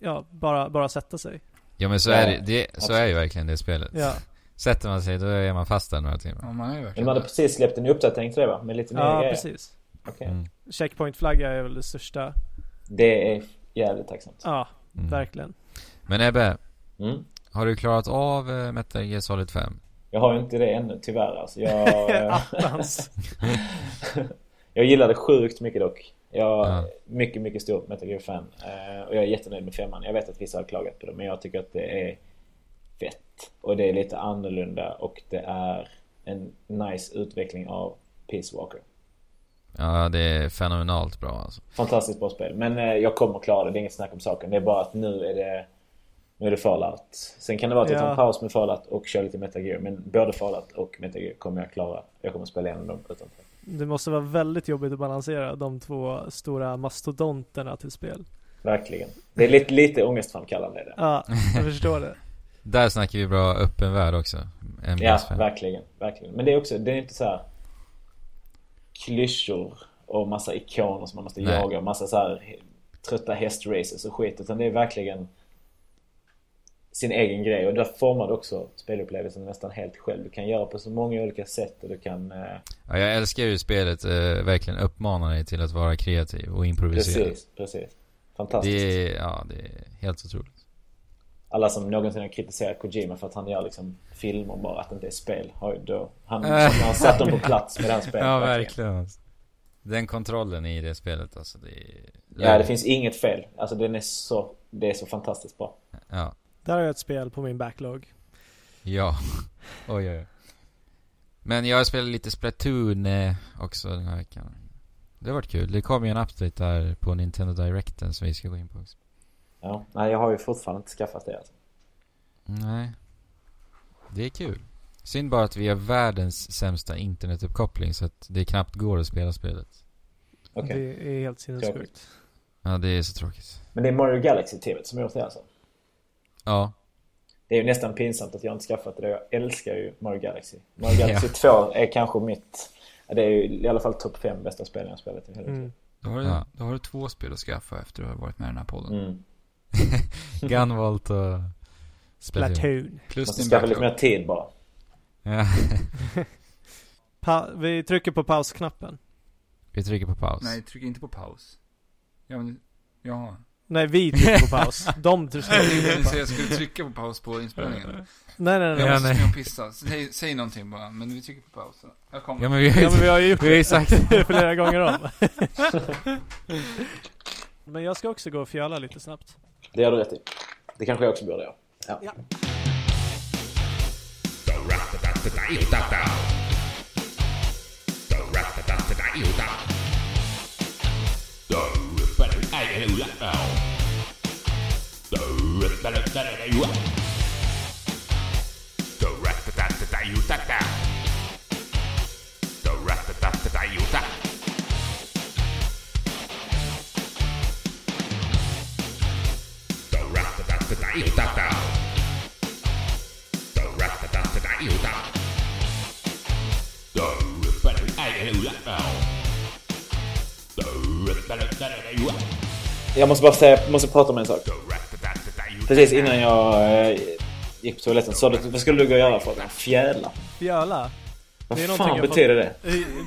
Speaker 3: ja, bara, bara sätta sig.
Speaker 2: Ja men så
Speaker 4: Ja,
Speaker 2: är det, det så
Speaker 4: absolut.
Speaker 2: är ju verkligen det spelet.
Speaker 3: Ja,
Speaker 2: Sätter man sig då är man fast där några timmar.
Speaker 1: Ja, man är ju
Speaker 4: Men
Speaker 1: verkligen
Speaker 4: de hade
Speaker 1: där.
Speaker 4: precis släppt en uppdatering till det va? Med lite nya
Speaker 3: ja
Speaker 4: grejer.
Speaker 3: precis.
Speaker 4: Okej.
Speaker 2: Mm.
Speaker 3: Checkpointflagga är väl det största.
Speaker 4: Det är jävligt tacksamt.
Speaker 3: Ja,
Speaker 2: Mm.
Speaker 3: verkligen.
Speaker 2: Men Ebbe,
Speaker 4: Mm.
Speaker 2: har du klarat av eh, Metal Gear Solid 5?
Speaker 4: Jag har ju inte det ännu tyvärr alltså. Jag, eh,
Speaker 3: Attans.
Speaker 4: [LAUGHS] jag gillar det sjukt mycket dock. Jag är
Speaker 2: Ja.
Speaker 4: mycket, mycket stor Metal Gear-fan. Eh, och jag är jättenöjd med femman. Jag vet att vissa har klagat på det, men jag tycker att det är fett. Och det är lite annorlunda och det är en nice utveckling av Peace Walker.
Speaker 2: Ja, det är fenomenalt bra alltså.
Speaker 4: Fantastiskt bra spel. Men eh, jag kommer att klara det, det är inget snack om saken. Det är bara att nu är det, nu är det Fallout. Sen kan det vara att jag tar en
Speaker 3: Ja.
Speaker 4: paus med Fallout och kör lite Metal Gear. Men både Fallout och Metal Gear kommer jag klara. Jag kommer att spela igenom dem utan problem.
Speaker 3: Det måste vara väldigt jobbigt att balansera de två stora mastodonterna till spel.
Speaker 4: Verkligen. Det är lite, lite ångestframkallande. Är det.
Speaker 3: Ja, [LAUGHS] jag förstår det.
Speaker 2: Där snackar vi bra öppen värld också.
Speaker 4: Ja,
Speaker 2: MGS5.
Speaker 4: verkligen, verkligen. Men det är också, det är inte så här klyschor och massa ikoner som man måste
Speaker 2: Nej.
Speaker 4: jaga och massa så här he- trötta hästraces och skit. Utan det är verkligen sin egen grej och där formar du också spelupplevelsen nästan helt själv. Du kan göra på så många olika sätt och du kan... Eh,
Speaker 2: ja, jag älskar ju spelet. Eh, verkligen uppmanar dig till att vara kreativ och improvisera.
Speaker 4: precis, precis. Fantastiskt.
Speaker 2: Det är, ja, det är helt otroligt.
Speaker 4: Alla som någonsin har kritiserat Kojima för att han gör liksom filmer bara, att det inte är spel. har ju Då,
Speaker 2: [LAUGHS]
Speaker 4: han,
Speaker 2: Äh.
Speaker 4: han satt dem på plats med det här spelet.
Speaker 2: Ja, verkligen. alltså. Den kontrollen i det spelet alltså, det är...
Speaker 4: Ja, det finns inget fel. Alltså den är så, det är så fantastiskt bra.
Speaker 2: Ja.
Speaker 3: Där har jag ett spel på min backlog.
Speaker 2: Ja. [LAUGHS] oj, oj, oj. Men jag spelade lite Splatoon eh, också den här veckan. Det har varit kul. Det kom ju en update där på Nintendo Directen som vi ska gå in på också.
Speaker 4: Ja. Nej, jag har ju fortfarande inte skaffat det alltså.
Speaker 2: Nej. Det är kul. Synd bara att vi har världens sämsta internetuppkoppling så att det knappt går att spela spelet.
Speaker 4: Okej.
Speaker 3: Det är helt sinnessjukt.
Speaker 2: Ja, det är så tråkigt.
Speaker 4: Men det är Mario Galaxy-teamet som har gjort det alltså.
Speaker 2: Ja.
Speaker 4: Det är ju nästan pinsamt att jag inte skaffat det. Jag älskar ju Mario Galaxy.
Speaker 3: [LAUGHS]
Speaker 4: Mario Galaxy 2 är kanske mitt... Det är ju i alla fall topp 5 bästa spel jag har spelat i hela mitt
Speaker 3: Mm.
Speaker 4: liv.
Speaker 1: Då har, du,
Speaker 2: Ja.
Speaker 1: då har du två spel att skaffa efter att ha varit med i den här podden.
Speaker 4: Mm.
Speaker 2: [LAUGHS] Gunvolt och... Splatoon.
Speaker 3: Platoon.
Speaker 1: Plus
Speaker 4: Måste
Speaker 1: din
Speaker 4: skaffa lite
Speaker 1: backlog.
Speaker 4: mer tid bara.
Speaker 2: Ja. [LAUGHS]
Speaker 3: Pa- vi trycker på pausknappen.
Speaker 2: Vi trycker på paus.
Speaker 1: Nej, tryck inte på paus. Ja, men, ja.
Speaker 3: Nej, vi trycker på paus. De trycker
Speaker 1: Jag tänkte
Speaker 3: på
Speaker 1: säga
Speaker 3: paus.
Speaker 1: att jag skulle trycka på paus på inspelningen.
Speaker 3: Nej, nej, nej.
Speaker 1: Jag
Speaker 2: Ja,
Speaker 1: måste
Speaker 2: nej.
Speaker 1: springa och pissa. Säg, säg någonting bara, men vi trycker på paus. Jag kommer.
Speaker 2: Ja men vi har ju,
Speaker 3: Ja, men vi har ju
Speaker 2: [LAUGHS]
Speaker 3: gjort
Speaker 2: vi har ju sagt
Speaker 3: det flera gånger om. [LAUGHS] Men jag ska också gå och fjöla lite snabbt.
Speaker 4: Det gör du rätt i. Det kanske jag också borde göra. Ja.
Speaker 3: Ja.
Speaker 4: Jag måste bara säga, måste prata om en sak. Precis innan jag eh, gick på toaletten sa du vad skulle du gå och göra för att fjäla?
Speaker 3: Fjöla.
Speaker 4: Vad
Speaker 3: Det är någonting
Speaker 4: fan
Speaker 3: jag fått-
Speaker 4: betyder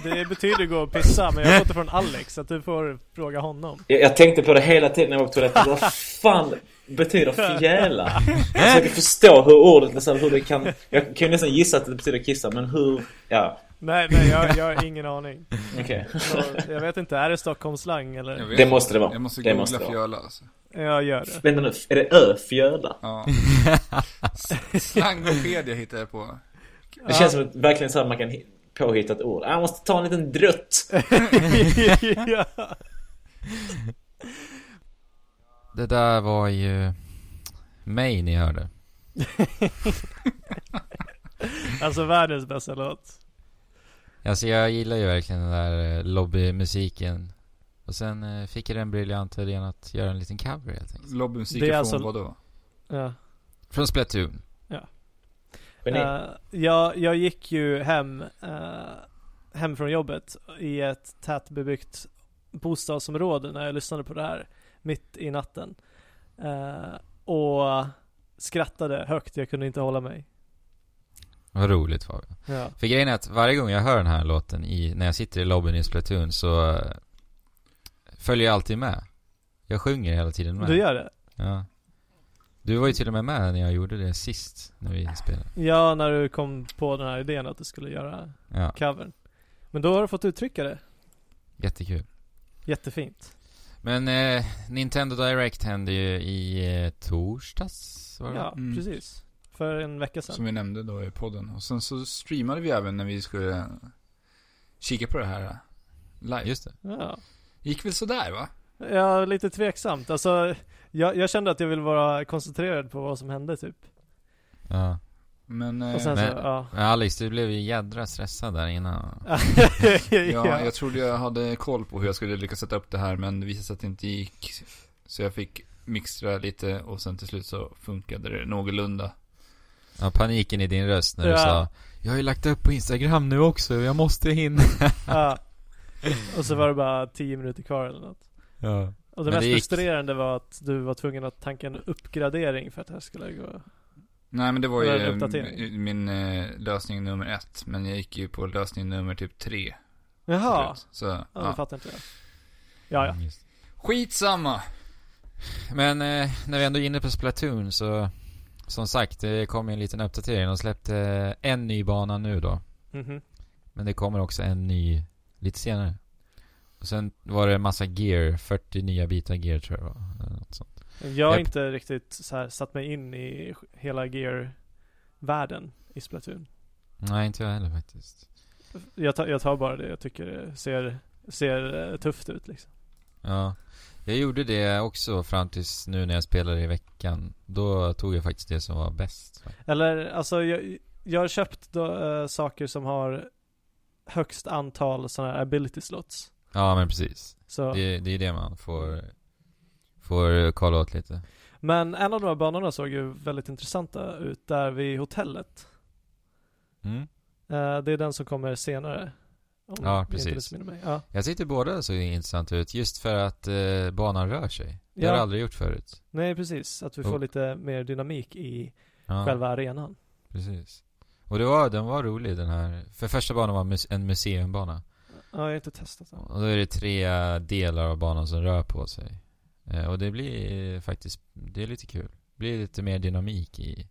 Speaker 4: det?
Speaker 3: Det betyder gå och pissa, men jag har fått det från Alex, så att du får fråga honom.
Speaker 4: Jag, jag tänkte på det hela tiden när jag var på toaletten. Vad fan betyder fjäla? Jag försöker förstå hur ordet, liksom, hur det kan... Jag kan ju nästan gissa att det betyder kissa, men hur... Ja,
Speaker 3: Nej, nej, jag, jag har ingen aning.
Speaker 4: okej.
Speaker 3: Så, jag vet inte, är det Stockholmsslang
Speaker 1: Jag
Speaker 3: eller?
Speaker 1: vet
Speaker 4: Det
Speaker 1: inte.
Speaker 4: måste det vara.
Speaker 1: Jag måste
Speaker 4: Det
Speaker 1: googla
Speaker 4: måste det vara.
Speaker 1: fjöla alltså.
Speaker 3: Jag gör det. [LAUGHS]
Speaker 4: Vänta nu, är det ö? Fjöla?
Speaker 1: Ja. S- Slangpedia hittade jag på.
Speaker 4: Det känns som ett, verkligen så här man kan hi- påhitta ett ord. Ah, Jag måste ta en liten drutt.
Speaker 3: ja.
Speaker 2: Det där var ju mig ni hörde.
Speaker 3: Alltså världens bästa låt.
Speaker 2: Alltså jag gillar ju verkligen den där eh, lobbymusiken. Och sen eh, fick jag den briljanta idén att göra en liten cover helt enkelt.
Speaker 1: Lobbymusik
Speaker 3: Det är
Speaker 1: från
Speaker 3: alltså-
Speaker 1: vadå?
Speaker 3: Ja.
Speaker 2: Från Splatoon.
Speaker 4: Geni.
Speaker 3: Eh, jag, jag gick ju hem, eh, hem från jobbet i ett tätbebyggt bostadsområde när jag lyssnade på det här mitt i natten. Eh, och skrattade högt, jag kunde inte hålla mig.
Speaker 2: Vad roligt Fabian.
Speaker 3: Ja.
Speaker 2: För grejen är att varje gång jag hör den här låten i, när jag sitter i lobbyn i Splatoon så eh, följer jag alltid med. Jag sjunger hela tiden med.
Speaker 3: Du gör det?
Speaker 2: Ja. Du var ju till och med med när jag gjorde det sist, när vi spelade.
Speaker 3: Ja, när du kom på den här idén att du skulle göra
Speaker 2: Ja,
Speaker 3: covern. Men då har du fått uttrycka det.
Speaker 2: jättekul.
Speaker 3: Jättefint.
Speaker 2: Men eh, Nintendo Direct hände ju i eh, torsdags, var det?
Speaker 3: Ja,
Speaker 1: Mm.
Speaker 3: precis. För en vecka sedan.
Speaker 1: Som vi nämnde då i podden. Och sen så streamade vi även när vi skulle kika på det här eh, live.
Speaker 2: Just det.
Speaker 3: Ja.
Speaker 1: Gick väl sådär va?
Speaker 3: Ja, lite tveksamt. Alltså, jag, jag kände att jag ville vara koncentrerad på vad som hände typ.
Speaker 2: Ja.
Speaker 1: Men, eh,
Speaker 3: Och sen så,
Speaker 2: Men-
Speaker 3: ja.
Speaker 2: Men Alice, du blev ju jädra stressad där innan.
Speaker 3: [LAUGHS]
Speaker 1: ja, jag trodde jag hade koll på hur jag skulle lyckas sätta upp det här men det visade sig att det inte gick. Så jag fick mixtra lite och sen till slut så funkade det någorlunda.
Speaker 2: Ja, paniken i din röst när du
Speaker 3: Ja.
Speaker 2: sa Jag har ju lagt upp på Instagram nu också, jag måste hinna.
Speaker 3: [LAUGHS] ja. Och så var det bara 10 minuter kvar eller något.
Speaker 2: Ja.
Speaker 3: Och det
Speaker 2: Men
Speaker 3: mest
Speaker 2: det gick.
Speaker 3: frustrerande var att du var tvungen att tanka en uppgradering för att det här skulle gå.
Speaker 1: Nej men det var ju
Speaker 3: Eller en
Speaker 1: eh,
Speaker 3: uppdatering.
Speaker 1: min eh, lösning nummer ett. Men jag gick ju på lösning nummer typ tre. till
Speaker 3: Jaha,
Speaker 1: slut. Så, ja.
Speaker 3: ja, det fattar inte jag. Ja, ja.
Speaker 2: Mm, just.
Speaker 1: Skitsamma!
Speaker 2: Men eh, när vi ändå är inne på Splatoon så Som sagt, det kom ju en liten uppdatering. De släppte en ny bana nu då.
Speaker 3: Mhm.
Speaker 2: Men det kommer också en ny lite senare. Och sen var det en massa gear, 40 nya bitar gear tror jag det var. Eller något sånt.
Speaker 3: Jag har
Speaker 2: Japp.
Speaker 3: inte riktigt så här satt mig in i hela gear-världen i Splatoon.
Speaker 2: Nej, inte jag heller faktiskt.
Speaker 3: Jag tar, jag tar bara det jag tycker det ser, ser eh, tufft ut liksom.
Speaker 2: Ja. Jag gjorde det också fram tills nu när jag spelade i veckan. Då tog jag faktiskt det som var bäst.
Speaker 3: Eller alltså jag, jag har köpt då, eh, saker som har högst antal sådana här ability slots.
Speaker 2: Ja, men precis.
Speaker 3: Så,
Speaker 2: Det, det är det man får, får kolla åt lite.
Speaker 3: Men en av de här banorna såg ju väldigt intressanta ut där vid hotellet.
Speaker 2: Mm.
Speaker 3: Eh, det är den som kommer senare. Om
Speaker 2: Ja,
Speaker 3: jag inte
Speaker 2: precis.
Speaker 3: missminner mig. Ja.
Speaker 2: Jag tyckte båda såg intressant ut just för att eh, banan rör sig. Det har
Speaker 3: Ja.
Speaker 2: jag aldrig gjort förut.
Speaker 3: Nej, precis. Att vi
Speaker 2: Oh.
Speaker 3: får lite mer dynamik i
Speaker 2: Ja.
Speaker 3: själva arenan.
Speaker 2: Precis. Och det var, den var rolig den här. För första banan var mus- en museumbana.
Speaker 3: Ja, jag har inte testat den.
Speaker 2: Och då är det tre delar av banan som rör på sig. Eh, och det blir eh, faktiskt, det är lite kul. Det blir lite mer dynamik i,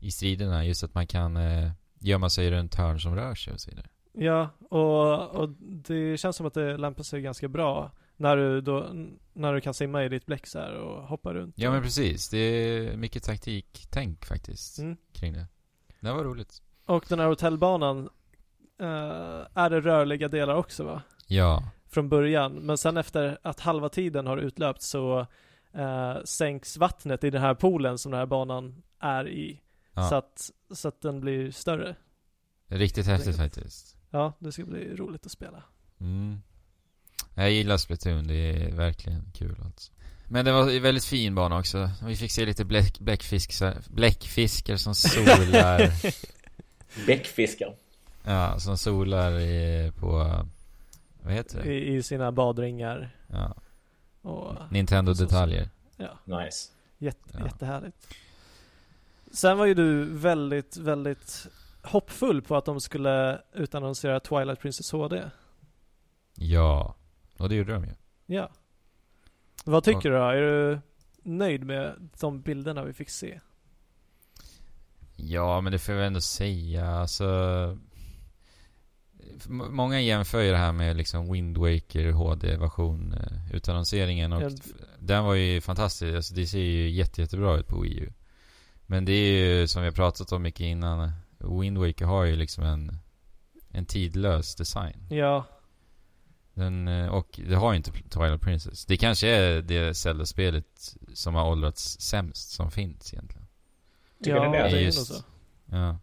Speaker 2: i striderna. Just att man kan eh, gömma sig runt hörn som rör sig och så vidare.
Speaker 3: Ja, och, och det känns som att det lämpar sig ganska bra när du, då, när du kan simma i ditt bläck så här och hoppa runt.
Speaker 2: Ja men precis, det är mycket taktiktänk faktiskt
Speaker 3: Mm.
Speaker 2: kring det. Det var roligt.
Speaker 3: Och den här hotellbanan eh, är det rörliga delar också va?
Speaker 2: Ja.
Speaker 3: Från början. Men sen efter att halva tiden har utlöpt så eh, sänks vattnet i den här poolen som den här banan är i.
Speaker 2: Ja.
Speaker 3: Så, att, så att den blir större.
Speaker 2: Riktigt häftigt
Speaker 3: Läget.
Speaker 2: faktiskt.
Speaker 3: Ja, det ska bli roligt att spela.
Speaker 2: Mm. Jag gillar Splatoon, det är verkligen kul alltså. Men det var en väldigt fin bana också. Vi fick se lite bläck, bläckfiskar, bläckfiskar
Speaker 3: [LAUGHS]
Speaker 2: som solar,
Speaker 4: Bäckfiskar.
Speaker 2: ja, som solar i, på, vad heter det?
Speaker 3: I, I sina badringar
Speaker 2: Ja,
Speaker 3: och Alltså,
Speaker 2: Nintendo-detaljer.
Speaker 3: ja,
Speaker 4: Nice.
Speaker 3: jätte,
Speaker 2: Ja.
Speaker 3: jättehärligt. Sen var ju du väldigt, väldigt hoppfull på att de skulle utannonsera Twilight Princess HD.
Speaker 2: Ja, och det gjorde de ju.
Speaker 3: Ja. Vad tycker du då? Är du nöjd med de bilderna vi fick se?
Speaker 2: Ja, men det får jag väl ändå säga. Alltså, m- många jämför ju det här med liksom Wind Waker HD-version eh, utannonseringen och
Speaker 3: Ja.
Speaker 2: f- den var ju fantastisk. Alltså, det ser ju jätte, jättebra ut på Wii U. Men det är ju som vi har pratat om mycket innan. Wind Waker har ju liksom en, en tidlös design.
Speaker 3: Ja,
Speaker 2: Den, eh, och det har ju inte Twilight Princess. Det kanske är det Zelda-spelet som har åldrats sämst som finns egentligen.
Speaker 4: Tycker
Speaker 3: ja
Speaker 4: ni det?
Speaker 3: det är ju nog
Speaker 2: Just.
Speaker 3: så.
Speaker 2: Ja.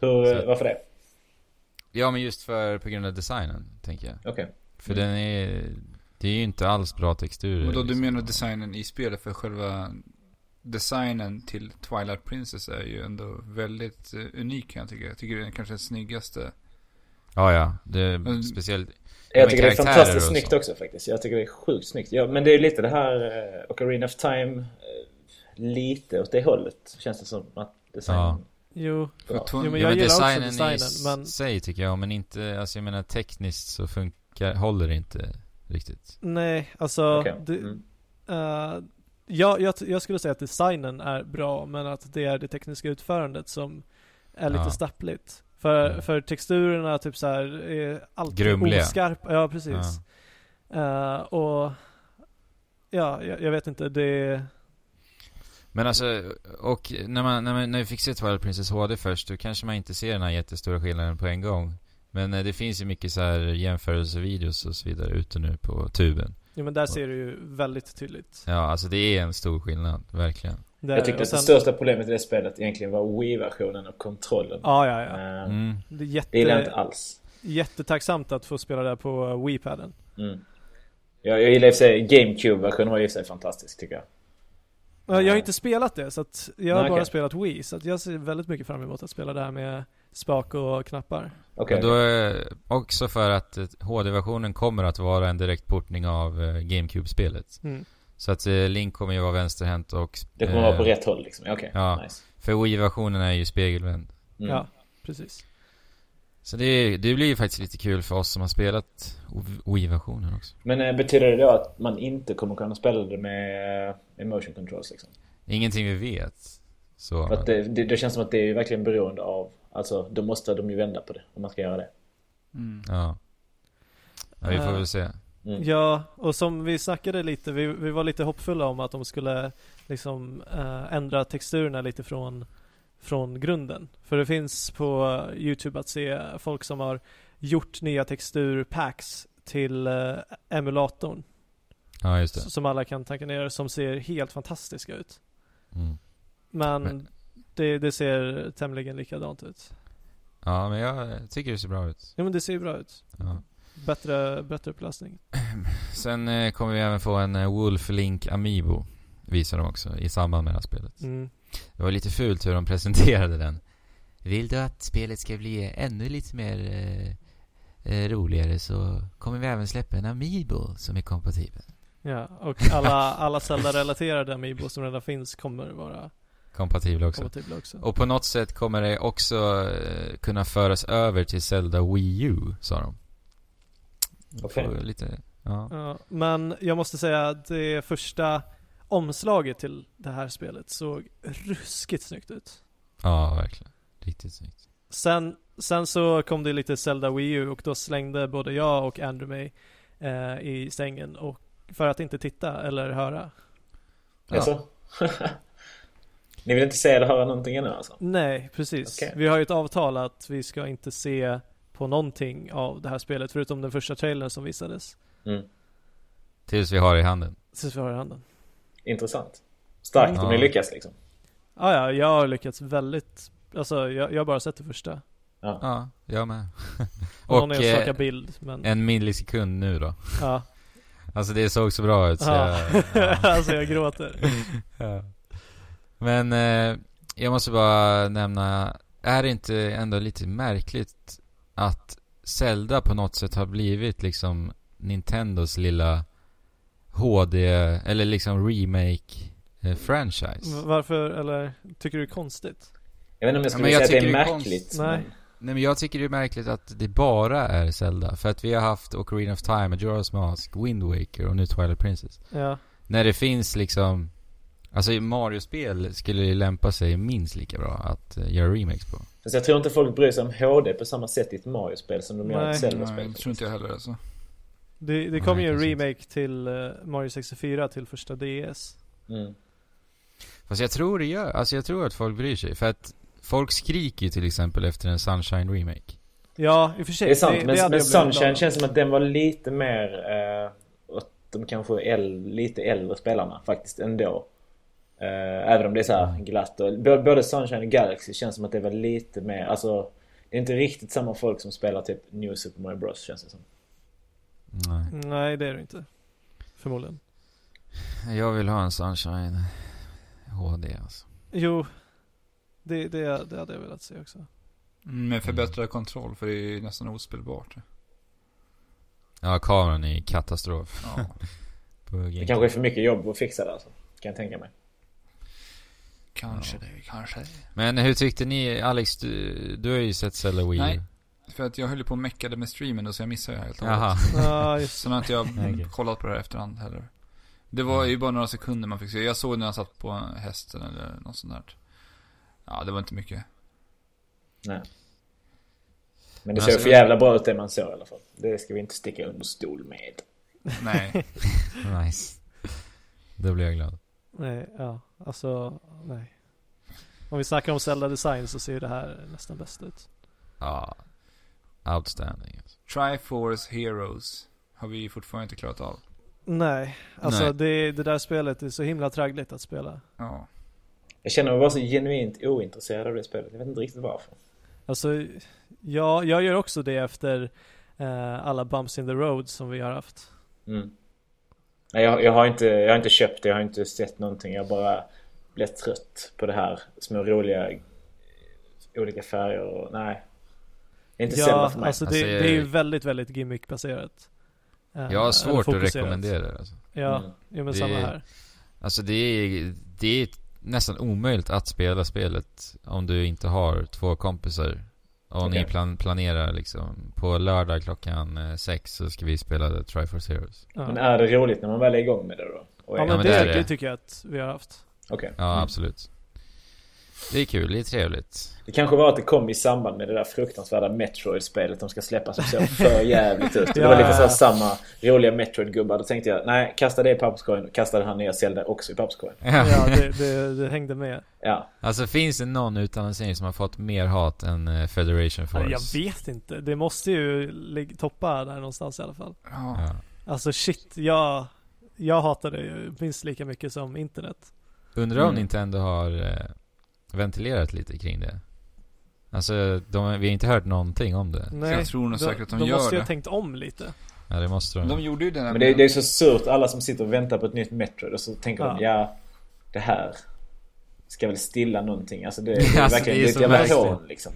Speaker 4: Hur,
Speaker 2: Så-
Speaker 4: varför det?
Speaker 2: Ja men just för, på grund av designen, tänker jag.
Speaker 4: Okej.
Speaker 2: För den är, det är ju inte alls bra texturer.
Speaker 1: Och då du
Speaker 2: liksom.
Speaker 1: menar designen i spelet för själva designen till Twilight Princess är ju ändå väldigt eh, unik kan jag tycka. Jag tycker det är den kanske den snyggaste.
Speaker 2: Ja ja, det är
Speaker 1: Mm.
Speaker 2: speciellt.
Speaker 4: Jag
Speaker 2: Men
Speaker 4: tycker det är
Speaker 2: karaktärer och
Speaker 4: fantastiskt
Speaker 2: så.
Speaker 4: snyggt också faktiskt. Jag tycker det är sjukt snyggt. Ja, men det är lite det här eh, Ocarina of Time. eh, Lite åt det hållet känns det som att designen...
Speaker 3: Jo,
Speaker 1: För
Speaker 4: Ja.
Speaker 1: att
Speaker 3: Jo,
Speaker 1: hon,
Speaker 3: men
Speaker 2: ja,
Speaker 3: jag
Speaker 2: men
Speaker 3: gillar också
Speaker 2: designen, i
Speaker 3: designen,
Speaker 2: s-
Speaker 3: men-
Speaker 2: sig tycker jag, men inte, alltså jag menar tekniskt så funkar, håller det inte riktigt.
Speaker 3: nej, alltså
Speaker 4: Okej.
Speaker 3: det,
Speaker 4: Mm.
Speaker 3: eh, jag, jag, jag skulle säga att designen är bra, men att det är det tekniska utförandet som är lite
Speaker 2: Ja.
Speaker 3: stappligt. För,
Speaker 2: Ja.
Speaker 3: för texturerna typ så här är alltid
Speaker 2: Grumliga.
Speaker 3: oskarpa. Ja, precis. Eh, och ja, jag, jag vet inte, det
Speaker 2: Men alltså, och när man, när man, när vi fick se Twilight Princess HD först, då kanske man inte ser den här jättestora skillnaden på en gång. Men eh, det finns ju mycket så här jämförelsevideos och så vidare ute nu på tuben.
Speaker 3: jo, men där ser du ju väldigt tydligt.
Speaker 2: Ja, alltså det är en stor skillnad, verkligen.
Speaker 3: Där,
Speaker 4: Jag tyckte
Speaker 3: och
Speaker 4: att det
Speaker 3: sen-
Speaker 4: största problemet i det spelet egentligen var Wii-versionen och kontrollen.
Speaker 3: Ja, ja, ja.
Speaker 4: Eh,
Speaker 2: Mm.
Speaker 3: Det är
Speaker 4: Det gillar jag
Speaker 3: jätte,
Speaker 4: inte alls.
Speaker 3: jättetacksamt att få spela det här på uh, Wii-paden.
Speaker 4: Mm. Jag, jag gillar i och för sig GameCube-versionen var i och för sig fantastisk tycker jag.
Speaker 3: Ja, Jag har inte spelat det, så att jag har
Speaker 4: Nej,
Speaker 3: bara
Speaker 4: okej.
Speaker 3: spelat Wii, så att jag ser väldigt mycket fram emot att spela det här med spak och knappar.
Speaker 4: Okej.
Speaker 2: Men då är också för att eh, HD-versionen kommer att vara en direktportning av eh, GameCube-spelet.
Speaker 3: Mm.
Speaker 2: Så att eh, Link kommer ju vara vänsterhänt och...
Speaker 4: Det kommer vara på
Speaker 2: eh,
Speaker 4: rätt håll liksom. Okej,
Speaker 2: ja.
Speaker 4: nice.
Speaker 2: För Wii-versionen är ju spegelvänd.
Speaker 4: Mm.
Speaker 3: Ja, precis.
Speaker 2: Så det, det blir ju faktiskt lite kul för oss som har spelat Wii- Wii-versionen också.
Speaker 4: Men eh, betyder det då att man inte kommer kunna spela det med eh, emotion controls liksom?
Speaker 2: Ingenting vi vet. Så...
Speaker 4: För att det, det, det känns som att det är verkligen beroende av, alltså då måste de ju vända på det om man ska göra det.
Speaker 1: mm.
Speaker 2: Ja. ja. Vi får
Speaker 3: Eh,
Speaker 2: väl se.
Speaker 4: Mm.
Speaker 3: Ja, och som vi snackade lite, vi, vi var lite hoppfulla om att de skulle liksom eh, ändra texturerna lite från, från grunden. För det finns på eh, YouTube att se folk som har gjort nya texturpacks till eh, emulatorn
Speaker 2: Ja, just det.
Speaker 3: s- som alla kan tanka ner som ser helt fantastiska ut.
Speaker 2: Mm.
Speaker 3: Men,
Speaker 2: Men-
Speaker 3: Det, det ser tämligen likadant ut.
Speaker 2: Ja, men jag tycker det ser bra ut.
Speaker 3: Ja men det ser ju bra ut.
Speaker 2: Ja.
Speaker 3: Bättre, bättre upplösning.
Speaker 2: Sen eh, kommer vi även få en eh, Wolf Link Amiibo. Visar de också i samband med det här spelet.
Speaker 3: Mm.
Speaker 2: Det var lite fult hur de [LAUGHS] presenterade den. Vill du att spelet ska bli ännu lite mer eh, eh, roligare så kommer vi även släppa en Amiibo som är kompatibel.
Speaker 3: Ja, och alla, alla Zelda-relaterade Amiibo som redan finns kommer vara
Speaker 2: Kompatibel också.
Speaker 3: kompatibla också.
Speaker 2: Och på något sätt kommer det också eh, kunna föras över till Zelda Wii U, sa de.
Speaker 4: Okej.
Speaker 2: Får Lite, ja.
Speaker 3: Ja, men jag måste säga att det första omslaget till det här spelet såg ruskigt snyggt ut.
Speaker 2: ja, verkligen. Riktigt snyggt.
Speaker 3: Sen, sen så kom det lite Zelda Wii U och då slängde både jag och Andrew mig eh, i sängen och för att inte titta eller höra.
Speaker 2: Ja.
Speaker 4: Alltså? [LAUGHS] Ni vill inte se eller höra någonting ännu alltså?
Speaker 3: Nej, precis.
Speaker 4: Okej.
Speaker 3: Vi har ju ett avtal att vi ska inte se på någonting av det här spelet förutom den första trailern som visades.
Speaker 4: Mm.
Speaker 2: Tills vi har det i handen.
Speaker 3: Tills vi har i handen.
Speaker 4: Intressant. Starkt om ni
Speaker 2: Ja.
Speaker 4: lyckas liksom.
Speaker 3: Ah, ja, jag har lyckats väldigt, alltså jag, jag har bara sett det första.
Speaker 2: Ja, jag med.
Speaker 3: Och, någon
Speaker 2: [LAUGHS] Och
Speaker 3: enstaka
Speaker 2: eh,
Speaker 3: bild, men
Speaker 2: en millisekund nu då.
Speaker 3: ja. [LAUGHS]
Speaker 2: Alltså det såg så bra ut så
Speaker 3: Ja.
Speaker 2: jag,
Speaker 3: [LAUGHS] alltså jag gråter.
Speaker 2: [LAUGHS] Ja. Men eh, jag måste bara nämna, är det inte ändå lite märkligt att Zelda på något sätt har blivit liksom Nintendos lilla HD, eller liksom eh, remake-franchise?
Speaker 3: V- Varför, eller tycker du det är konstigt?
Speaker 4: Jag vet inte om jag
Speaker 2: Ja,
Speaker 4: skulle
Speaker 2: men jag
Speaker 4: säga att det är
Speaker 2: tycker det är konst-
Speaker 4: märkligt.
Speaker 3: Nej.
Speaker 4: men-
Speaker 2: Nej men jag tycker det är märkligt att det bara är Zelda, för att vi har haft Ocarina of Time, Majora's Mask, Wind Waker och nu Twilight Princess.
Speaker 3: Ja,
Speaker 2: När det finns liksom, alltså i Mario-spel skulle det lämpa sig minst lika bra att eh, göra remakes på.
Speaker 4: Fast jag tror inte folk bryr sig om HD på samma sätt i ett Mario-spel som de gör i
Speaker 3: Nej.
Speaker 4: ett
Speaker 1: Nej,
Speaker 4: Zelda-spel.
Speaker 1: det tror inte jag heller alltså.
Speaker 3: det, det
Speaker 2: Nej,
Speaker 3: kom ju en
Speaker 2: precis.
Speaker 3: remake till eh, Mario 64 till första DS.
Speaker 4: Mm.
Speaker 2: Fast jag tror det gör, alltså jag tror att folk bryr sig. För att folk skriker ju till exempel efter en Sunshine remake.
Speaker 3: Ja, i och för sig.
Speaker 4: Det är sant, men,
Speaker 3: hade
Speaker 4: men
Speaker 3: jag blivit glad
Speaker 4: Sunshine
Speaker 3: av.
Speaker 4: känns som att den var lite mer eh, åt de kanske äl, lite äldre spelarna faktiskt ändå. Eh, även om det är så här glatt och, bå- både Sunshine och Galaxy känns som att det var lite mer, alltså det är inte riktigt samma folk som spelar typ New Super Mario Bros känns det som.
Speaker 2: Nej.
Speaker 3: Nej, det är det inte. Förmodligen.
Speaker 2: Jag vill ha en Sunshine HD alltså.
Speaker 3: Jo, det, det, det hade jag velat se
Speaker 2: [LAUGHS]
Speaker 3: också.
Speaker 1: Mm, Med förbättrad kontroll, för det är ju nästan ospelbart.
Speaker 2: Ja, kameran är katastrof.
Speaker 1: [LAUGHS] Ja.
Speaker 2: På
Speaker 4: Det
Speaker 2: Gamecube.
Speaker 4: kanske är för mycket jobb att fixa det alltså. Kan jag tänka mig.
Speaker 1: Kanske det, kanske det.
Speaker 2: Men hur tyckte ni, Alex, du, du har ju sett Zelda Wii
Speaker 1: Nej.
Speaker 2: U.
Speaker 1: För att jag höll ju på och meckade med streamen då, så jag missade det helt och hållet.
Speaker 2: Jaha.
Speaker 3: Ja, just
Speaker 1: Sen har inte [LAUGHS] jag
Speaker 2: Okej.
Speaker 1: kollat på det här efterhand heller. Det var ju bara några sekunder man fick se. Jag såg när han satt på hästen eller något sånt där. Ja, det var inte mycket.
Speaker 4: Nej. Men det
Speaker 2: Men
Speaker 4: såg
Speaker 2: alltså-
Speaker 4: för jävla bra ut det man såg i alla fall. Det ska vi inte sticka under stol med.
Speaker 1: [LAUGHS] Nej.
Speaker 2: [LAUGHS] Nice. Då blir jag glad.
Speaker 3: Nej, ja. Alltså, nej. Om vi snackar om Zelda Design så ser det här nästan bäst ut.
Speaker 2: Ja. Outstanding. Alltså.
Speaker 1: Triforce Heroes har vi fortfarande inte klarat av.
Speaker 3: Nej, alltså
Speaker 2: Nej.
Speaker 3: Det, det där spelet är så himla traggligt att spela.
Speaker 1: Ja.
Speaker 4: Jag känner mig bara så genuint ointresserad av det spelet. Jag vet inte riktigt varför.
Speaker 3: Alltså, ja, jag gör också det efter eh, alla bumps in the road som vi har haft.
Speaker 4: Mm. Nej, jag, jag, har inte, jag har inte köpt det, jag har inte sett någonting. Jag har bara blev trött på det här. Små roliga eh, olika färger och nej. Det är inte Zelda
Speaker 3: Ja,
Speaker 4: för mig.
Speaker 3: alltså det,
Speaker 2: Alltså, jag-
Speaker 3: det är ju väldigt, väldigt gimmickbaserat. Eh,
Speaker 2: Jag har
Speaker 3: eller
Speaker 2: svårt att
Speaker 3: fokuserat.
Speaker 2: rekommendera det alltså.
Speaker 3: Ja,
Speaker 4: Mm.
Speaker 3: jo, men
Speaker 2: Det-
Speaker 3: samma här.
Speaker 2: Alltså det är, det är nästan omöjligt att spela spelet om du inte har två kompisar. Och
Speaker 4: Okej.
Speaker 2: ni plan, planerar liksom, på lördag klockan eh, sex så ska vi spela The Triforce Heroes.
Speaker 3: Ja.
Speaker 4: Men är det roligt när man väl är igång med det då? Och
Speaker 3: Ja
Speaker 4: är-
Speaker 3: men,
Speaker 2: men
Speaker 3: det,
Speaker 2: det är
Speaker 3: det
Speaker 2: det.
Speaker 3: tycker jag att vi har haft.
Speaker 4: Okej.
Speaker 2: Ja,
Speaker 3: Mm.
Speaker 2: absolut. Det är kul, det är trevligt.
Speaker 4: Det kanske var att det kom i samband med det där fruktansvärda Metroid-spelet de ska släppa som såg för jävligt ut. Och Det var lite så här samma roliga Metroid-gubbar. Då tänkte jag, nej, kasta det i papperskorgen. Kasta den här nya Zelda också i papperskorgen.
Speaker 3: Ja, det, det, det hängde med.
Speaker 4: Ja,
Speaker 2: [LAUGHS] Alltså finns det någon utannonsering som har fått mer hat än eh, Federation Force?
Speaker 3: Alltså, jag vet inte. Det måste ju lig- toppa där någonstans i alla fall.
Speaker 1: ja.
Speaker 2: Ja.
Speaker 3: Alltså shit, jag, jag hatar det ju minst lika mycket som internet.
Speaker 2: Undrar om
Speaker 4: Mm.
Speaker 2: Nintendo har eh, ventilerat lite kring det. Alltså, de, vi har inte hört någonting om det.
Speaker 1: Så
Speaker 3: Nej,
Speaker 1: jag tror nog säkert att de,
Speaker 3: de
Speaker 1: gör
Speaker 3: måste ju
Speaker 1: det.
Speaker 3: ha tänkt om lite.
Speaker 2: Ja, det måste de.
Speaker 1: De gjorde ju den här
Speaker 4: men det, det är så surt. Alla som sitter och väntar på ett nytt Metroid och så tänker de, ja, det här ska väl stilla någonting. Alltså det, det
Speaker 2: [LAUGHS]
Speaker 4: är
Speaker 2: Alltså,
Speaker 4: verkligen
Speaker 2: det är
Speaker 4: det är ett
Speaker 2: så
Speaker 4: jävla
Speaker 2: märkligt.
Speaker 4: hån liksom.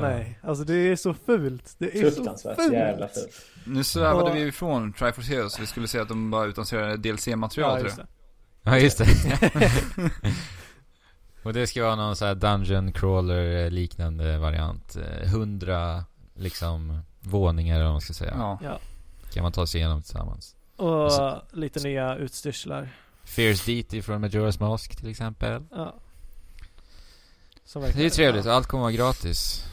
Speaker 3: Nej, alltså det är så fult. Det är så
Speaker 4: Fruktansvärt
Speaker 3: fult.
Speaker 4: jävla fult.
Speaker 1: Nu svävade
Speaker 3: Och-
Speaker 1: vi ifrån Triforce Heroes. Vi skulle säga att de bara utannonserade DLC-material
Speaker 3: Ja,
Speaker 1: tror
Speaker 3: just
Speaker 1: jag.
Speaker 3: det.
Speaker 2: Ja, just det.
Speaker 1: [LAUGHS]
Speaker 2: och det ska vara någon sån här dungeon crawler eh, liknande variant. Eh, Hundra liksom våningar eller vad man ska säga.
Speaker 1: Ja.
Speaker 3: Ja.
Speaker 2: Kan man ta sig igenom tillsammans.
Speaker 3: Och
Speaker 2: Alltså-
Speaker 3: lite nya utstyrslar.
Speaker 2: Fierce Deity från Majora's Mask till exempel.
Speaker 3: Ja. Som
Speaker 2: Det är ju
Speaker 3: verkar-
Speaker 2: trevligt, allt kommer vara gratis.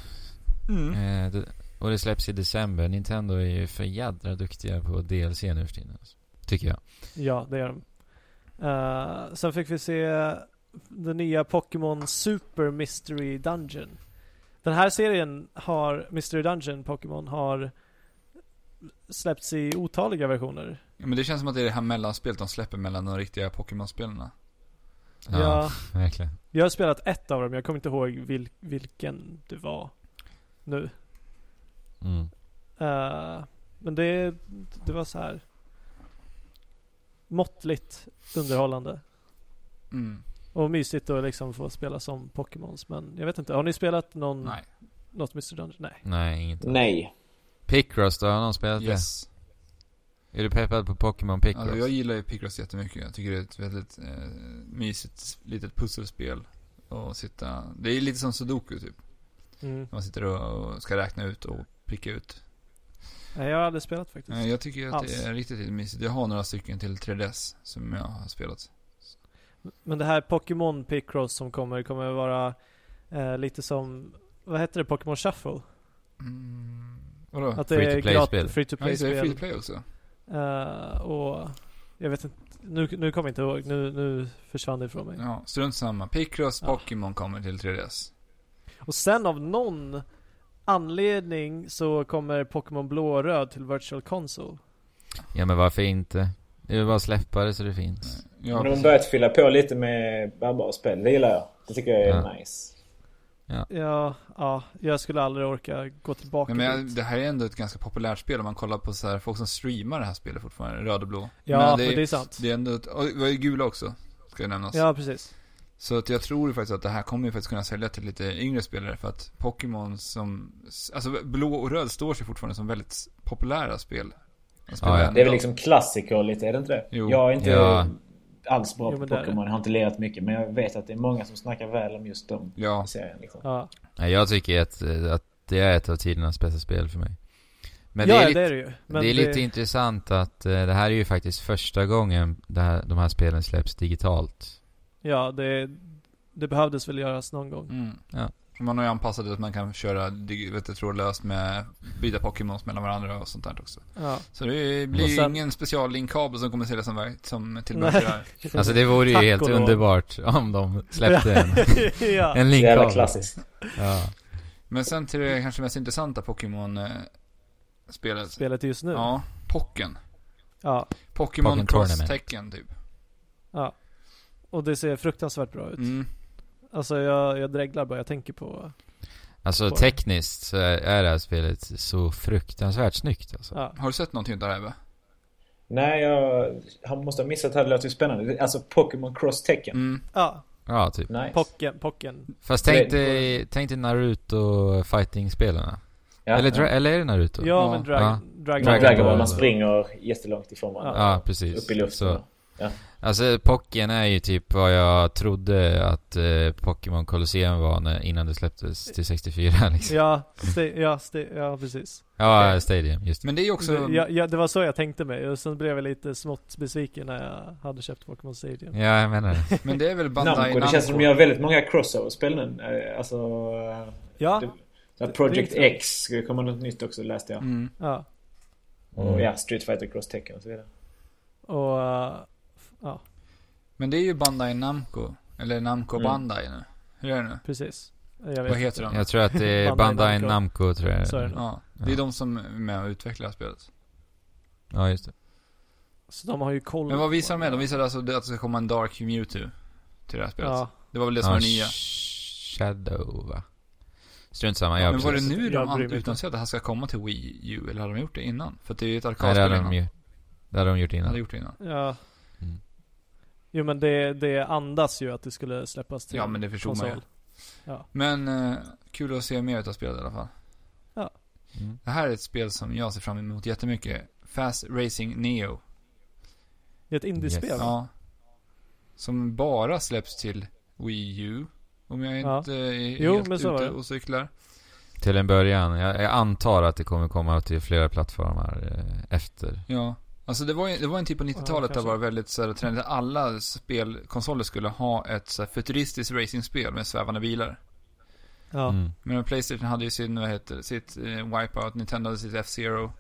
Speaker 1: Mm.
Speaker 2: Eh, det, och det släpps i december. Nintendo är ju för jädra duktiga på DLC nu för tiden. Alltså. Tycker jag.
Speaker 3: Ja, det gör de. Eh, sen fick vi se den nya Pokémon Super Mystery Dungeon. Den här serien har, Mystery Dungeon Pokémon har släppts i otaliga versioner.
Speaker 1: Ja, men det känns som att det är det här mellanspelet de släpper mellan de riktiga Pokémon-spelarna.
Speaker 2: Ja,
Speaker 3: Ja.
Speaker 2: verkligen.
Speaker 3: Jag har spelat ett av dem, jag kommer inte ihåg vil- vilken det var nu.
Speaker 2: Mm.
Speaker 3: Eh, men det, det var så här måttligt underhållande.
Speaker 1: Mm.
Speaker 3: Och mysigt att liksom få spela som Pokémons. Men jag vet inte, har ni spelat någon,
Speaker 1: Nej.
Speaker 3: något Mr. Dungeon? Nej.
Speaker 2: Nej, inget.
Speaker 4: Nej.
Speaker 2: Picross då? Har någon spelat
Speaker 1: Yes.
Speaker 2: det? Är du peppad på Pokémon Picross?
Speaker 1: Alltså, jag gillar ju Picross jättemycket. Jag tycker det är ett väldigt eh, mysigt litet pusselspel. Och sitta, det är lite som Sudoku typ.
Speaker 3: Mm.
Speaker 1: Man sitter och och ska räkna ut och pricka ut.
Speaker 3: Nej, jag har aldrig spelat faktiskt.
Speaker 1: Eh, Jag tycker att
Speaker 3: Alls.
Speaker 1: det är riktigt mysigt. Jag har några stycken till 3DS som jag har spelat.
Speaker 3: Men det här Pokémon Picross som kommer, kommer vara eh, lite som, vad heter det, Pokémon Shuffle?
Speaker 1: Mm. Vadå?
Speaker 3: Att det
Speaker 2: Free to
Speaker 3: är
Speaker 2: play-spel.
Speaker 3: gratis, free to
Speaker 1: ja, just det, det är free
Speaker 3: play-spel.
Speaker 1: to play också.
Speaker 3: Eh, och jag vet inte, nu, nu kommer jag inte ihåg, nu, nu försvann det ifrån mig.
Speaker 1: Ja, strunt samma. Picross
Speaker 3: Ja.
Speaker 1: Pokémon kommer till 3DS.
Speaker 3: Och sen av någon anledning så kommer Pokémon Blå och Röd till Virtual Console.
Speaker 2: Ja, men varför inte? Det är väl bara att släppa det så det finns.
Speaker 1: Ja,
Speaker 4: Men de har
Speaker 1: precis.
Speaker 4: börjat fylla på lite med bärbara spel. Det gillar jag. Det tycker jag är
Speaker 2: Ja.
Speaker 4: nice.
Speaker 3: Ja, ja, jag skulle aldrig orka gå tillbaka
Speaker 1: Nej, men
Speaker 3: dit.
Speaker 1: jag, det här är ändå ett ganska populärt spel om man kollar på så här, folk som streamar det här spelet fortfarande, röd och blå.
Speaker 3: Ja,
Speaker 1: Men
Speaker 3: men det är sant.
Speaker 1: Det är ändå ett, och det var ju gula också, ska nämnas.
Speaker 3: Ja, precis.
Speaker 1: Så att jag tror ju faktiskt att det här kommer ju faktiskt kunna sälja till lite yngre spelare för att Pokémon som, alltså blå och röd står sig fortfarande som väldigt populära spel. Att spela
Speaker 2: Ja, ja.
Speaker 1: än
Speaker 4: Det är väl
Speaker 1: idag.
Speaker 4: liksom klassiker lite, är det inte det?
Speaker 1: Jo.
Speaker 4: Jag är inte
Speaker 2: Ja.
Speaker 4: alls bra
Speaker 3: Jo,
Speaker 4: på
Speaker 3: men det är det.
Speaker 4: Pokémon. Jag har inte lirat mycket. Men jag vet att det är många som snackar väl om just dem.
Speaker 1: Ja,
Speaker 4: Serien, liksom.
Speaker 3: Ja,
Speaker 2: Nej, jag tycker att, eh, att det är ett av tidernas bästa spel för mig. Men
Speaker 3: ja,
Speaker 2: det är
Speaker 3: det
Speaker 2: lite,
Speaker 3: är det ju. Men
Speaker 2: det är lite intressant att eh, det här är ju faktiskt första gången det här, de här spelen släpps digitalt.
Speaker 3: Ja, det, det behövdes väl göras någon gång.
Speaker 1: mm.
Speaker 2: Ja.
Speaker 1: Man har ju anpassat det att man kan köra dig- vet du, trådlöst med, byta Pokémons mellan varandra och sånt där också.
Speaker 3: Ja.
Speaker 1: Så det blir
Speaker 2: Och
Speaker 1: ju
Speaker 3: sen-
Speaker 1: ingen speciallinkkabel som kommer säljas som, verk- som
Speaker 3: Nej.
Speaker 1: tillbehör.
Speaker 2: Alltså det vore ju
Speaker 3: Tack
Speaker 2: helt
Speaker 3: och lov.
Speaker 2: underbart om de släppte en,
Speaker 3: [LAUGHS] ja.
Speaker 1: [LAUGHS]
Speaker 2: en
Speaker 4: Så
Speaker 2: link
Speaker 4: jävla
Speaker 2: av.
Speaker 4: klassiskt.
Speaker 2: Ja.
Speaker 1: Men sen till det kanske mest intressanta Pokémon-spelet.
Speaker 3: Spelet just nu. Ja.
Speaker 1: Ja, Pocken.
Speaker 3: ja.
Speaker 1: Pokémon
Speaker 2: Pocken
Speaker 1: Cross
Speaker 2: Tournament.
Speaker 1: Tekken typ.
Speaker 3: Och det ser fruktansvärt bra ut.
Speaker 1: Mm.
Speaker 3: Alltså jag, jag dreglar bara jag tänker på...
Speaker 2: Alltså
Speaker 3: Bara.
Speaker 2: tekniskt så är- är det här spelet så fruktansvärt snyggt alltså.
Speaker 3: Ja.
Speaker 1: Har du sett någonting utav det här Ebbe?
Speaker 4: Nej, jag han måste ha missat det här. Det låter ju spännande. Alltså Pokémon Cross Tekken.
Speaker 1: Mm.
Speaker 3: Ja,
Speaker 2: Ja, typ.
Speaker 4: Nice.
Speaker 3: pocken, pocken.
Speaker 2: Fast
Speaker 4: Det-
Speaker 2: tänk dig, tänk dig Naruto fighting-spelarna.
Speaker 4: Ja,
Speaker 2: eller,
Speaker 4: ja.
Speaker 2: dra- eller är det Naruto?
Speaker 3: Ja,
Speaker 1: Ja,
Speaker 3: men drag,
Speaker 2: ja.
Speaker 3: Dragon,
Speaker 4: Dragon,
Speaker 2: Dragon
Speaker 4: Ball.
Speaker 2: Ball.
Speaker 4: Man springer jättelångt ifrån varandra.
Speaker 2: Ja, precis.
Speaker 4: Upp i luften.
Speaker 2: Så. Alltså Pocken är ju typ vad jag trodde att eh, Pokémon Colosseum var när, innan det släpptes till 64 [LAUGHS] liksom.
Speaker 3: Ja, sta- ja, sta- ja, precis.
Speaker 2: Ja, Stadium, just det.
Speaker 1: Men det är ju också...
Speaker 3: Det, ja, ja, det var så jag tänkte mig. Och sen blev jag lite smått besviken när jag hade köpt Pokémon Stadium.
Speaker 2: Ja, jag menar det.
Speaker 1: [LAUGHS] Men det är väl Bandai
Speaker 4: Namco. Det
Speaker 1: Namco?
Speaker 4: känns som de gör väldigt många crossover-spel nu. Eh, Alltså... eh,
Speaker 3: Ja,
Speaker 4: Det- så
Speaker 3: Det-
Speaker 4: här Project
Speaker 3: det är
Speaker 4: X ska ju komma något nytt också läste jag.
Speaker 1: Mm.
Speaker 3: ja.
Speaker 4: Och ja, Street Fighter Cross Tekken och så vidare.
Speaker 3: Och... äh, f- Ja,
Speaker 1: Men det är ju Bandai Namco. Eller Namco
Speaker 4: Mm.
Speaker 1: Bandai nu. Hur är det nu?
Speaker 3: precis. Jag vet.
Speaker 1: Vad heter de?
Speaker 2: Jag tror att det är
Speaker 3: Bandai
Speaker 2: Bandai
Speaker 3: Namco.
Speaker 2: Namco tror
Speaker 3: Så är det.
Speaker 2: jag.
Speaker 1: Ja, det är de som är med och utvecklar det här spelet.
Speaker 2: Ja, just det.
Speaker 3: Så de har ju koll
Speaker 1: Men vad visar de
Speaker 3: på-
Speaker 1: med? De visar alltså det att det ska komma en Dark Mewtwo till det här spelet.
Speaker 3: Ja,
Speaker 1: Det var väl det som
Speaker 2: Ja, Ah,
Speaker 1: var det nya.
Speaker 2: Sh- Shadow va? Strunt samma, ja,
Speaker 1: men var det
Speaker 2: precis.
Speaker 1: nu
Speaker 3: Jag
Speaker 1: de
Speaker 3: bryr mig
Speaker 1: utannonserade att det här ska komma till Wii U? Eller hade de gjort det innan? För att det är ju ett
Speaker 2: Nej, det
Speaker 1: arkadspel
Speaker 2: hade
Speaker 1: innan.
Speaker 2: de ju. Det hade de gjort
Speaker 1: hade
Speaker 2: innan.
Speaker 1: gjort det innan.
Speaker 3: ja.
Speaker 2: Mm.
Speaker 3: Jo men det, det andas ju att det skulle släppas till
Speaker 1: Ja, men det förstod man ju.
Speaker 3: konsol. Ja.
Speaker 1: Men eh, kul att se mer utav spelet i alla fall.
Speaker 2: Mm.
Speaker 1: Det här är ett spel som jag ser fram emot jättemycket. Fast Racing Neo.
Speaker 3: Det är ett indiespel.
Speaker 2: Yes.
Speaker 3: va?
Speaker 1: Ja. Som bara släpps till Wii U. Om jag
Speaker 3: Ja.
Speaker 1: inte är
Speaker 3: Jo,
Speaker 1: helt
Speaker 3: men så var
Speaker 1: ute
Speaker 3: det.
Speaker 1: och cyklar.
Speaker 2: Till en början. Jag, jag antar att det kommer komma till flera plattformar eh, efter.
Speaker 1: Ja. Alltså det var, ju, det var en tid på 90-talet där det
Speaker 3: kanske.
Speaker 1: var väldigt så här, trendigt. Alla spelkonsoler skulle ha ett så här, futuristiskt racingspel med svävande bilar.
Speaker 3: Ja.
Speaker 2: Mm.
Speaker 1: Men Playstation hade ju sin, vad heter det, sitt eh, Wipeout, Nintendo hade sitt F-Zero.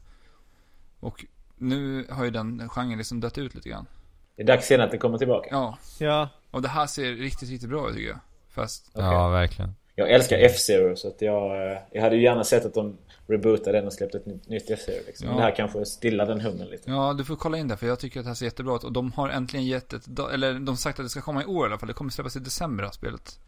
Speaker 1: Och nu har ju den genren liksom dött ut lite grann.
Speaker 4: Det är dags sen att det kommer tillbaka.
Speaker 1: Ja,
Speaker 3: ja.
Speaker 1: och det här ser riktigt, riktigt bra ut tycker jag. Fast,
Speaker 4: Okej.
Speaker 2: Ja, verkligen.
Speaker 4: jag älskar F-Zero så att jag, eh, jag hade ju gärna sett att de rebootade den och släppte ett nytt, nytt F-Zero. Liksom.
Speaker 1: Ja.
Speaker 4: Men det här kanske stillar den hummen lite.
Speaker 1: Ja, du får kolla in det för jag tycker att det här ser jättebra ut. Och de har äntligen gett ett, da- eller de har sagt att det ska komma i år i alla fall. Det kommer släppas i december det här spelet.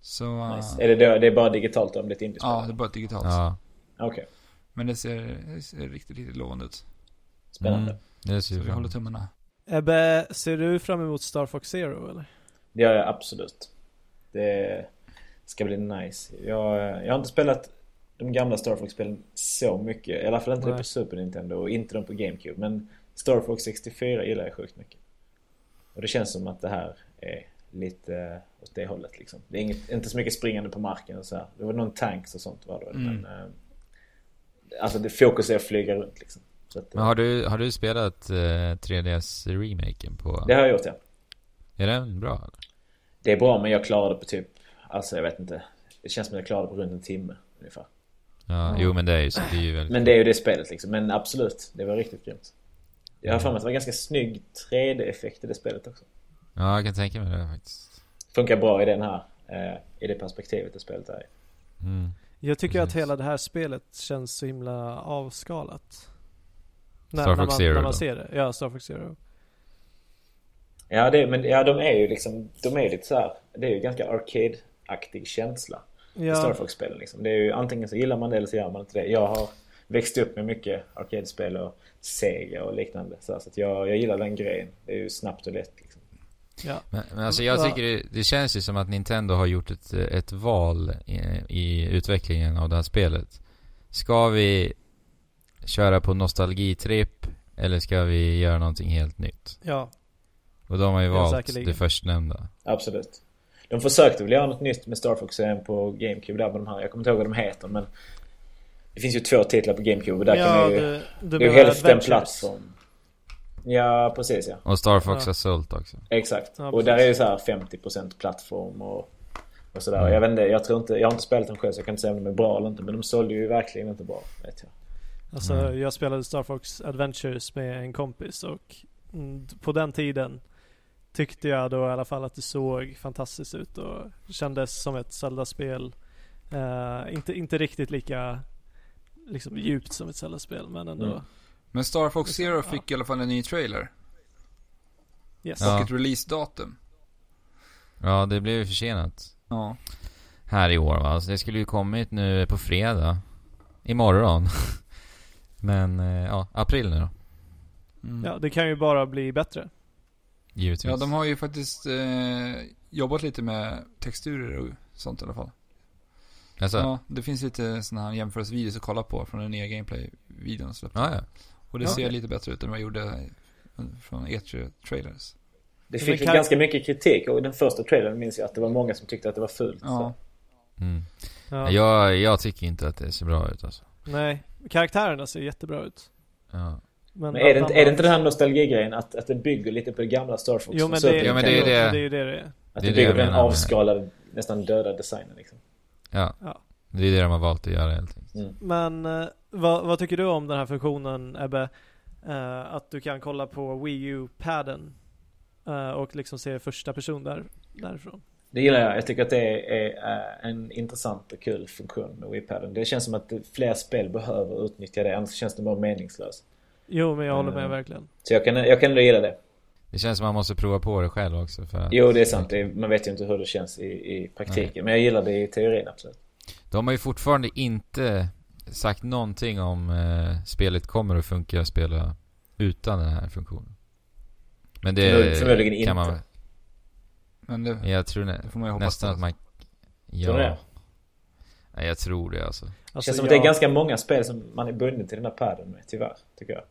Speaker 1: Så,
Speaker 4: Nice.
Speaker 1: eh,
Speaker 4: Är det, då- det är bara digitalt om det är ett indiespel?
Speaker 1: ja, det är bara digitalt.
Speaker 2: Ja.
Speaker 4: Okej,
Speaker 1: Men det ser, det ser riktigt, riktigt lovande ut.
Speaker 4: spännande.
Speaker 2: Mm. Det ser
Speaker 1: Så
Speaker 2: ju
Speaker 1: vi
Speaker 2: bra
Speaker 1: håller
Speaker 2: ut.
Speaker 1: tummarna.
Speaker 3: Ebbe, ser du fram emot Star Fox Zero eller?
Speaker 4: Det gör jag absolut. Det ska bli nice. Jag, jag har inte spelat de gamla Star Fox-spelen så mycket. I alla fall inte det
Speaker 3: Nej.
Speaker 4: på Super Nintendo och inte de på GameCube. Men Star Fox 64 gillar jag sjukt mycket. Och det känns som att det här är lite åt det hållet liksom. Det är inget, inte så mycket springande på marken och så här. Det var någon tanks och sånt var det väl,
Speaker 1: Mm.
Speaker 4: men, eh, Alltså det fokus är att flyga runt liksom. Så att,
Speaker 2: Men har du, har du spelat eh, 3DS-remaken på...
Speaker 4: Det har jag gjort ja.
Speaker 2: Är den bra? eller?
Speaker 4: Det är bra men jag klarade på typ, alltså jag vet inte. Det känns som att jag klarade på runt en timme ungefär.
Speaker 2: Ja, jo men det är ju så. Det är ju väldigt...
Speaker 4: Men det är ju det spelet liksom. Men absolut, det var riktigt grymt. Jag har för mig att det var ganska snygg 3D-effekt i det spelet också.
Speaker 2: Ja, jag kan tänka mig det faktiskt.
Speaker 4: Funkar bra i den här, eh, i det perspektivet det spelet är. i.
Speaker 2: Mm.
Speaker 3: Jag tycker
Speaker 2: Precis.
Speaker 3: att hela det här spelet känns så himla avskalat.
Speaker 2: Star
Speaker 3: när
Speaker 2: Fox
Speaker 3: man,
Speaker 2: Zero
Speaker 3: när man
Speaker 2: då?
Speaker 3: ser det. Ja, Star Fox Zero.
Speaker 4: Ja, det, men ja, de är ju liksom, de är ju lite så här, det är ju ganska arcade-aktig känsla. i Star
Speaker 3: Ja,
Speaker 4: Fox-spelen liksom. Det är ju antingen så gillar man det eller så gör man inte det. Jag har växt upp med mycket arcade-spel och Sega och liknande. Så, här, så att jag, jag gillar den grejen. Det är ju snabbt och lätt liksom.
Speaker 3: ja.
Speaker 2: Men, men alltså jag
Speaker 3: Va-
Speaker 2: tycker det, det känns ju som att Nintendo har gjort ett, ett val i, i utvecklingen av det här spelet. Ska vi köra på nostalgitripp eller ska vi göra någonting helt nytt?
Speaker 3: ja.
Speaker 2: Och de har ju
Speaker 3: Ja,
Speaker 2: valt
Speaker 3: säkerligen.
Speaker 2: det förstnämnda.
Speaker 4: Absolut. De försökte väl göra något nytt med Star Fox igen på GameCube där med de här. Jag kommer inte ihåg vad de heter men det finns ju två titlar på GameCube och där kan
Speaker 3: ja
Speaker 4: man ju...
Speaker 3: du, du
Speaker 4: det är ju
Speaker 3: menar
Speaker 4: hälften
Speaker 3: Adventures.
Speaker 4: plattform. Ja, precis ja.
Speaker 2: Och Star Fox
Speaker 3: Ja.
Speaker 2: Assault också.
Speaker 4: Exakt.
Speaker 3: Ja,
Speaker 4: och där
Speaker 3: precis.
Speaker 4: är ju så här 50% plattform och, och sådär. Jag vet inte, jag tror inte, jag har inte spelat dem själv så jag kan inte säga om de är bra eller inte. Men de sålde ju verkligen inte bra, vet jag.
Speaker 3: Alltså
Speaker 2: Mm.
Speaker 3: jag spelade Star Fox Adventures med en kompis och mm, på den tiden tyckte jag då i alla fall att det såg fantastiskt ut och kändes som ett Zelda-spel. Eh, inte, inte riktigt lika liksom djupt som ett Zelda-spel men ändå.
Speaker 4: Mm.
Speaker 1: Men Star Fox Zero
Speaker 3: Ja.
Speaker 1: fick i alla fall en ny trailer.
Speaker 3: Yes.
Speaker 2: Ja.
Speaker 1: Och ett releasedatum.
Speaker 2: Ja, det blev ju försenat.
Speaker 1: Ja.
Speaker 2: Här i år va. Så det skulle ju kommit nu på fredag. Imorgon. [LAUGHS] men eh, ja, april nu då.
Speaker 1: Mm.
Speaker 3: ja, det kan ju bara bli bättre.
Speaker 2: Givetvis.
Speaker 1: Ja, de har ju faktiskt eh, jobbat lite med texturer och sånt i alla fall.
Speaker 2: alltså, ja.
Speaker 1: Ja, det finns lite sådana här jämförelsevideos att kolla på från den nya gameplay-videon som släpptes.
Speaker 2: Ja, ja.
Speaker 1: Och det
Speaker 3: Ja,
Speaker 1: ser
Speaker 3: okej.
Speaker 1: lite bättre ut än vad jag gjorde från E E3-trailers.
Speaker 4: Det
Speaker 3: Men
Speaker 4: fick
Speaker 3: kan-
Speaker 4: ganska mycket kritik och den första trailern minns jag att det var många som tyckte att det var fult.
Speaker 1: Ja,
Speaker 2: Mm.
Speaker 3: Ja.
Speaker 2: Jag, jag tycker inte att det ser bra ut alltså.
Speaker 3: Nej, karaktärerna ser jättebra ut.
Speaker 2: Ja.
Speaker 3: Men,
Speaker 4: Men är det, inte, är det inte den
Speaker 3: det
Speaker 4: här nostalgigrejen att, att det bygger lite på det gamla Star Fox?
Speaker 3: Jo men
Speaker 4: och
Speaker 3: det,
Speaker 4: Super
Speaker 2: Ja, men det är
Speaker 4: Nintendo?
Speaker 2: ju det.
Speaker 3: det är ju det det är.
Speaker 4: Att
Speaker 2: det
Speaker 4: det,
Speaker 2: är det
Speaker 4: bygger
Speaker 2: jag
Speaker 4: på den
Speaker 2: menar med-
Speaker 4: avskalade, nästan döda designen liksom.
Speaker 2: ja.
Speaker 3: Ja.
Speaker 2: Det är det de har valt att göra helt enkelt.
Speaker 3: Men eh, vad, vad tycker du om den här funktionen Ebbe? Eh, att du kan kolla på Wii U-padden eh, och liksom se första person där, därifrån.
Speaker 4: Det gillar jag. Jag tycker att det är eh, en intressant och kul funktion med WePaden. Det känns som att fler spel behöver utnyttja det, annars känns det bara meningslöst.
Speaker 3: Jo men jag håller med
Speaker 4: Mm.
Speaker 3: verkligen.
Speaker 4: Så jag kan, jag kan ändå gilla det.
Speaker 2: Det känns som man måste prova på det själv också för att
Speaker 4: Jo, det är sant. Det är, man vet ju inte hur det känns i, i praktiken. Men jag gillar det i teorin, absolut.
Speaker 2: De har ju fortfarande inte sagt någonting om eh, spelet kommer att funka att spela utan den här funktionen. Men det
Speaker 4: Förmod- förmodligen
Speaker 2: kan
Speaker 4: inte.
Speaker 2: man
Speaker 1: men det,
Speaker 2: Jag tror nä,
Speaker 1: det alltså. får man ju hoppas
Speaker 2: nästan
Speaker 1: på.
Speaker 2: att man... Ja. Alltså,
Speaker 4: Tror du det?
Speaker 2: Nej, jag tror det alltså.
Speaker 4: Det
Speaker 3: Alltså,
Speaker 4: känns som
Speaker 3: jag,
Speaker 4: att det är ganska många spel som man är bunden till den här padden med, tyvärr. Tycker jag.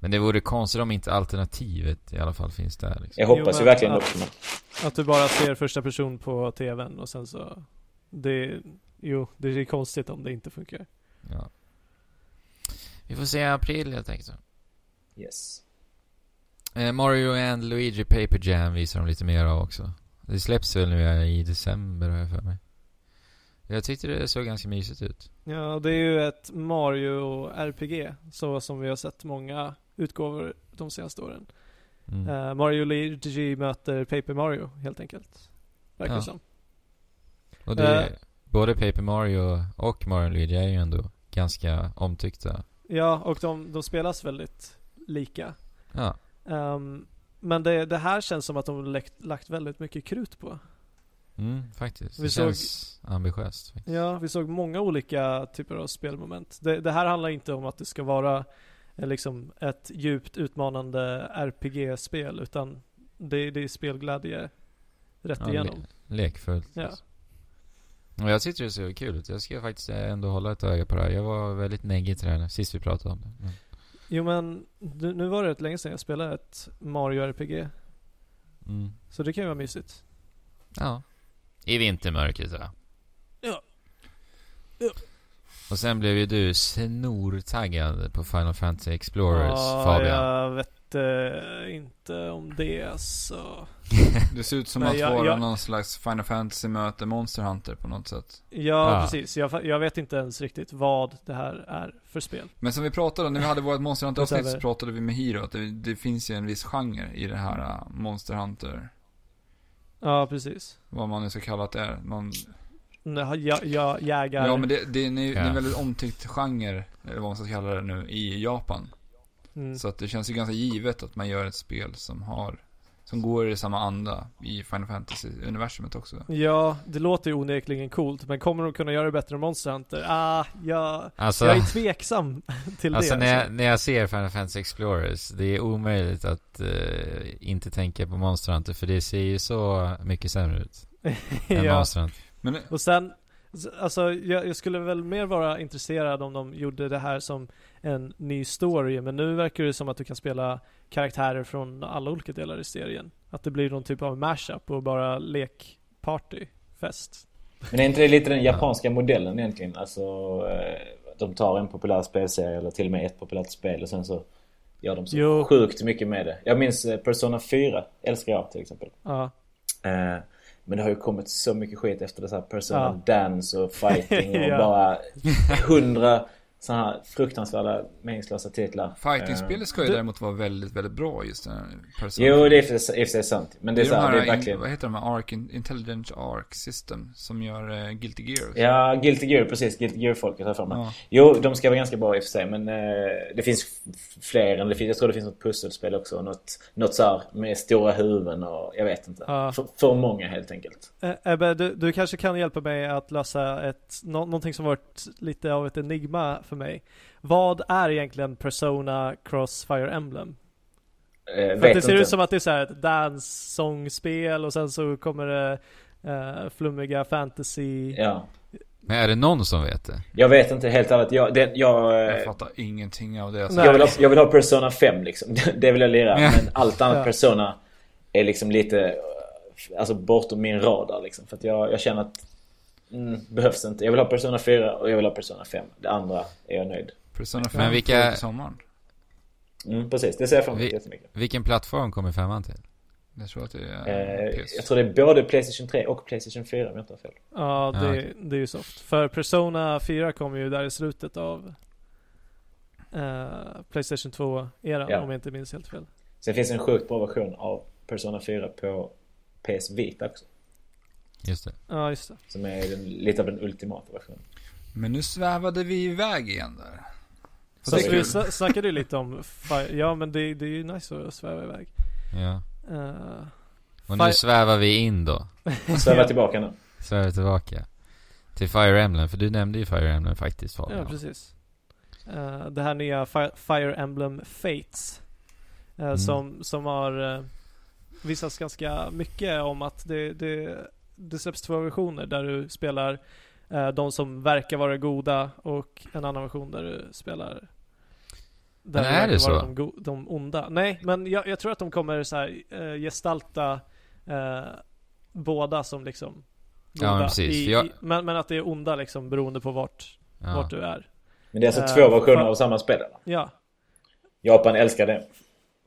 Speaker 2: Men det vore konstigt om inte alternativet i alla fall finns där liksom.
Speaker 4: Jag
Speaker 3: Jo,
Speaker 4: hoppas ju
Speaker 3: men-
Speaker 4: verkligen
Speaker 3: ja.
Speaker 4: också. men-
Speaker 3: Att du bara ser första person på tvn och sen så det, jo, det är konstigt om det inte funkar.
Speaker 2: Ja. Vi får se i april helt enkelt.
Speaker 4: Yes.
Speaker 2: Eh, Mario and Luigi Paper Jam visar de lite mer av också. Det släpps väl nu i december har jag för mig. Jag tyckte det såg ganska mysigt ut.
Speaker 3: Ja, det är ju ett Mario-RPG, så som vi har sett många utgåvor de senaste åren.
Speaker 2: Mm.
Speaker 3: Eh, Mario Luigi möter Paper Mario helt enkelt. Verkar
Speaker 2: Ja.
Speaker 3: som.
Speaker 2: Och det är,
Speaker 3: Eh.
Speaker 2: både Paper Mario och Mario Luigi är ju ändå ganska omtyckta.
Speaker 3: Ja, och de, de spelas väldigt lika.
Speaker 2: Ja,
Speaker 3: Ehm, men det, det här känns som att de har lagt, lagt väldigt mycket krut på.
Speaker 2: mm, faktiskt.
Speaker 3: Vi
Speaker 2: det
Speaker 3: såg-
Speaker 2: känns ambitiöst. faktiskt.
Speaker 3: Ja, vi såg många olika typer av spelmoment. Det, det här handlar inte om att det ska vara eh, liksom ett djupt utmanande RPG-spel utan det, det är spelglädje rätt
Speaker 2: Ja,
Speaker 3: igenom.
Speaker 2: le- lekfullt.
Speaker 3: Ja.
Speaker 2: liksom. Och jag tyckte det såg kul ut. Jag ska faktiskt ändå hålla ett öga på det här. Jag var väldigt neggig till det här sist vi pratade om det. Men,
Speaker 3: Jo men nu, nu var det rätt länge sedan jag spelade ett Mario RPG.
Speaker 2: mm.
Speaker 3: Så det kan ju vara mysigt.
Speaker 2: Ja. I vintermörkret va?
Speaker 3: Ja. Ja.
Speaker 2: ja. Och sen blev ju du snortaggad på Final Fantasy Explorers
Speaker 3: Ja,
Speaker 2: Fabian.
Speaker 3: jag vet eh, inte om det alltså.
Speaker 1: Det ser ut som
Speaker 3: Nej,
Speaker 1: att
Speaker 3: jag-
Speaker 1: vara
Speaker 3: jag-
Speaker 1: någon slags Final Fantasy möter Monster Hunter på något sätt.
Speaker 3: Ja,
Speaker 2: Ah.
Speaker 3: precis. Jag, fa- jag vet inte ens riktigt vad det här är för spel.
Speaker 1: Men som vi pratade, när vi hade vårt Monster
Speaker 3: [LAUGHS]
Speaker 1: Hunter avsnitt så
Speaker 3: Utöver-
Speaker 1: pratade vi med Hiro att det, det finns ju en viss genre i det här äh, Monster Hunter.
Speaker 3: Ja, precis.
Speaker 1: Vad man nu ska kalla det är. Någon,
Speaker 3: Nej, Jag, jag jägar.
Speaker 1: ja men det, det, är ju- det är
Speaker 2: Ja.
Speaker 1: en väldigt omtyckt genre, eller vad man ska kalla det nu, i Japan.
Speaker 3: Mm.
Speaker 1: Så att det känns ju ganska givet att man gör ett spel som har, som går i samma anda i Final Fantasy-universumet också.
Speaker 3: Ja, det låter ju onekligen coolt, men kommer de kunna göra det bättre än Monster Hunter? Ah, jag,
Speaker 2: Alltså,
Speaker 3: jag är tveksam [LAUGHS] till
Speaker 2: alltså
Speaker 3: det.
Speaker 2: när, jag,
Speaker 3: alltså.
Speaker 2: när jag ser Final Fantasy Explorers, det är omöjligt att eh, inte tänka på Monster Hunter för det ser ju så mycket sämre ut
Speaker 3: [LAUGHS]
Speaker 2: än
Speaker 3: ja.
Speaker 2: Monster Hunter.
Speaker 1: Men
Speaker 3: Och sen, alltså jag, jag skulle väl mer vara intresserad om de gjorde det här som en ny story, men nu verkar det som att du kan spela karaktärer från alla olika delar i serien. Att det blir någon typ av mashup och bara lekparty, fest.
Speaker 4: Men är inte det lite den japanska modellen egentligen? Alltså, eh, de tar en populär spelserie eller till och med ett populärt spel och sen så gör de så
Speaker 3: Jo.
Speaker 4: sjukt mycket med det. Jag minns eh, Persona 4, älskar jag till exempel.
Speaker 3: Ja,
Speaker 4: Eh, Men det har ju kommit så mycket skit efter det så här Persona Dance
Speaker 3: [LAUGHS]
Speaker 4: och fighting och
Speaker 3: Ja.
Speaker 4: bara hundra sådana här fruktansvärda meningslösa titlar.
Speaker 1: fighting-spelet ska ju
Speaker 3: det-
Speaker 1: däremot vara väldigt, väldigt bra just den här
Speaker 4: Eh,
Speaker 1: personen.
Speaker 4: Jo, det är i och för sig- i och för sig sant. Men det är,
Speaker 1: de
Speaker 4: så här,
Speaker 1: här,
Speaker 4: det är
Speaker 1: in-
Speaker 4: verkligen...
Speaker 1: vad heter de här? Arc, Intelligent Arc System som gör eh, Guilty Gear.
Speaker 4: Ja, Guilty Gear, precis. Guilty Gear-folket har jag för mig.
Speaker 1: Ja.
Speaker 4: Jo, de ska vara ganska bra i och för sig, men eh, det finns f- fler än det finns. Jag tror det finns något pusselspel också. och Något, något så här med stora huvuden och jag vet inte.
Speaker 3: Ja.
Speaker 4: För, för många helt enkelt.
Speaker 3: Eh, Ebbe, du, du kanske kan hjälpa mig att lösa ett, nå, någonting som varit lite av ett enigma för mig. Vad är egentligen Persona Crossfire Emblem?
Speaker 4: Eh,
Speaker 3: För att
Speaker 4: vet
Speaker 3: det ser
Speaker 4: inte.
Speaker 3: ut som att det är så här ett dance-sångspel och sen så kommer det eh, flummiga fantasy.
Speaker 4: Ja.
Speaker 2: Men är det någon som vet det?
Speaker 4: Jag vet inte helt ärligt. Jag, det, jag, eh,
Speaker 1: Jag fattar ingenting av det.
Speaker 3: Nej.
Speaker 4: jag, vill ha, jag vill ha Persona 5 liksom. [LAUGHS] Det vill jag lira.
Speaker 1: Ja.
Speaker 4: Men allt annat
Speaker 3: Ja.
Speaker 4: Persona är liksom lite eh, alltså, bortom min radar liksom. För att jag, jag känner att mm, behövs inte. Jag vill ha Persona 4 och jag vill ha Persona 5. Det andra är jag nöjd.
Speaker 1: Persona 5
Speaker 2: Men vilka-
Speaker 1: kommer till sommaren.
Speaker 4: Mm, precis, det ser jag fram emot
Speaker 2: Vi-
Speaker 4: jättemycket.
Speaker 2: Vilken plattform kommer femman till?
Speaker 1: Jag tror att det är
Speaker 4: Eh,
Speaker 1: PS.
Speaker 4: jag tror det är både Playstation 3 och Playstation 4 om jag inte har fel.
Speaker 3: Ja,
Speaker 2: Ja,
Speaker 3: det, det är ju soft. För Persona 4 kommer ju där i slutet av eh, Playstation 2-eran
Speaker 4: Ja.
Speaker 3: om jag inte minns helt fel.
Speaker 4: Sen finns det en sjukt bra version av Persona 4 på PS Vita också.
Speaker 2: Just det.
Speaker 3: Ja, just det.
Speaker 4: Som är den, lite av den ultimata versionen.
Speaker 1: Men nu svävade vi iväg igen där.
Speaker 3: Så
Speaker 1: det är
Speaker 3: vi
Speaker 1: kul.
Speaker 3: sna- snackade ju lite om, fi- ja men det, det är ju nice att sväva iväg.
Speaker 2: Ja.
Speaker 3: Eh,
Speaker 2: Och
Speaker 3: Fi-
Speaker 2: nu svävar vi in då.
Speaker 4: Sväva tillbaka nu.
Speaker 2: Svävar tillbaka. Till Fire Emblem, för du nämnde ju Fire Emblem faktiskt Fabian.
Speaker 3: Ja, precis. Eh, det här nya Fi- Fire Emblem Fates. eh,
Speaker 2: Mm.
Speaker 3: som, som har eh, visats ganska mycket om att det, det, det släpps två versioner där du spelar eh, de som verkar vara goda och en annan version där du spelar där
Speaker 2: Men
Speaker 3: du
Speaker 2: är
Speaker 3: verkar
Speaker 2: det
Speaker 3: vara
Speaker 2: så?
Speaker 3: De, go- de onda. Nej, men jag, jag tror att de kommer så här, eh, gestalta eh, båda som liksom
Speaker 2: Ja,
Speaker 3: goda
Speaker 2: men precis.
Speaker 3: I,
Speaker 2: Jag-
Speaker 3: i, men, men att det är onda liksom beroende på vart
Speaker 2: Ja.
Speaker 3: vart du är.
Speaker 4: Men det är alltså
Speaker 3: Eh,
Speaker 4: två versioner
Speaker 3: fan.
Speaker 4: av samma spel. eller?
Speaker 3: Ja.
Speaker 4: Japan älskar det.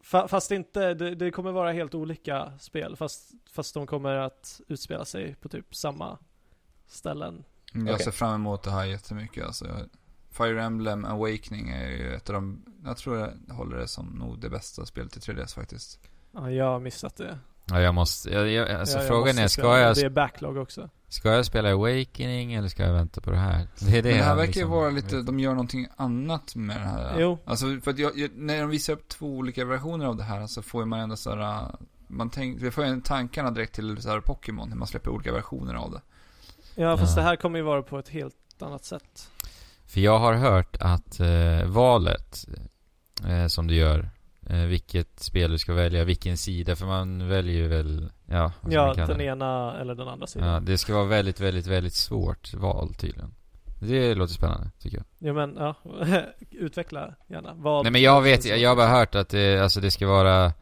Speaker 3: Fa- Fast inte, det, det kommer vara helt olika spel fast, fast de kommer att utspela sig på typ samma ställen.
Speaker 1: Jag
Speaker 4: Okej.
Speaker 1: ser fram emot det här jättemycket alltså. Jag- Fire Emblem Awakening är ju ett av de, jag tror jag håller det som nog det bästa spelet i 3DS faktiskt.
Speaker 3: Ja, jag har missat det.
Speaker 2: Ja, jag måste, jag, jag, alltså
Speaker 3: Ja, jag
Speaker 2: frågan
Speaker 3: måste
Speaker 2: är,
Speaker 3: spela
Speaker 2: ska
Speaker 3: det.
Speaker 2: jag,
Speaker 3: Det är backlog också.
Speaker 2: Ska jag spela Awakening eller ska jag vänta på det här? [LAUGHS] Det
Speaker 1: Men
Speaker 2: är
Speaker 1: det här
Speaker 2: jag
Speaker 1: verkar ju
Speaker 2: liksom-
Speaker 1: vara lite, de gör någonting annat med det här.
Speaker 3: Jo.
Speaker 1: Alltså för att jag, jag, när de visar upp två olika versioner av det här så får man ändå såhär, äh, man tänk, det får ju tankarna direkt till såhär Pokémon, när man släpper olika versioner av det.
Speaker 3: Ja fast
Speaker 2: Ja.
Speaker 3: det här kommer ju vara på ett helt annat sätt.
Speaker 2: För jag har hört att eh, valet eh, som du gör, eh, vilket spel du ska välja, vilken sida, för man väljer ju väl, ja, vad ska
Speaker 3: Ja,
Speaker 2: man kalla
Speaker 3: den
Speaker 2: det?
Speaker 3: ena eller den andra sidan.
Speaker 2: Alltså, Ja, det ska vara väldigt, väldigt, väldigt svårt val tydligen. Det låter spännande, tycker jag.
Speaker 3: Jo men, ja. [LAUGHS] Utveckla gärna. Vad
Speaker 2: Nej men jag vet, jag jag har bara hört att det, alltså det ska vara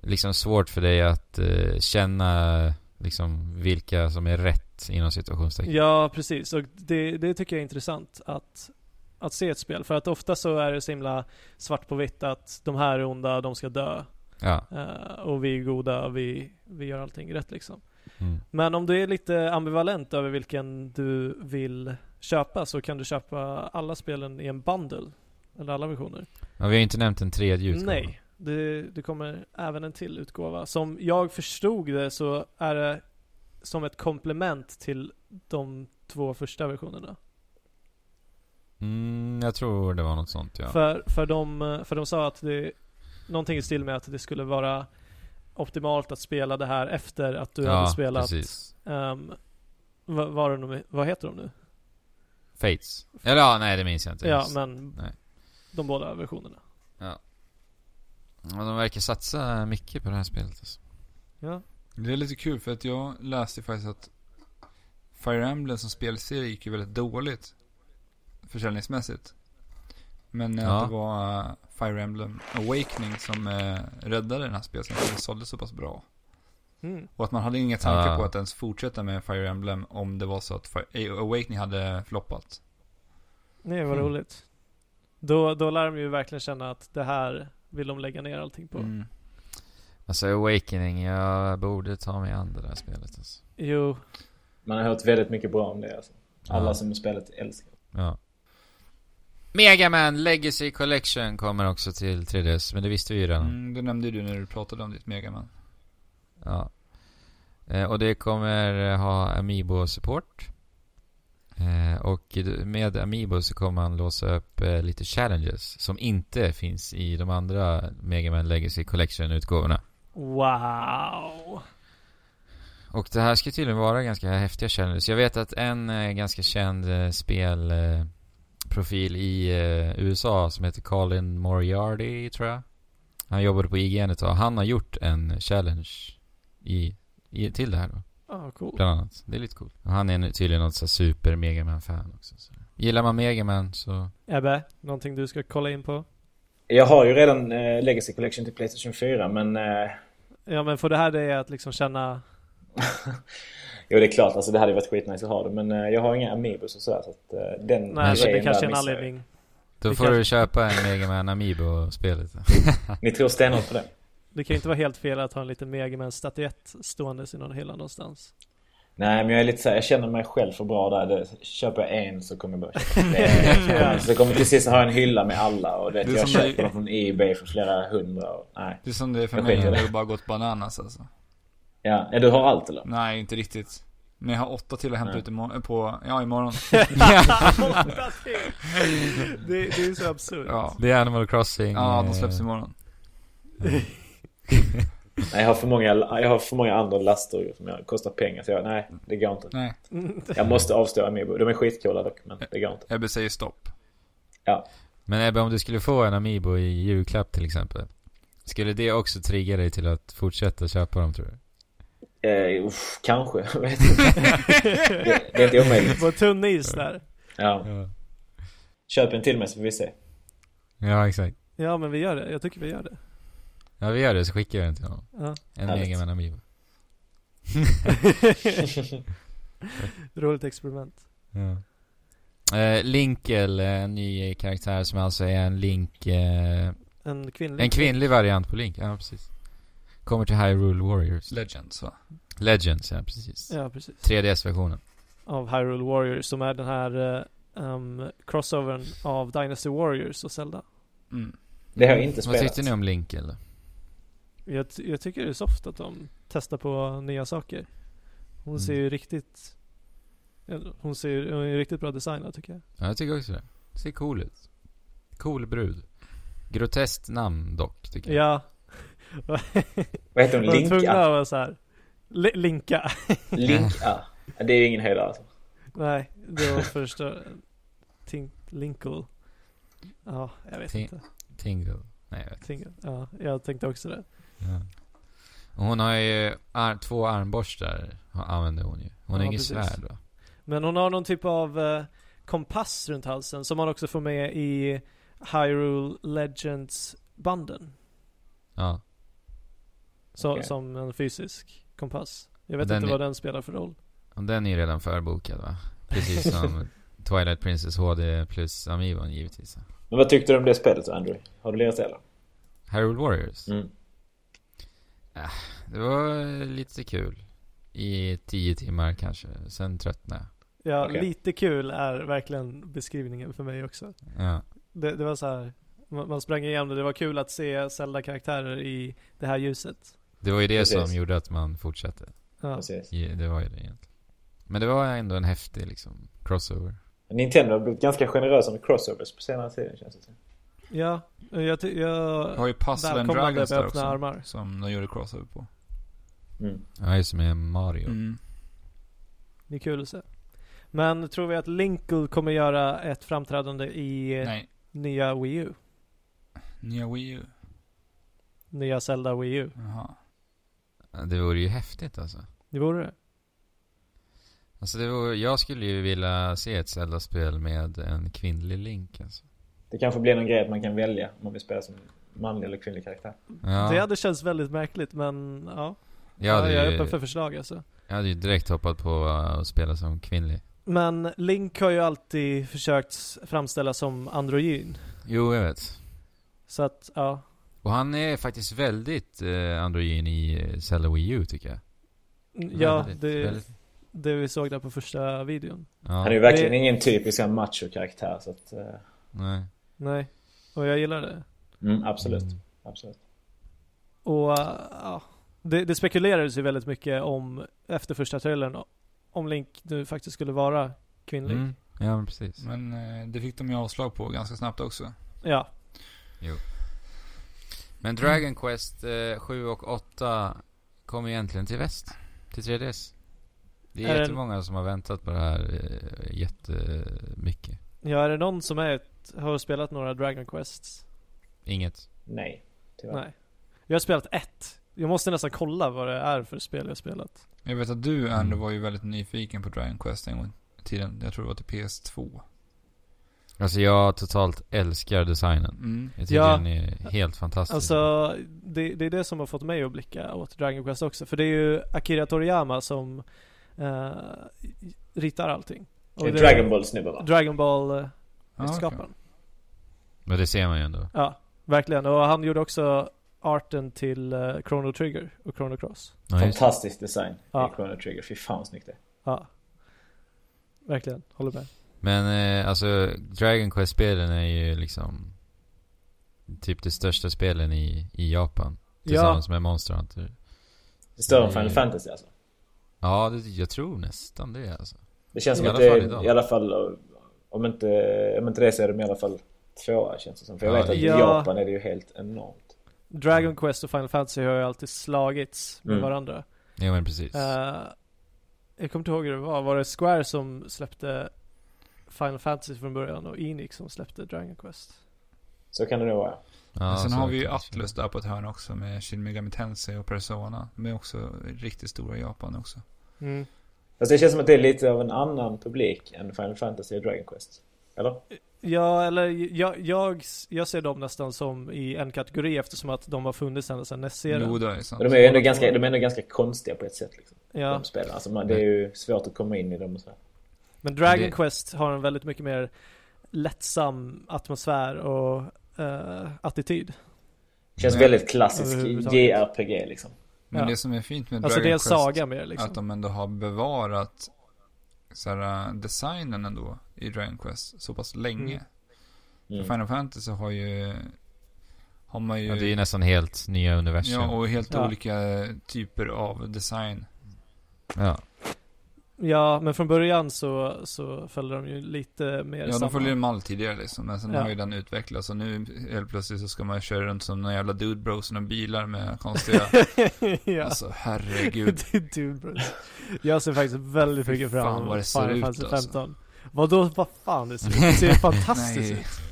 Speaker 2: liksom svårt för dig att eh, känna liksom vilka som är rätt inom situationstecken.
Speaker 3: Ja, precis. Och det, det tycker jag är intressant att, att se ett spel. För att ofta så är det så himla svart på vitt att de här är onda, de ska dö.
Speaker 2: Ja.
Speaker 3: Eh, och vi är goda, vi, vi gör allting rätt liksom.
Speaker 2: Mm.
Speaker 3: Men om du är lite ambivalent över vilken du vill köpa så kan du köpa alla spelen i en bundle. Eller alla versioner.
Speaker 2: ja. Vi har ju inte nämnt en tredje utgåva.
Speaker 3: Nej, det, det kommer även en till utgåva. Som jag förstod det så är det som ett komplement till de två första versionerna.
Speaker 2: Mm, jag tror det var något sånt ja.
Speaker 3: För, för, de, för de sa att det, någonting i stil med att det skulle vara optimalt att spela det här efter att du
Speaker 2: ja,
Speaker 3: hade spelat,
Speaker 2: precis.
Speaker 3: um, vad, vad, är de, vad heter de nu?
Speaker 2: Fates. Eller ja, nej det minns jag inte
Speaker 3: Ja,
Speaker 2: ens.
Speaker 3: men
Speaker 2: Nej.
Speaker 3: de båda versionerna.
Speaker 2: Ja, De verkar satsa mycket på det här spelet alltså.
Speaker 3: Ja.
Speaker 1: Det är lite kul för att jag läste faktiskt att Fire Emblem som spelserie gick ju väldigt dåligt försäljningsmässigt. Men eh,
Speaker 2: Ja.
Speaker 1: att det var eh, Fire Emblem Awakening som eh, räddade den här spelserien, för den sålde så pass bra.
Speaker 3: Mm.
Speaker 1: Och att man hade inga tankar
Speaker 2: Ah.
Speaker 1: på att ens fortsätta med Fire Emblem om det var så att Fire, A- Awakening hade floppat.
Speaker 3: Nej, vad
Speaker 2: Mm.
Speaker 3: roligt. Då, då lär de ju verkligen känna att det här vill de lägga ner allting på.
Speaker 1: Mm.
Speaker 2: Alltså Awakening, jag borde ta mig an det där spelet alltså.
Speaker 3: Jo,
Speaker 4: Man har hört väldigt mycket bra om det alltså. Alla
Speaker 2: Ja.
Speaker 4: som spelat älskar det.
Speaker 2: Ja. Mega Man Legacy Collection kommer också till 3DS, men det visste vi ju redan.
Speaker 1: Mm, det nämnde ju du när du pratade om ditt Megaman.
Speaker 2: Ja. Eh, och det kommer eh, ha Amiibo-support. Eh, och i- med Amiibo så kommer man låsa upp eh, lite challenges som inte finns i de andra Mega Man Legacy Collection-utgåvorna.
Speaker 3: wow.
Speaker 2: Och det här ska tydligen vara ganska häftiga challenges. Jag vet att en eh, ganska känd eh, spelprofil eh, profil i eh, USA som heter Colin Moriarty tror jag. Han jobbade på IGN ett tag. Han har gjort en challenge i, i, till det här då.
Speaker 3: Ah, cool.
Speaker 2: Bland annat. Det är lite coolt. Och han är nu tydligen något så här super Mega man fan också. Så. Gillar man Mega Man så...
Speaker 3: Ebbe, någonting du ska kolla in på?
Speaker 4: Jag har ju redan eh, Legacy Collection till Playstation 4 men eh,
Speaker 3: Ja, men får det här dig att liksom känna
Speaker 4: Jo det är klart, alltså, det hade ju varit skitnice att ha det men eh, jag har inga Amiibos och sådär så att eh, den
Speaker 3: Nej, så det
Speaker 4: grejen
Speaker 3: kanske är
Speaker 4: där
Speaker 3: en
Speaker 4: missar jag.
Speaker 3: anledning.
Speaker 2: Då
Speaker 3: Det
Speaker 2: får
Speaker 3: kanske-
Speaker 2: du köpa en Mega Man Amiibo-spelet.
Speaker 4: Ni tror stenhårt på det?
Speaker 3: Det kan ju inte vara helt fel att ha en liten Megaman-statyett stående i någon hylla någonstans.
Speaker 4: Nej men jag är lite såhär, jag känner mig själv för bra där. Det, köper jag en så kommer jag börja köpa
Speaker 3: [LAUGHS]
Speaker 4: fler.
Speaker 3: Ja.
Speaker 4: Så jag kommer till sist ha en hylla med alla och det,
Speaker 1: Det är
Speaker 4: jag
Speaker 1: som
Speaker 4: köper
Speaker 1: det-
Speaker 4: dem från Ebay för flera hundra och, nej.
Speaker 1: Det är som det är för
Speaker 4: Jag
Speaker 1: mig,
Speaker 4: skiter i
Speaker 1: jag
Speaker 4: det.
Speaker 1: har bara gått bananas alltså.
Speaker 4: Ja, ja, du har allt eller?
Speaker 1: Nej, inte riktigt. Men jag har åtta till att hämta
Speaker 4: Nej.
Speaker 1: ut imorgon, på, ja
Speaker 4: [LAUGHS]
Speaker 1: imorgon.
Speaker 3: Åtta till! det, det är ju så absurt. [LAUGHS]
Speaker 1: Ja,
Speaker 2: [LAUGHS] Det är Animal Crossing.
Speaker 1: ja de släpps
Speaker 2: eh,
Speaker 1: imorgon.
Speaker 4: Nej, jag har för många, jag har för många andra laster som jag, kostar pengar så jag, nej det går inte.
Speaker 1: Nej,
Speaker 3: Mm.
Speaker 4: Jag måste avstå Amiibo. De är skitcoola dock men det går inte.
Speaker 1: Ebbe säger stopp.
Speaker 2: Men Ebbe, om du skulle få en Amiibo i julklapp till exempel. Skulle det också trigga dig till att fortsätta köpa dem tror du?
Speaker 4: Eh, uff, kanske, [LAUGHS] jag vet inte. Det, det är inte
Speaker 3: [LAUGHS]
Speaker 4: omöjligt.
Speaker 3: På tunn is där.
Speaker 4: Ja.
Speaker 2: Ja,
Speaker 4: Köp en till mig så får vi se.
Speaker 2: ja exakt.
Speaker 3: Ja, men vi gör det. Jag tycker vi gör
Speaker 2: [LAUGHS]
Speaker 3: det.
Speaker 2: Ja, vi gör det så skickar jag den till honom.
Speaker 3: Ja.
Speaker 2: En
Speaker 4: Härligt.
Speaker 2: Mega Man Amiibo.
Speaker 3: Roligt experiment.
Speaker 2: Ja. Eh, Linkel, eh, en ny karaktär som alltså är en Link... Eh,
Speaker 3: En kvinnlig.
Speaker 2: en kvinnlig variant på Link, ja precis. Kommer till Hyrule Warriors.
Speaker 1: Legends va?
Speaker 2: Legends, ja precis.
Speaker 3: Ja, precis.
Speaker 2: 3DS-versionen.
Speaker 3: Av Hyrule Warriors som är den här eh, um, crossovern av Dynasty Warriors och Zelda.
Speaker 1: Mm.
Speaker 4: Det har jag inte
Speaker 2: Vad
Speaker 4: spelat.
Speaker 2: tyckte ni om Linkel? då?
Speaker 3: Jag, ty- jag tycker det är soft att de testar på nya saker. Hon
Speaker 2: Mm.
Speaker 3: ser ju riktigt Hon ser hon är riktigt bra designad tycker jag.
Speaker 2: Ja, jag tycker också det. Ser cool ut. Cool brud. Groteskt namn dock, tycker jag.
Speaker 3: Ja.
Speaker 4: Vad heter hon?
Speaker 3: Hon är tvungen att
Speaker 4: Linka?
Speaker 3: vara så här. Li- linka.
Speaker 4: Linka? Det är ingen höjdare alltså.
Speaker 3: Nej, det
Speaker 2: [LAUGHS]
Speaker 3: var första. Tink, Linkle. Ja, jag vet
Speaker 2: Ting-
Speaker 3: inte.
Speaker 2: Tingle. Nej, jag vet
Speaker 3: Ting, ja, jag tänkte också det.
Speaker 2: ja. Och Hon har ju ar- två armborstar, har- använder hon ju. Hon har
Speaker 3: Ja,
Speaker 2: inget
Speaker 3: precis.
Speaker 2: svärd då.
Speaker 3: Men hon har någon typ av eh, kompass runt halsen som man också får med i Hyrule Legends-banden.
Speaker 2: Ja.
Speaker 3: Så,
Speaker 4: Okej.
Speaker 3: Som en fysisk kompass. Jag vet
Speaker 2: Den
Speaker 3: inte
Speaker 2: är-
Speaker 3: vad den spelar för roll.
Speaker 2: Och den är ju redan förbokad va? Precis
Speaker 3: [LAUGHS]
Speaker 2: som Twilight Princess HD plus Amiibon givetvis.
Speaker 4: Men vad tyckte du om det spelet Andrew? Har du lirat det eller?
Speaker 2: Harold Warriors.
Speaker 4: Mm.
Speaker 2: Det var lite kul. I tio timmar kanske. Sen tröttnade jag.
Speaker 3: Ja,
Speaker 4: Okej.
Speaker 3: lite kul är verkligen beskrivningen för mig också.
Speaker 2: Ja.
Speaker 3: Det, det var så här, man, man sprang igenom det, det var kul att se Zelda-karaktärer i det här ljuset.
Speaker 2: Det var ju det
Speaker 4: Precis.
Speaker 2: som gjorde att man fortsatte.
Speaker 3: Ja.
Speaker 4: Precis.
Speaker 2: Ja, Det var ju det egentligen. Men det var ändå en häftig liksom crossover.
Speaker 4: Nintendo har blivit ganska generösa med crossovers på senare tiden känns det som.
Speaker 3: Ja, jag, ty-
Speaker 1: Jag
Speaker 3: jag
Speaker 1: har ju Puzzle and
Speaker 3: välkomnar det
Speaker 1: Dragons
Speaker 3: med
Speaker 1: där
Speaker 3: öppna
Speaker 1: också.
Speaker 3: armar.
Speaker 1: Som de gjorde crossover på.
Speaker 4: Mm.
Speaker 2: Ja, just med Mario.
Speaker 1: Mm.
Speaker 3: Det är kul att se. Men tror vi att Linkle kommer göra ett framträdande i
Speaker 1: Nej,
Speaker 3: nya Wii U?
Speaker 1: nya Wii U.
Speaker 3: Nya Zelda Wii U?
Speaker 1: Jaha.
Speaker 3: Mm.
Speaker 2: Det vore ju häftigt alltså.
Speaker 3: Det vore det.
Speaker 2: Alltså det vore, jag skulle ju vilja se ett Zelda-spel med en kvinnlig Link alltså.
Speaker 4: Det kanske blir någon grej att man kan välja om man vill spela som manlig eller kvinnlig karaktär.
Speaker 2: Ja,
Speaker 3: Det hade känts väldigt märkligt men ja.
Speaker 2: jag, hade
Speaker 3: jag är
Speaker 2: ju,
Speaker 3: öppen för förslag alltså.
Speaker 2: jag hade ju direkt hoppat på eh, att spela som kvinnlig.
Speaker 3: Men Link har ju alltid försökt framställas som androgyn.
Speaker 2: Jo, jag vet.
Speaker 3: Så att ja.
Speaker 2: Och han är faktiskt väldigt eh, androgyn i eh, Zelda Wii U tycker jag.
Speaker 3: Ja,
Speaker 2: Väldigt,
Speaker 3: det,
Speaker 2: väldigt-
Speaker 3: det vi såg där på första videon.
Speaker 4: Han är ju
Speaker 2: ja,
Speaker 4: verkligen
Speaker 3: Det-
Speaker 4: ingen typisk sån här macho-karaktär så att... eh,
Speaker 2: nej.
Speaker 3: Nej, och jag gillar det.
Speaker 4: Mm, absolut.
Speaker 2: Mm.
Speaker 4: Absolut.
Speaker 3: Och äh, ja, det, det spekulerades ju väldigt mycket om, efter första trailern, om Link nu faktiskt skulle vara kvinnlig.
Speaker 2: Mm. Ja, men precis.
Speaker 1: Men eh, det fick de ju avslag på ganska snabbt också.
Speaker 3: Ja,
Speaker 2: Men Dragon Quest eh, 7 och 8 kommer ju äntligen till väst. Till 3DS. Det
Speaker 3: Är
Speaker 2: är
Speaker 3: det-
Speaker 2: jättemånga som har väntat på det här eh, jättemycket.
Speaker 3: ja är det någon som är, ett- har spelat några Dragon Quests?
Speaker 2: Inget.
Speaker 4: Nej. Tyvärr.
Speaker 3: Nej. Jag har spelat ett. Jag måste nästan kolla vad det är för spel jag har spelat.
Speaker 1: Jag vet att du, Andrew,
Speaker 2: Mm.
Speaker 1: var ju väldigt nyfiken på Dragon Quest en gång i tiden. Jag tror det var till PS2.
Speaker 2: Alltså jag totalt älskar designen.
Speaker 1: Mm.
Speaker 2: Jag tycker
Speaker 3: Ja.
Speaker 2: den är helt fantastisk.
Speaker 3: Alltså, det, det är det som har fått mig att blicka åt Dragon Quest också. För det är ju Akira Toriyama som eh, ritar allting. Och
Speaker 4: Det är
Speaker 3: det-
Speaker 4: Dragon Ball-snubbe va?
Speaker 3: Dragon Ball eh,
Speaker 1: Ja,
Speaker 3: skaparen.
Speaker 2: Men det ser man ju ändå.
Speaker 3: Ja, verkligen. Och han gjorde också arten till eh, Chrono Trigger och Chrono Cross.
Speaker 2: Ja, just.
Speaker 4: Fantastisk design
Speaker 3: Ja.
Speaker 4: i Chrono Trigger. Fy fan vad snyggt det är.
Speaker 3: Ja. Verkligen, håller med.
Speaker 2: Men eh, alltså Dragon Quest-spelen är ju liksom typ de största spelen i, i Japan.
Speaker 3: Ja,
Speaker 2: Tillsammans med Monster Hunter.
Speaker 4: Det är större än
Speaker 2: Mm.
Speaker 4: Final Fantasy alltså.
Speaker 2: Ja, det, jag tror nästan det alltså.
Speaker 4: Det
Speaker 2: I
Speaker 4: känns som
Speaker 2: alla
Speaker 4: att det
Speaker 2: fall idag.
Speaker 4: är i alla fall, eh, om inte, om inte det så är de i alla fall tvåa känns det som. För jag
Speaker 2: Ja,
Speaker 4: vet att
Speaker 3: ja.
Speaker 4: i Japan är det ju helt enormt.
Speaker 3: Dragon Quest och Final Fantasy har ju alltid slagits med
Speaker 4: Mm.
Speaker 3: varandra.
Speaker 2: Ja men precis.
Speaker 3: Eh, jag kommer inte ihåg hur det var. Var det Square som släppte Final Fantasy från början och Enix som släppte Dragon Quest?
Speaker 4: Så kan det nog vara.
Speaker 2: ja,
Speaker 1: Sen
Speaker 2: så
Speaker 1: har vi ju
Speaker 2: kanske.
Speaker 1: Atlus där på ett hörn också med Shin Megami Tensei och Persona. De är också riktigt stora i Japan också.
Speaker 3: Mm.
Speaker 4: Alltså det känns som att det är lite av en annan publik än Final Fantasy och Dragon Quest. Eller?
Speaker 3: Ja, eller jag, jag, jag ser dem nästan som i en kategori eftersom att de har funnits ända sedan
Speaker 1: Jo,
Speaker 3: E NES-serien.
Speaker 1: det är sant.
Speaker 4: Och de är ju ändå ganska, de är ändå ganska konstiga på ett sätt liksom.
Speaker 3: Ja.
Speaker 4: De spelar. Alltså man, det är ju svårt att komma in i dem och sådär.
Speaker 3: Men Dragon
Speaker 2: Det-
Speaker 3: Quest har en väldigt mycket mer lättsam atmosfär och eh, attityd.
Speaker 4: Känns
Speaker 1: Nej.
Speaker 4: väldigt klassisk
Speaker 3: Överhuvudtaget.
Speaker 4: JRPG liksom.
Speaker 1: Men
Speaker 3: Ja.
Speaker 1: det som är fint med
Speaker 3: Alltså
Speaker 1: Dragon
Speaker 3: det är en
Speaker 1: Quest
Speaker 3: saga mer
Speaker 1: att
Speaker 3: liksom.
Speaker 1: de ändå har bevarat så här, äh, designen ändå i Dragon Quest så pass länge.
Speaker 3: Mm.
Speaker 1: För
Speaker 4: Mm.
Speaker 1: Final Fantasy har ju har man ju
Speaker 2: Ja, det är ju nästan helt nya universum.
Speaker 1: ja, och helt
Speaker 3: Ja.
Speaker 1: olika typer av design.
Speaker 2: Ja.
Speaker 3: Ja, men från början så, så följde de ju lite mer
Speaker 1: Ja,
Speaker 3: samma.
Speaker 1: de följde en mall tidigare liksom. Men sen
Speaker 3: Ja.
Speaker 1: har ju den utvecklats. Och nu helt plötsligt så ska man köra runt som några jävla dude bros i några bilar med konstiga...
Speaker 3: [LAUGHS] [LAUGHS] ja. [LAUGHS]
Speaker 1: Alltså herregud.
Speaker 3: Det är Dude Bros. Jag ser faktiskt väldigt mycket
Speaker 1: Fy fan
Speaker 3: fram
Speaker 1: vad det
Speaker 3: emot
Speaker 1: ser
Speaker 3: Final
Speaker 1: ut,
Speaker 3: Fantasy
Speaker 1: alltså.
Speaker 3: 15. Vadå, vad fan det ser ut?
Speaker 1: [LAUGHS]
Speaker 3: Det ser fantastiskt
Speaker 1: Nej.
Speaker 3: ut.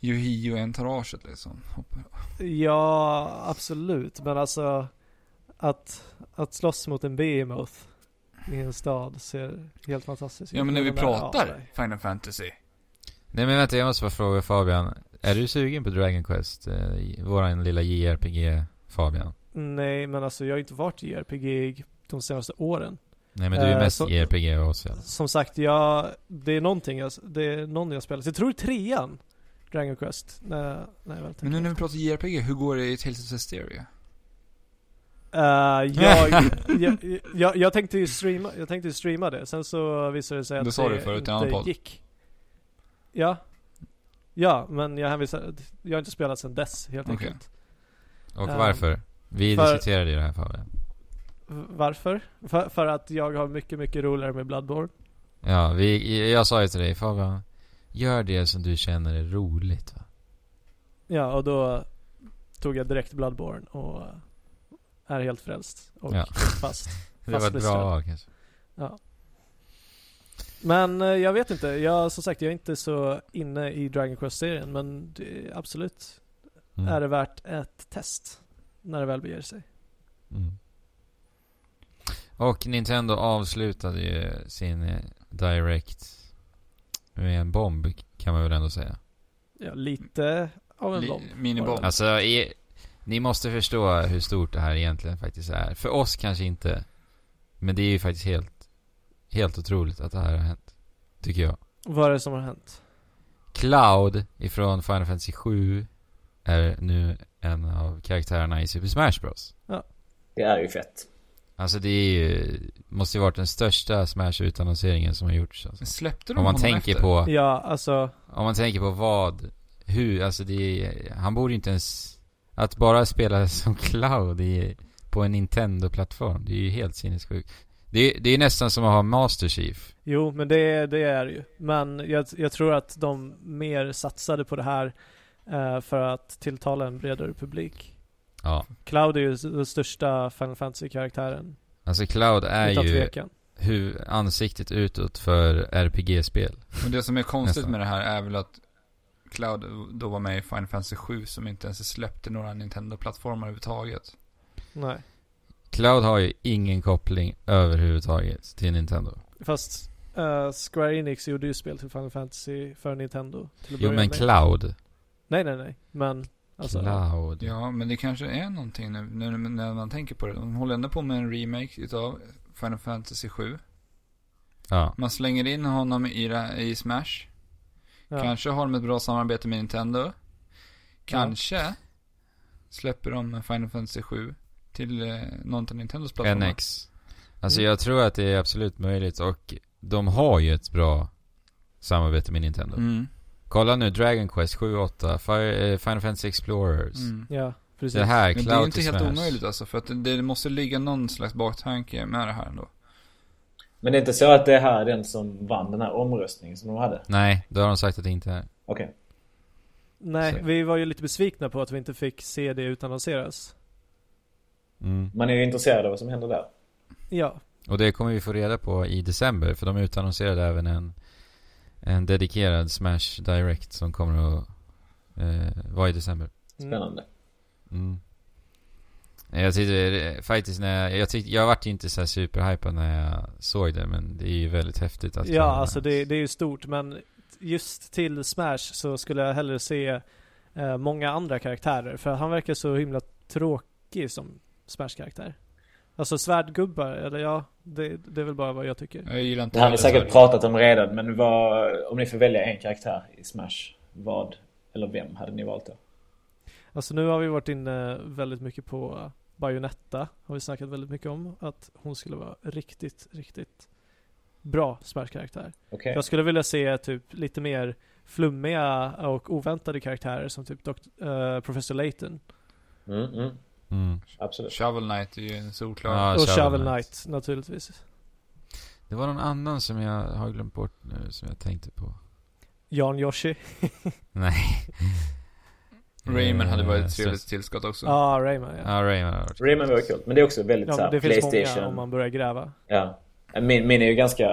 Speaker 1: Yohio-entouraget liksom.
Speaker 3: Typ
Speaker 1: Hoppar-
Speaker 3: Ja, absolut. Men alltså, att, att slåss mot en behemoth i en stad ser helt fantastiskt ut.
Speaker 1: Ja men när vi
Speaker 3: Den där- ja,
Speaker 1: pratar
Speaker 3: nej.
Speaker 1: Final Fantasy.
Speaker 2: Nej men vänta, jag måste bara fråga Fabian. Är du sugen på Dragon Quest? Eh, i- våran lilla JRPG Fabian.
Speaker 3: Nej, men alltså jag har inte varit i RPG de senaste åren.
Speaker 2: Nej men du är
Speaker 3: Eh,
Speaker 2: mest
Speaker 3: så-
Speaker 2: JRPG av oss i alla fall.
Speaker 3: Som sagt, jag, det är någonting jag, det är någon jag spelar. Så jag tror trean, Dragon Quest. Nej, nej vänta.
Speaker 1: Men nu när vi pratar JRPG, hur går det i Tales of Hysteria?
Speaker 3: Eh, [LAUGHS] jag, jag, jag, jag tänkte ju streama, jag tänkte ju streama det, sen så visade det sig att
Speaker 1: Det sa du förut i en annan podd.
Speaker 3: gick. Ja. Ja, men jag hänvisar, jag har inte spelat sen dess helt
Speaker 1: Okej.
Speaker 3: enkelt.
Speaker 2: Och
Speaker 3: Eh,
Speaker 2: varför? Vi
Speaker 3: för-
Speaker 2: diskuterade ju det här Fabian.
Speaker 3: V- Varför? För, för att jag har mycket, mycket roligare med Bloodborne.
Speaker 2: Ja, vi, jag sa ju till dig Fabian. Gör det som du känner är roligt va?
Speaker 3: Ja, och då tog jag direkt Bloodborne och är helt frälst och
Speaker 2: Ja.
Speaker 3: fast.
Speaker 2: Det var ett bra
Speaker 3: Fastbeströdd.
Speaker 2: val kanske.
Speaker 3: Men eh, jag vet inte, jag, som sagt jag är inte så inne i Dragon Quest-serien men det, är absolut
Speaker 2: Mm.
Speaker 3: är det värt ett test när det väl beger sig.
Speaker 2: Mm. Och Nintendo avslutade ju sin eh, Direct med en bomb kan man väl ändå säga.
Speaker 3: Ja, lite av en
Speaker 1: Li-
Speaker 3: bomb.
Speaker 1: Minibomb.
Speaker 3: var det.
Speaker 2: Alltså, i, ni måste förstå hur stort det här egentligen faktiskt är. För oss kanske inte. Men det är ju faktiskt helt, helt otroligt att det här har hänt. Tycker jag.
Speaker 3: Vad är det som har hänt?
Speaker 2: Cloud ifrån Final Fantasy 7 är nu en av karaktärerna i Super Smash Bros.
Speaker 4: Det är ju fett.
Speaker 2: Alltså det är ju, måste ju varit den största Smash-utannonseringen som har gjorts. Alltså.
Speaker 1: Men Släppte de
Speaker 2: Om man
Speaker 1: honom
Speaker 2: tänker
Speaker 1: efter?
Speaker 2: på...
Speaker 3: Ja, alltså,
Speaker 2: Om man tänker på vad, hur, alltså det är, han borde ju inte ens, att bara spela [LAUGHS] som Cloud i, på en Nintendo-plattform, det är ju helt sinnessjukt. Det, är- det är nästan som att ha Master Chief.
Speaker 3: jo men det, det är det ju. Men jag, jag tror att de mer satsade på det här eh, för att tilltala en bredare publik.
Speaker 2: Ja.
Speaker 3: Cloud är ju den största Final Fantasy-karaktären,
Speaker 2: Alltså Cloud är
Speaker 3: utan
Speaker 2: ju
Speaker 3: tvekan.
Speaker 2: hur ansiktet utåt för RPG-spel.
Speaker 1: Men det som är konstigt
Speaker 2: Nästan.
Speaker 1: med det här är väl att Cloud då var med i Final Fantasy 7 som inte ens släppte några Nintendo-plattformar överhuvudtaget.
Speaker 3: Nej.
Speaker 2: Cloud har ju ingen koppling överhuvudtaget till Nintendo.
Speaker 3: Fast eh, Square Enix gjorde ju spel till Final Fantasy för Nintendo till att
Speaker 2: Jo
Speaker 3: börja
Speaker 2: men
Speaker 3: med.
Speaker 2: Cloud.
Speaker 3: Nej nej nej, men alltså.
Speaker 2: Cloud.
Speaker 1: Ja, men det kanske är någonting nu, nu när man tänker på det. De håller ändå på med en remake utav Final Fantasy 7.
Speaker 2: Ja.
Speaker 1: Man slänger in honom i, det här- i Smash.
Speaker 3: Ja.
Speaker 1: Kanske har de ett bra samarbete med Nintendo. Kanske släpper de Final Fantasy 7 till eh, någon av Nintendos plattformar.
Speaker 2: NX. Alltså
Speaker 3: Mm.
Speaker 2: jag tror att det är absolut möjligt och de har ju ett bra samarbete med Nintendo.
Speaker 1: Mm.
Speaker 2: Kolla nu Dragon Quest 7 8, Fire, eh, Final Fantasy Explorers.
Speaker 1: Mm.
Speaker 3: Ja, precis.
Speaker 2: Det här,
Speaker 1: Men
Speaker 2: Cloud
Speaker 1: det är ju inte
Speaker 2: to
Speaker 1: helt
Speaker 2: Smash.
Speaker 1: omöjligt alltså, för att det, det måste ligga någon slags baktanke med det här ändå.
Speaker 4: Men det är inte så att det här är den som vann den här omröstningen som de hade?
Speaker 2: Nej, det har de sagt att det inte är.
Speaker 4: Okej.
Speaker 3: Nej,
Speaker 2: Så.
Speaker 3: vi var ju lite besvikna på att vi inte fick se det utannonseras.
Speaker 2: Mm.
Speaker 4: Man är ju intresserad av vad som händer där.
Speaker 3: Ja,
Speaker 2: Och det kommer vi få reda på i december, för de utannonserade även en, en dedikerad Smash Direct som kommer att eh, vara i december.
Speaker 4: Spännande.
Speaker 2: Mm. Jag tyckte eh, faktiskt när jag, jag tyckte, jag vart ju inte så här superhypad när jag såg det men det är ju väldigt häftigt att
Speaker 3: ja alltså det, det är ju stort men just till Smash så skulle jag hellre se eh, många andra karaktärer för han verkar så himla tråkig som Smash-karaktär. Alltså svärdgubbar, eller ja, det, det är väl bara vad jag tycker.
Speaker 1: Jag gillar inte
Speaker 4: Det har ni
Speaker 1: heller
Speaker 4: säkert
Speaker 1: så här.
Speaker 4: pratat om redan, men vad, om ni får välja en karaktär i Smash, vad eller vem hade ni valt då?
Speaker 3: Alltså nu har vi varit inne väldigt mycket på Bayonetta. Har vi snackat väldigt mycket om. Att hon skulle vara riktigt, riktigt bra Smash-karaktär.
Speaker 4: Okej.
Speaker 3: Jag skulle vilja se typ lite mer flummiga och oväntade karaktärer som typ dokt- eh, Professor Layton
Speaker 4: Mm, mm,
Speaker 2: Mm.
Speaker 4: absolut.
Speaker 1: Shovel Knight är ju en solklar.
Speaker 2: Ja.
Speaker 3: och
Speaker 2: Shovel
Speaker 3: Shovel
Speaker 2: Knight.
Speaker 3: Knight naturligtvis.
Speaker 2: Det var någon annan som jag har glömt bort nu som jag tänkte på.
Speaker 3: Jan Yoshi.
Speaker 1: [LAUGHS]
Speaker 2: Nej.
Speaker 1: Rayman hade varit
Speaker 2: Eh,
Speaker 1: ett trevligt
Speaker 2: så-
Speaker 1: tillskott också.
Speaker 3: Ja, Rayman ja.
Speaker 2: Ja, Rayman hade varit
Speaker 4: Rayman var kul, men det är också väldigt
Speaker 3: ja
Speaker 4: så
Speaker 3: men
Speaker 4: här,
Speaker 3: det finns många
Speaker 4: Playstation.
Speaker 3: om man börjar gräva. Eh,
Speaker 4: Ja. Min, min är ju ganska... [LAUGHS]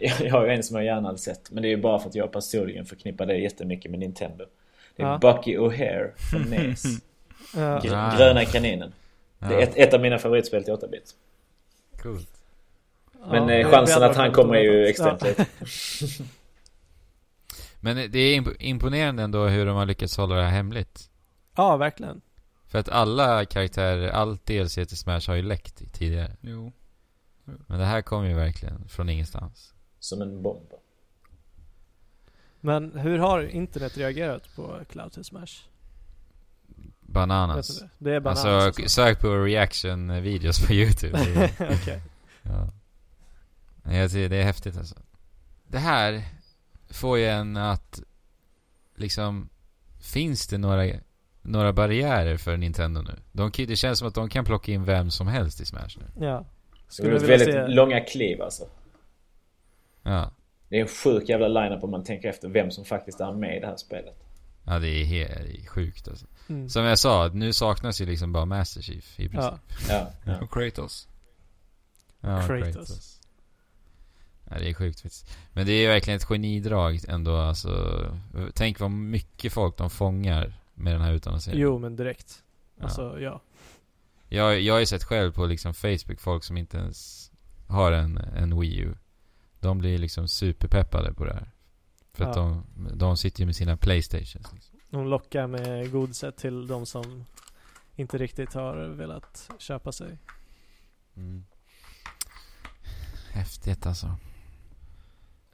Speaker 4: Jag har ju en som jag gärna hade sett. Men det är ju bara för att jag personligen förknippar det jättemycket med Nintendo. Det är
Speaker 3: Ja.
Speaker 4: Bucky O'Hare
Speaker 3: [LAUGHS]
Speaker 4: från NES.
Speaker 3: Eh,
Speaker 4: Gr
Speaker 2: Ah.
Speaker 4: Gröna kaninen.
Speaker 2: ja,
Speaker 4: Det är ett, ett av mina favoritspel till 8-bit.
Speaker 2: coolt.
Speaker 4: Men
Speaker 3: ja,
Speaker 4: eh,
Speaker 3: det-
Speaker 4: chansen
Speaker 3: det
Speaker 4: att han
Speaker 3: hade varit
Speaker 4: kommer är ju
Speaker 3: roligt.
Speaker 4: extremt
Speaker 3: Ja. [LAUGHS]
Speaker 4: liten.
Speaker 2: Men det är imp- imponerande ändå hur de har lyckats hålla det här hemligt.
Speaker 3: ja, verkligen.
Speaker 2: För att alla karaktärer, allt DLC till Smash har ju läckt i- tidigare.
Speaker 1: Jo.
Speaker 2: Men det här kom ju verkligen från ingenstans.
Speaker 4: Som en bomb.
Speaker 3: Men hur har internet reagerat på Cloud to Smash? Vet
Speaker 2: Bananas.
Speaker 3: du det? Det är bananas.
Speaker 2: Alltså,
Speaker 3: Alltså, [LAUGHS]
Speaker 2: sök på reaction-videos på YouTube. Det är, ja.
Speaker 3: [LAUGHS]
Speaker 2: Nej, Jag tycker det är häftigt alltså. Det här får ju en att liksom, finns det några, några barriärer för Nintendo nu? De, kan- det känns som att de kan plocka in vem som helst i Smash nu.
Speaker 3: Ja.
Speaker 4: Det är
Speaker 3: Skulle vilja
Speaker 4: väldigt
Speaker 3: se...
Speaker 4: långa kliv alltså.
Speaker 2: Ja,
Speaker 4: Det är en sjuk jävla line-up om man tänker efter vem som faktiskt är med i det här spelet.
Speaker 2: ja det, är he- det är sjukt alltså.
Speaker 3: Mm.
Speaker 2: Som jag sa, nu saknas ju liksom bara Master Chief i princip.
Speaker 3: Ja.
Speaker 4: Ja, ja.
Speaker 1: Och Kratos.
Speaker 2: Ja,
Speaker 3: Kratos.
Speaker 2: Ja, det är sjukt faktiskt. Men det är ju verkligen ett genidrag ändå alltså. Tänk vad mycket folk de fångar med den här utannonseringen.
Speaker 3: Jo, men direkt.
Speaker 2: Ja.
Speaker 3: Alltså, ja.
Speaker 2: Jag, jag har ju sett själv på liksom Facebook folk som inte ens har en, en Wii U. De blir liksom superpeppade på det här. För att
Speaker 3: Ja.
Speaker 2: de, de sitter ju med sina Playstations. Liksom.
Speaker 3: De lockar med godset till de som inte riktigt har velat köpa sig.
Speaker 2: Häftigt alltså.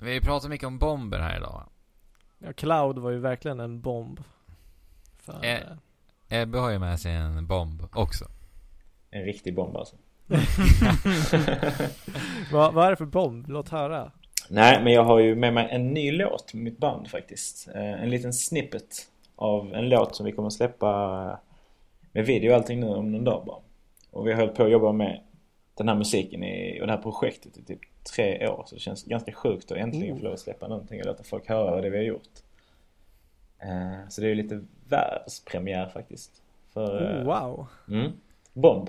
Speaker 2: Vi pratar mycket om bomber här idag. va?
Speaker 3: Ja, Cloud var ju verkligen en bomb. Fan.
Speaker 2: Eh.
Speaker 3: eh.
Speaker 2: Ebbe har ju med sig en bomb också.
Speaker 4: En riktig bomb alltså.
Speaker 3: Vad, vad är det för bomb? Låt höra.
Speaker 4: Nej, men jag har ju med mig en ny låt med mitt band faktiskt. Eh, En liten snippet av en låt som vi kommer släppa med video och allting nu om någon dag bara. Och vi har hållit på att jobba med den här musiken i, och det här projektet i typ tre år. Så det känns ganska sjukt att äntligen
Speaker 3: Mm.
Speaker 4: få lov att släppa någonting och låta folk höra vad det vi har gjort. Eh, Så det är ju lite världspremiär faktiskt. För,
Speaker 3: Oh,
Speaker 4: eh,
Speaker 3: wow.
Speaker 4: mm, Bomb,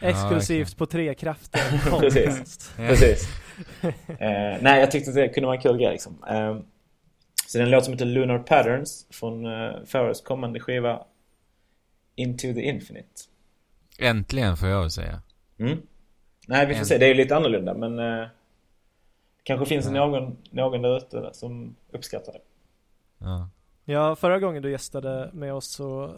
Speaker 2: Ja,
Speaker 3: Exklusivt
Speaker 2: verkligen.
Speaker 3: på tre krafter.
Speaker 4: [LAUGHS] Precis. precis. Eh, nej, jag tyckte att det kunde vara en kul grej liksom. Eh, så det är en låt som heter Lunar Patterns från uh, Pharaohs kommande skiva Into the Infinite.
Speaker 2: Äntligen får jag väl säga.
Speaker 4: Mm. Nej, vi får
Speaker 2: En-
Speaker 4: se. Det är ju lite annorlunda, men eh, kanske finns det någon, någon där ute som uppskattar det.
Speaker 2: Ja.
Speaker 3: Ja, förra gången du gästade med oss så,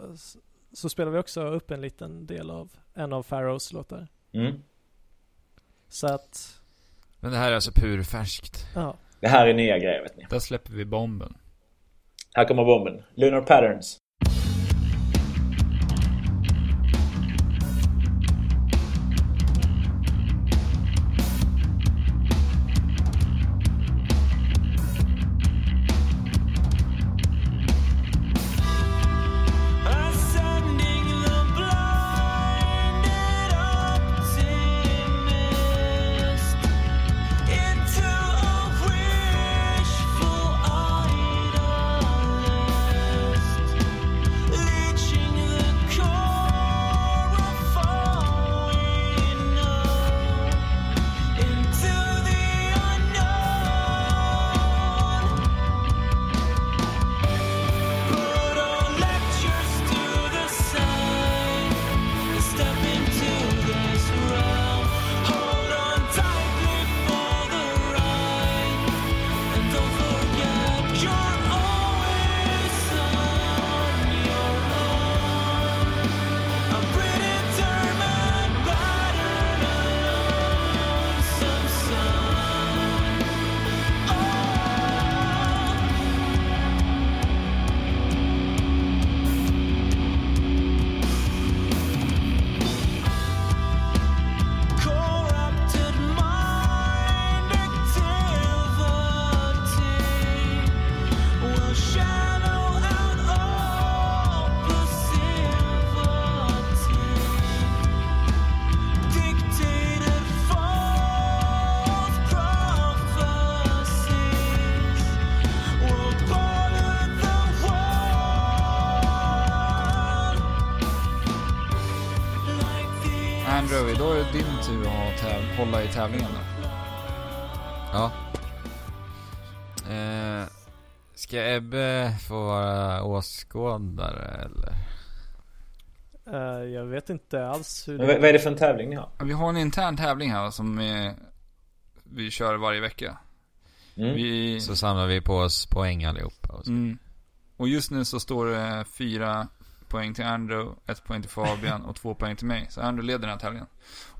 Speaker 3: så spelade vi också upp en liten del av en av Pharaohs låtar.
Speaker 4: Mm.
Speaker 3: Så att,
Speaker 2: Men det här är alltså purfärskt.
Speaker 3: ja.
Speaker 4: Det här är nya grejer, vet ni.
Speaker 1: Där släpper vi bomben.
Speaker 4: Här kommer bomben. Lunar Patterns.
Speaker 5: Into
Speaker 1: det din tur att täv- hålla i tävlingen då.
Speaker 2: Ja. Eh, ska Ebbe få vara åskådare eller?
Speaker 1: Mm.
Speaker 3: Eh, jag vet inte alls hur
Speaker 4: Men vad, vad är det för en tävling ni har?
Speaker 1: Vi har en intern tävling här som eh, vi kör varje vecka.
Speaker 4: Mm.
Speaker 1: Vi,
Speaker 2: Så samlar vi på oss poäng allihopa. Och så.
Speaker 1: mm. Och just nu så står det fyra poäng till Andrew, ett poäng till Fabian och två poäng till mig. Så Andrew leder den här tävlingen.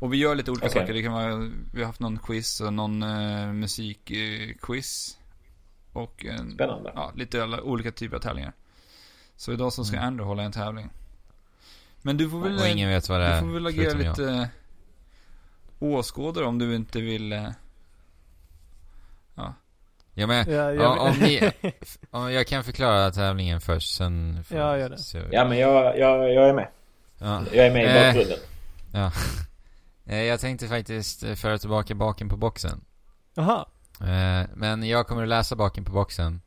Speaker 1: Och vi gör lite olika
Speaker 4: Okej.
Speaker 1: saker. Det kan vara, vi har haft någon quiz och någon eh, musikquiz. Eh, quiz. och en,
Speaker 4: Spännande.
Speaker 1: ja, lite alla, olika typer av tävlingar. Så idag så ska
Speaker 2: Mm.
Speaker 1: Andrew hålla en tävling. Men du får väl,
Speaker 2: Och ingen vet vad Eh, det
Speaker 1: du
Speaker 2: är
Speaker 1: får väl agera
Speaker 2: förutom jag.
Speaker 1: lite eh, åskådare om du inte vill. eh,
Speaker 2: Ja, men,
Speaker 3: Ja, jag-
Speaker 2: ja, om ni, [LAUGHS] om jag kan förklara tävlingen först sen. får-
Speaker 3: Ja, gör det.
Speaker 2: ser vi.
Speaker 4: Ja men jag, jag, jag är med.
Speaker 2: Ja.
Speaker 4: Jag är med i
Speaker 2: Eh.
Speaker 4: bakgrunden.
Speaker 2: Eh, Jag tänkte faktiskt eh, föra tillbaka baken på boxen.
Speaker 3: [LAUGHS] Jaha,
Speaker 2: Eh, Men jag kommer att läsa baken på boxen.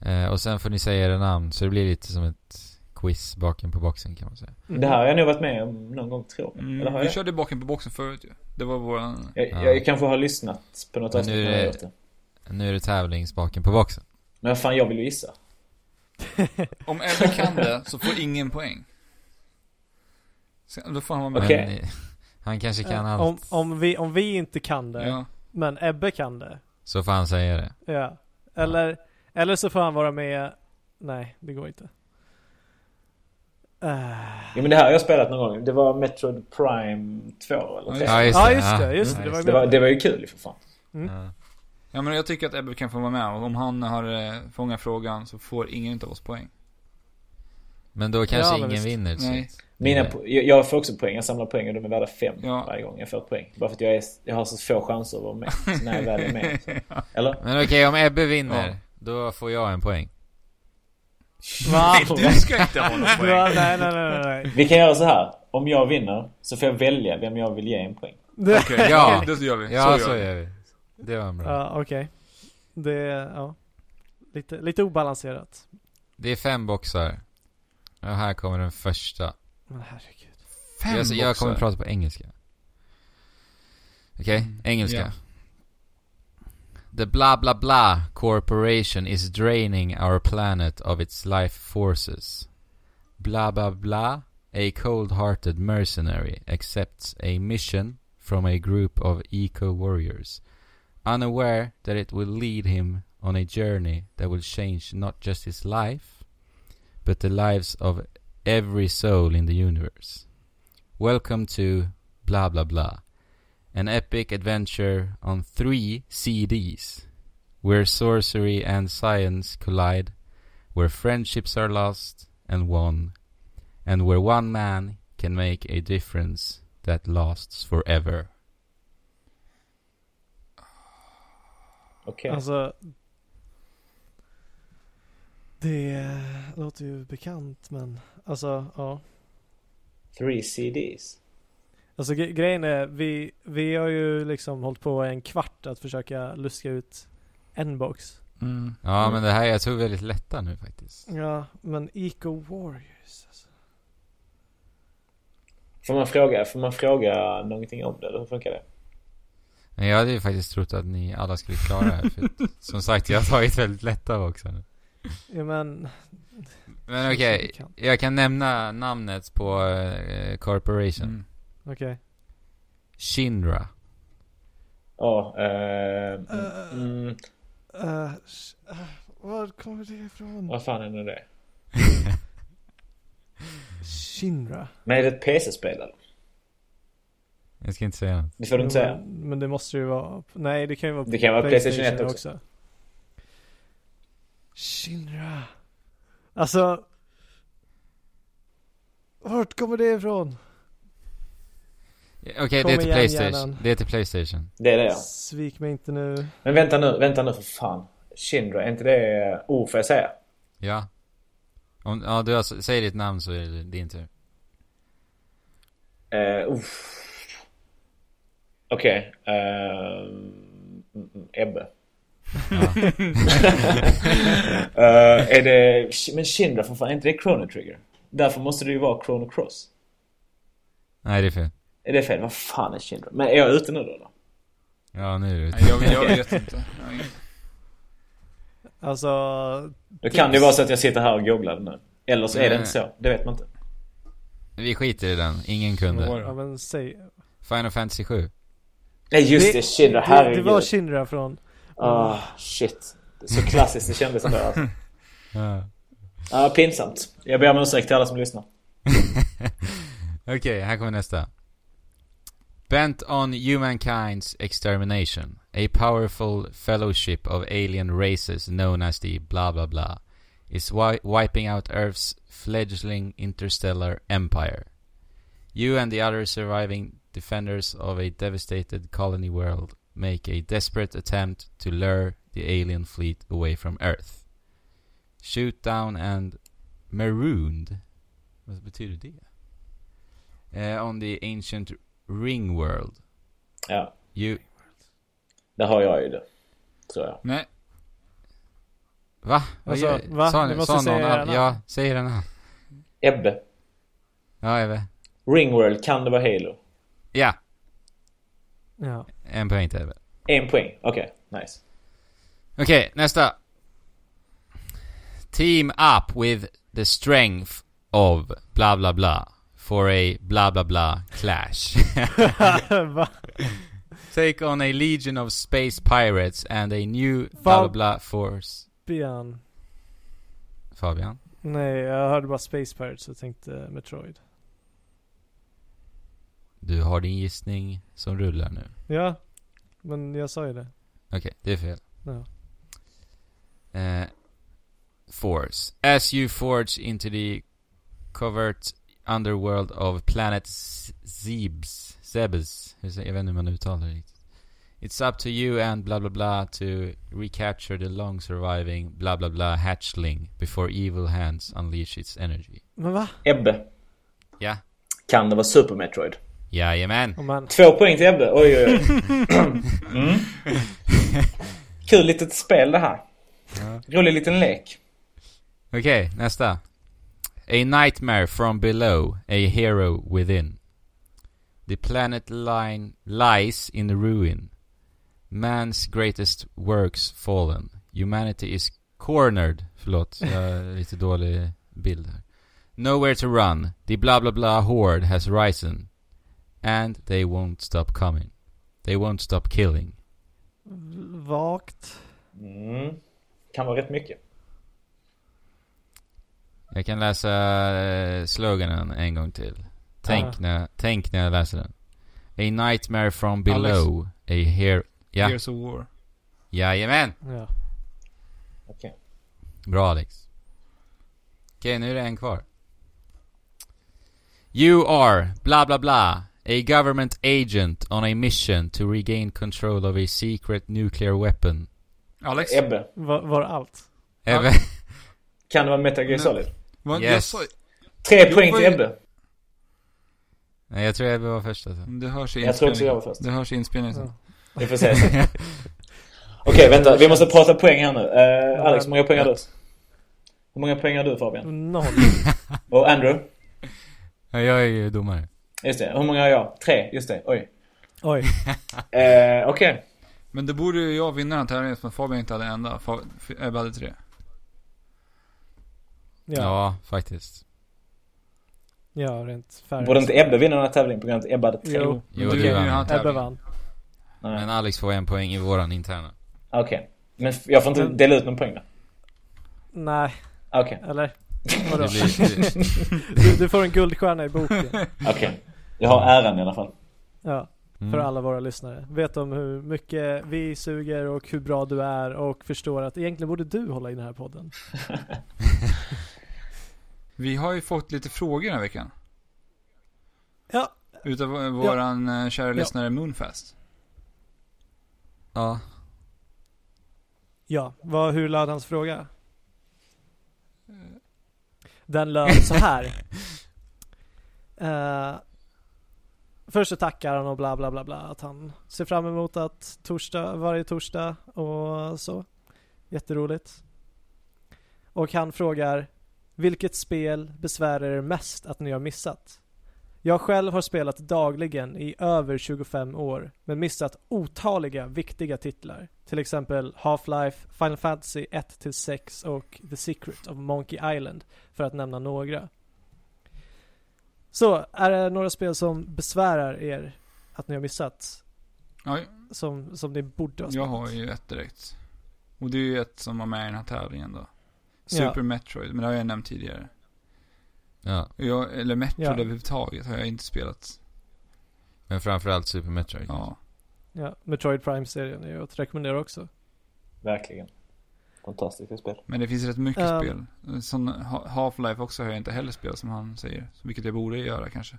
Speaker 2: Eh, Och sen får ni säga era namn, så det blir lite som ett quiz baken på boxen kan man säga.
Speaker 4: Det här har jag nog varit med om någon gång tror jag. Eller
Speaker 1: Mm,
Speaker 4: har
Speaker 1: vi
Speaker 4: jag?
Speaker 1: körde baken på boxen förut ju. Det var våran...
Speaker 4: Jag,
Speaker 2: Ja.
Speaker 4: jag kanske har lyssnat på något
Speaker 2: Men
Speaker 4: avsnitt
Speaker 2: nu är
Speaker 4: när jag har
Speaker 2: det-
Speaker 4: gjort det.
Speaker 2: Nu är det tävlingsbaken på boxen.
Speaker 4: Men fan jag vill ju gissa.
Speaker 1: Om Ebbe kan det så får ingen poäng. Sen, då får han vara med.
Speaker 2: Men,
Speaker 4: Okej.
Speaker 2: eh, [LAUGHS] han kanske kan
Speaker 3: eh,
Speaker 2: allt,
Speaker 3: om, om, vi, om vi inte kan det,
Speaker 1: Ja.
Speaker 3: men Ebbe kan det.
Speaker 2: så får han säga det.
Speaker 3: Ja. Eller, eller så får han vara med... Nej, det går inte. Eh,
Speaker 4: Jo men det här har jag spelat någon gång. Det var Metroid Prime 2 eller 3.
Speaker 1: Ja,
Speaker 3: Ja, just det, just det, det var
Speaker 4: Det [LAUGHS] var, det var ju kul ju för fan.
Speaker 2: Ja.
Speaker 1: ja, men jag tycker att Ebbe kan få vara med. Och om han har eh, fångat frågan så får ingen av oss poäng.
Speaker 2: Men då kanske
Speaker 3: Ja, men
Speaker 2: ingen
Speaker 3: visst.
Speaker 2: vinner till
Speaker 1: Nej.
Speaker 2: slut.
Speaker 4: Mina,
Speaker 2: Nej.
Speaker 4: po- jag jag får också poäng. Jag samlar poäng och de är värda fem
Speaker 1: Ja.
Speaker 4: varje gång jag får poäng. Bara för att jag, är, jag har så få chanser att
Speaker 2: [LAUGHS]
Speaker 4: vara med. Så när jag väl är med. Så. Eller?
Speaker 2: Men okej, om Ebbe vinner,
Speaker 1: Ja.
Speaker 2: då får jag en poäng.
Speaker 3: Va?
Speaker 1: Du ska inte ha någon
Speaker 4: [LAUGHS]
Speaker 3: Ja,
Speaker 1: poäng.
Speaker 3: [LAUGHS] nej, nej, nej, nej.
Speaker 4: Vi kan göra så här. Om jag vinner så får jag välja vem jag vill ge en poäng.
Speaker 3: Det-
Speaker 1: Okej,
Speaker 2: Ja.
Speaker 1: ja. det gör vi.
Speaker 2: Ja,
Speaker 1: så gör vi.
Speaker 2: vi. Det var en bra.
Speaker 3: Ja, okej. Det, ja. Lite, lite obalanserat.
Speaker 2: Det är fem boxar. Och här kommer den första.
Speaker 3: Men herregud.
Speaker 1: Fem
Speaker 2: jag, jag kommer
Speaker 1: boxar.
Speaker 2: prata på engelska. Okej, engelska.
Speaker 1: Ja.
Speaker 2: The blah blah blah corporation is draining our planet of its life forces. Blah blah blah, a cold-hearted mercenary accepts a mission from a group of eco-warriors, unaware that it will lead him on a journey that will change not just his life, but the lives of every soul in the universe. Welcome to blah blah blah. An epic adventure on three CDs, where sorcery and science collide, where friendships are lost and won, and where one man can make a difference that lasts forever.
Speaker 4: Okej.
Speaker 3: Alltså. Det låter ju bekant men alltså ja.
Speaker 4: Three CDs.
Speaker 3: Alltså gre- grejen är vi, vi har ju liksom hållit på en kvart att försöka luska ut en box.
Speaker 1: Mm.
Speaker 2: Ja, men det här jag tror väldigt lätta nu faktiskt.
Speaker 3: Ja men Eco Warriors alltså.
Speaker 4: Får man fråga, får man fråga någonting om det eller hur funkar det?
Speaker 2: Men jag hade ju faktiskt trott att ni alla skulle klara det här, för att,
Speaker 1: [LAUGHS]
Speaker 2: som sagt, jag har tagit väldigt lätta också nu.
Speaker 3: Ja men.
Speaker 2: Men okej, jag kan nämna namnet på eh, Corporation.
Speaker 1: Mm.
Speaker 3: Okej.
Speaker 1: [LAUGHS]
Speaker 2: Shinra.
Speaker 4: Ja, eh, mm,
Speaker 3: Eh, sh- eh, var kommer det ifrån?
Speaker 4: vad fan är nu det?
Speaker 3: Shinra.
Speaker 4: Men är det ett PC-spel eller?
Speaker 2: Jag ska inte säga något.
Speaker 4: Det får du inte säga.
Speaker 3: Men, men det måste ju vara, nej det kan ju vara
Speaker 4: Det kan vara PlayStation 1 också.
Speaker 3: Shinra. Alltså. Vart kommer det ifrån?
Speaker 2: Okej,
Speaker 3: Kom
Speaker 2: det heter
Speaker 3: igen,
Speaker 2: Playstation.
Speaker 3: hjärnan.
Speaker 2: Det heter Playstation.
Speaker 4: Det är det ja.
Speaker 3: Svik mig inte nu.
Speaker 4: Men vänta nu, vänta nu för fan. Shinra, är inte det eh, O får jag säga?
Speaker 2: Ja. Om, ja, du har, säg ditt namn så är det din tur.
Speaker 4: Eh, uff. Okej. eh, mm, mm, Ebbe. [LAUGHS] Eh, är det... Men Shinra för fan, är inte det Chrono Trigger? Därför måste det ju vara Chrono Cross.
Speaker 2: Nej, det är fel.
Speaker 4: Är Är det fel? Vad fan är Shinra? Men är jag ute nu då? då?
Speaker 2: Ja, nu är det
Speaker 1: Nej, jag, jag
Speaker 2: [LAUGHS]
Speaker 1: vet inte. Jag har ingen-
Speaker 3: Alltså,
Speaker 4: Då kan det ju vara så att jag sitter här och googlar nu. Eller så är det
Speaker 2: Nej.
Speaker 4: inte så. Det vet man inte.
Speaker 2: Vi skiter i den. Ingen kunde.
Speaker 1: Vår.
Speaker 3: ja men säg.
Speaker 2: Final Fantasy 7.
Speaker 4: Nej just det, Shinra.
Speaker 3: det,
Speaker 4: Herregud.
Speaker 3: det var Shinra från...
Speaker 4: Ah, shit. Det är så klassiskt det kändes ändå. Alltså.
Speaker 2: Ja.
Speaker 4: Ah, pinsamt. Jag ber om ursäkt till alla som lyssnar.
Speaker 2: Okej, här kommer nästa. Bent on humankind's extermination. A powerful fellowship of alien races known as the blah blah blah is wi- wiping out Earth's fledgling interstellar empire. You and the other surviving defenders of a devastated colony world make a desperate attempt to lure the alien fleet away from Earth. Shoot down and marooned. Vad betyder det? Eh, on the ancient ring world.
Speaker 4: Ja,
Speaker 2: You...
Speaker 4: där har jag ju det. Tror jag.
Speaker 1: Nej,
Speaker 2: Va? Vad
Speaker 3: Alltså,
Speaker 2: gör-
Speaker 3: va?
Speaker 2: Sa,
Speaker 3: Du
Speaker 2: ni-
Speaker 3: måste
Speaker 2: sa någon
Speaker 3: säga
Speaker 2: all...
Speaker 3: den.
Speaker 2: Ja, säger den här.
Speaker 4: Ebbe.
Speaker 2: Ja, Eve.
Speaker 4: Ringworld, kan det vara Halo?
Speaker 2: Ja,
Speaker 3: Ja. [LAUGHS]
Speaker 2: en poäng till Eve.
Speaker 4: En poäng. Okej, nice.
Speaker 2: Okej, nästa. Team up with the strength of bla bla bla for a bla bla bla
Speaker 3: [LAUGHS]
Speaker 2: clash.
Speaker 3: Va?
Speaker 2: Take on a legion of space pirates and a new bla bla
Speaker 3: Fab-
Speaker 2: bla force.
Speaker 3: Björn.
Speaker 2: Fabian?
Speaker 3: Nej, jag hörde bara Space Pirates och tänkte Metroid.
Speaker 2: Du har din gissning som rullar nu.
Speaker 3: Ja, men jag sa ju det.
Speaker 2: Okej, det är fel.
Speaker 3: Ja.
Speaker 2: Uh, force. As you forge into the covert underworld of planet Z- Zebes. Zebes. Hur säger- Jag vet inte hur man uttalar det riktigt. It's up to you and bla bla bla to recapture the long surviving bla bla bla hatchling before evil hands unleash its energy.
Speaker 3: Men va?
Speaker 4: Ebbe.
Speaker 2: Ja.
Speaker 4: Kan det vara Super Metroid?
Speaker 2: Jajamän.
Speaker 3: Oh, man.
Speaker 4: Två poäng till Ebbe. Oj, oj, oj. [CLEARS THROAT] Mm. Kul litet spel det här. Rolig liten lek.
Speaker 2: Okej, nästa. A nightmare from below, a hero within. The planet line lies in ruin. Man's greatest works fallen. Humanity is cornered. Förlåt, jag har lite dålig bild här. Nowhere to run. The blah blah blah horde has risen. And they won't stop coming. They won't stop killing.
Speaker 3: Vagt.
Speaker 4: Mm. Kan vara rätt mycket.
Speaker 2: Jag kan läsa eh, sloganen en gång till. Tänk,
Speaker 3: Ja.
Speaker 2: när, tänk när jag läser den. A nightmare from below. A hero... Ja.
Speaker 1: Gears of War.
Speaker 2: Jajamän!
Speaker 3: Ja.
Speaker 4: Okej.
Speaker 2: Bra Alex. Okej, nu är det en kvar. You are bla bla bla. A government agent on a mission to regain control of a secret nuclear weapon.
Speaker 1: Alex?
Speaker 4: Ebbe.
Speaker 3: Var, var
Speaker 4: [LAUGHS]
Speaker 3: allt?
Speaker 2: Även... [LAUGHS]
Speaker 4: Kan det vara Metal Gear
Speaker 1: Nej.
Speaker 4: Solid?
Speaker 1: Vad- Jag
Speaker 2: Yes.
Speaker 1: sa
Speaker 4: Tre poäng till
Speaker 1: får-
Speaker 4: Ebbe.
Speaker 2: Nej, jag tror jag var först alltså.
Speaker 1: Det hörs i
Speaker 4: Jag tror också
Speaker 1: inspelningen.
Speaker 4: jag var först.
Speaker 1: Det hörs i inspelningen sen.
Speaker 4: Vi får [LAUGHS] se. Okej, vänta. Vi måste prata poäng här nu. Eh, Alex, hur många poäng har du? Hur många poäng har du Fabian?
Speaker 3: Noll.
Speaker 4: Och Andrew?
Speaker 2: Ja, Jag är ju domare.
Speaker 4: Just det. Hur många har jag? Tre. Just det. Oj.
Speaker 3: Oj.
Speaker 4: Eh, Okej.
Speaker 1: Men då borde ju jag vinna den här tävlingen eftersom Fabian inte hade en enda. Fa- F- Ebbe hade tre.
Speaker 2: Ja,
Speaker 3: Ja,
Speaker 2: faktiskt.
Speaker 3: ja rent färdigt.
Speaker 4: Borde inte Ebbe vinna den här tävlingen på grund av att Ebbe hade tre?
Speaker 3: Jo,
Speaker 1: Men
Speaker 2: Jo,
Speaker 1: du
Speaker 2: det
Speaker 1: vinner
Speaker 2: vann.
Speaker 1: ju den här
Speaker 3: Ebbe
Speaker 1: tävlingen.
Speaker 3: vann.
Speaker 4: Nej.
Speaker 2: Men Alex får en poäng i våran interna.
Speaker 4: Okej. Men f- jag får inte
Speaker 3: Men-
Speaker 4: dela ut någon poäng då?
Speaker 3: Nej,
Speaker 4: Okej.
Speaker 3: eller? Vadå?
Speaker 2: Det
Speaker 3: [LAUGHS]
Speaker 2: blir, Mm. det,
Speaker 3: Du, du får en guldstjärna i
Speaker 2: [LAUGHS]
Speaker 3: boken.
Speaker 4: Okej. Jag har äran i alla fall.
Speaker 3: Ja, för alla våra lyssnare. Vet om hur mycket vi suger och hur bra du är och förstår att egentligen borde du hålla i den här podden.
Speaker 1: Vi har ju fått lite frågor den här veckan.
Speaker 3: Ja,
Speaker 1: Utav eh, våran eh, kära lyssnare Moonfest.
Speaker 2: ja.
Speaker 3: ja. Vad, hur löd hans fråga? Den löd så här. Eh, först så tackar han och bla bla bla bla att han ser fram emot att torsdag, varje torsdag och så. Jätteroligt. Och han frågar Vilket spel besvärar er mest att ni har missat? Jag själv har spelat dagligen i över 25 år, men missat otaliga viktiga titlar. Till exempel Half-Life, Final Fantasy 1-6 och The Secret of Monkey Island, för att nämna några. Så, är det några spel som besvärar er att ni har missat?
Speaker 1: Ja,
Speaker 3: Som, som ni borde ha
Speaker 1: jag
Speaker 3: spelat?
Speaker 1: har ju ett direkt. Och det är ju ett som var med i den här tävlingen då.
Speaker 3: Ja.
Speaker 1: Super Metroid, men det har jag nämnt tidigare.
Speaker 2: Ja,
Speaker 1: Jag, eller Metroid
Speaker 3: Ja.
Speaker 1: överhuvudtaget har jag inte spelat.
Speaker 2: men framförallt Super Metroid.
Speaker 1: Ja.
Speaker 3: Ja, Metroid Prime-serien är ju att rekommendera också.
Speaker 4: Verkligen. Fantastiska spel.
Speaker 1: Men det finns rätt mycket
Speaker 3: Ehm.
Speaker 1: spel. Som Ha- Half-Life också har jag inte heller spelat som han säger. Vilket jag borde göra kanske.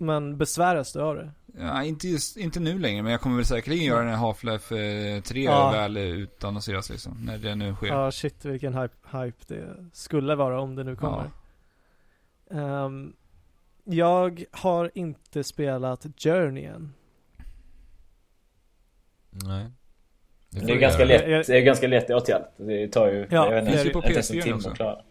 Speaker 3: Men besväras du av det?
Speaker 1: Ja, inte, just, inte nu längre, men jag kommer väl säkerligen göra när Half-Life eh, 3
Speaker 3: Ja.
Speaker 1: väl eh, utannonseras liksom. När det nu sker.
Speaker 3: Ja, shit vilken hype, hype det skulle vara om det nu kommer. Ehm, jag har inte spelat Journey än.
Speaker 2: Nej.
Speaker 4: Det,
Speaker 2: får
Speaker 4: är
Speaker 2: du
Speaker 4: ganska
Speaker 2: göra.
Speaker 4: lätt, det är ganska lätt åtgärd. Det tar ju,
Speaker 3: Ja,
Speaker 4: jag vet
Speaker 1: finns
Speaker 4: inte,
Speaker 1: ju på
Speaker 4: inte ens en
Speaker 1: PS4
Speaker 4: timme
Speaker 1: också.
Speaker 4: att klara.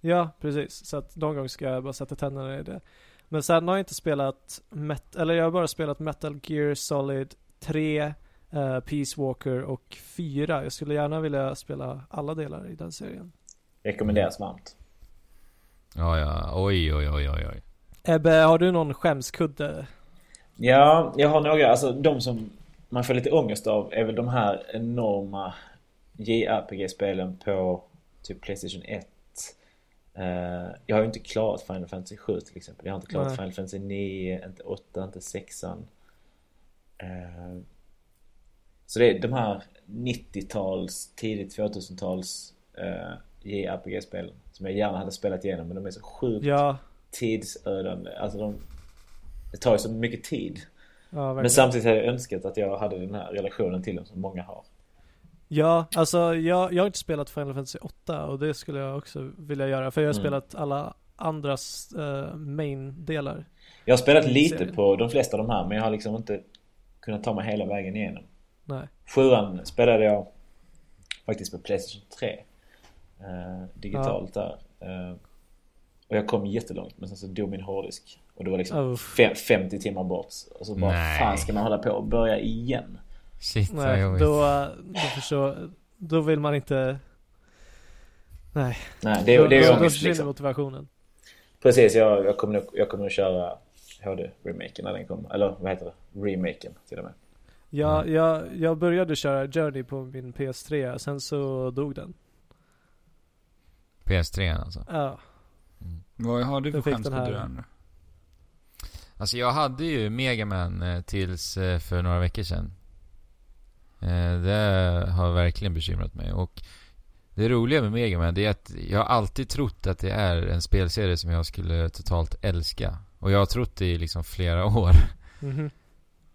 Speaker 3: Ja, precis. Så att någon gång ska jag bara sätta tänderna i det. Men sen har jag inte spelat, met- eller jag har bara spelat Metal Gear Solid 3, eh, Peace Walker och 4. Jag skulle gärna vilja spela alla delar i den serien.
Speaker 4: Rekommenderas varmt.
Speaker 2: Ja, ja. Oj, oj, oj, oj, oj.
Speaker 3: Ebbe, har du någon skämskudde?
Speaker 4: Ja, jag har några. Alltså de som man får lite ångest av är väl de här enorma JRPG-spelen på typ Playstation 1. Eh, jag har ju inte klarat Final Fantasy 7 till exempel. Jag har inte klarat
Speaker 3: Nej.
Speaker 4: Final Fantasy 9, inte 8, inte 6. Eh, så det är de här 90-tals, tidigt 2000-tals eh, JRPG-spelen som jag gärna hade spelat igenom men de är så sjukt
Speaker 3: Ja,
Speaker 4: tidsödande. Alltså de, det tar ju så mycket tid.
Speaker 3: ja verkligen.
Speaker 4: Men samtidigt hade jag önskat att jag hade den här relationen till dem som många har.
Speaker 3: Ja, alltså jag, jag har inte spelat Final Fantasy 8 och det skulle jag också vilja göra för jag har
Speaker 4: Mm.
Speaker 3: spelat alla andras eh, main-delar.
Speaker 4: Jag har spelat
Speaker 3: Mm,
Speaker 4: lite
Speaker 3: serien.
Speaker 4: på de flesta av de här men jag har liksom inte kunnat ta mig hela vägen igenom.
Speaker 3: Nej.
Speaker 4: Sjuan spelade jag faktiskt på Playstation 3. Eh, digitalt där. Eh, och jag kom jättelångt men sen så dog min hårddisk. Och det var liksom
Speaker 3: Oh.
Speaker 4: fem, 50 timmar bort. Och så bara,
Speaker 2: Nej.
Speaker 4: fan ska man hålla på och börja igen?
Speaker 2: Shit, vad
Speaker 3: Nej,
Speaker 2: jobbigt.
Speaker 3: då, eh, då förstår Då vill man inte... Nej,
Speaker 4: Nej, det, är- det
Speaker 3: då,
Speaker 4: är
Speaker 3: då
Speaker 4: ångest
Speaker 3: försvinner
Speaker 4: liksom.
Speaker 3: motivationen.
Speaker 4: Precis, jag, jag, kommer nog, jag kommer nog köra HD-remaken när den kommer. Eller vad heter det? Remaken till och med.
Speaker 3: Jag,
Speaker 4: Mm.
Speaker 3: jag, jag började köra Journey på min PS3, sen så dog den.
Speaker 2: PS3 alltså.
Speaker 3: Ja,
Speaker 1: Vad har du för
Speaker 3: Jag fick
Speaker 1: skämt på
Speaker 3: den här.
Speaker 1: drönare?
Speaker 2: Alltså jag hade ju Mega Man eh, tills eh, för några veckor sedan. Eh, Det har verkligen bekymrat mig. Och det roliga med Mega Man det är att jag har alltid trott att det är en spelserie som jag skulle totalt älska. Och jag har trott det i liksom flera [LAUGHS] år.
Speaker 3: Mhm.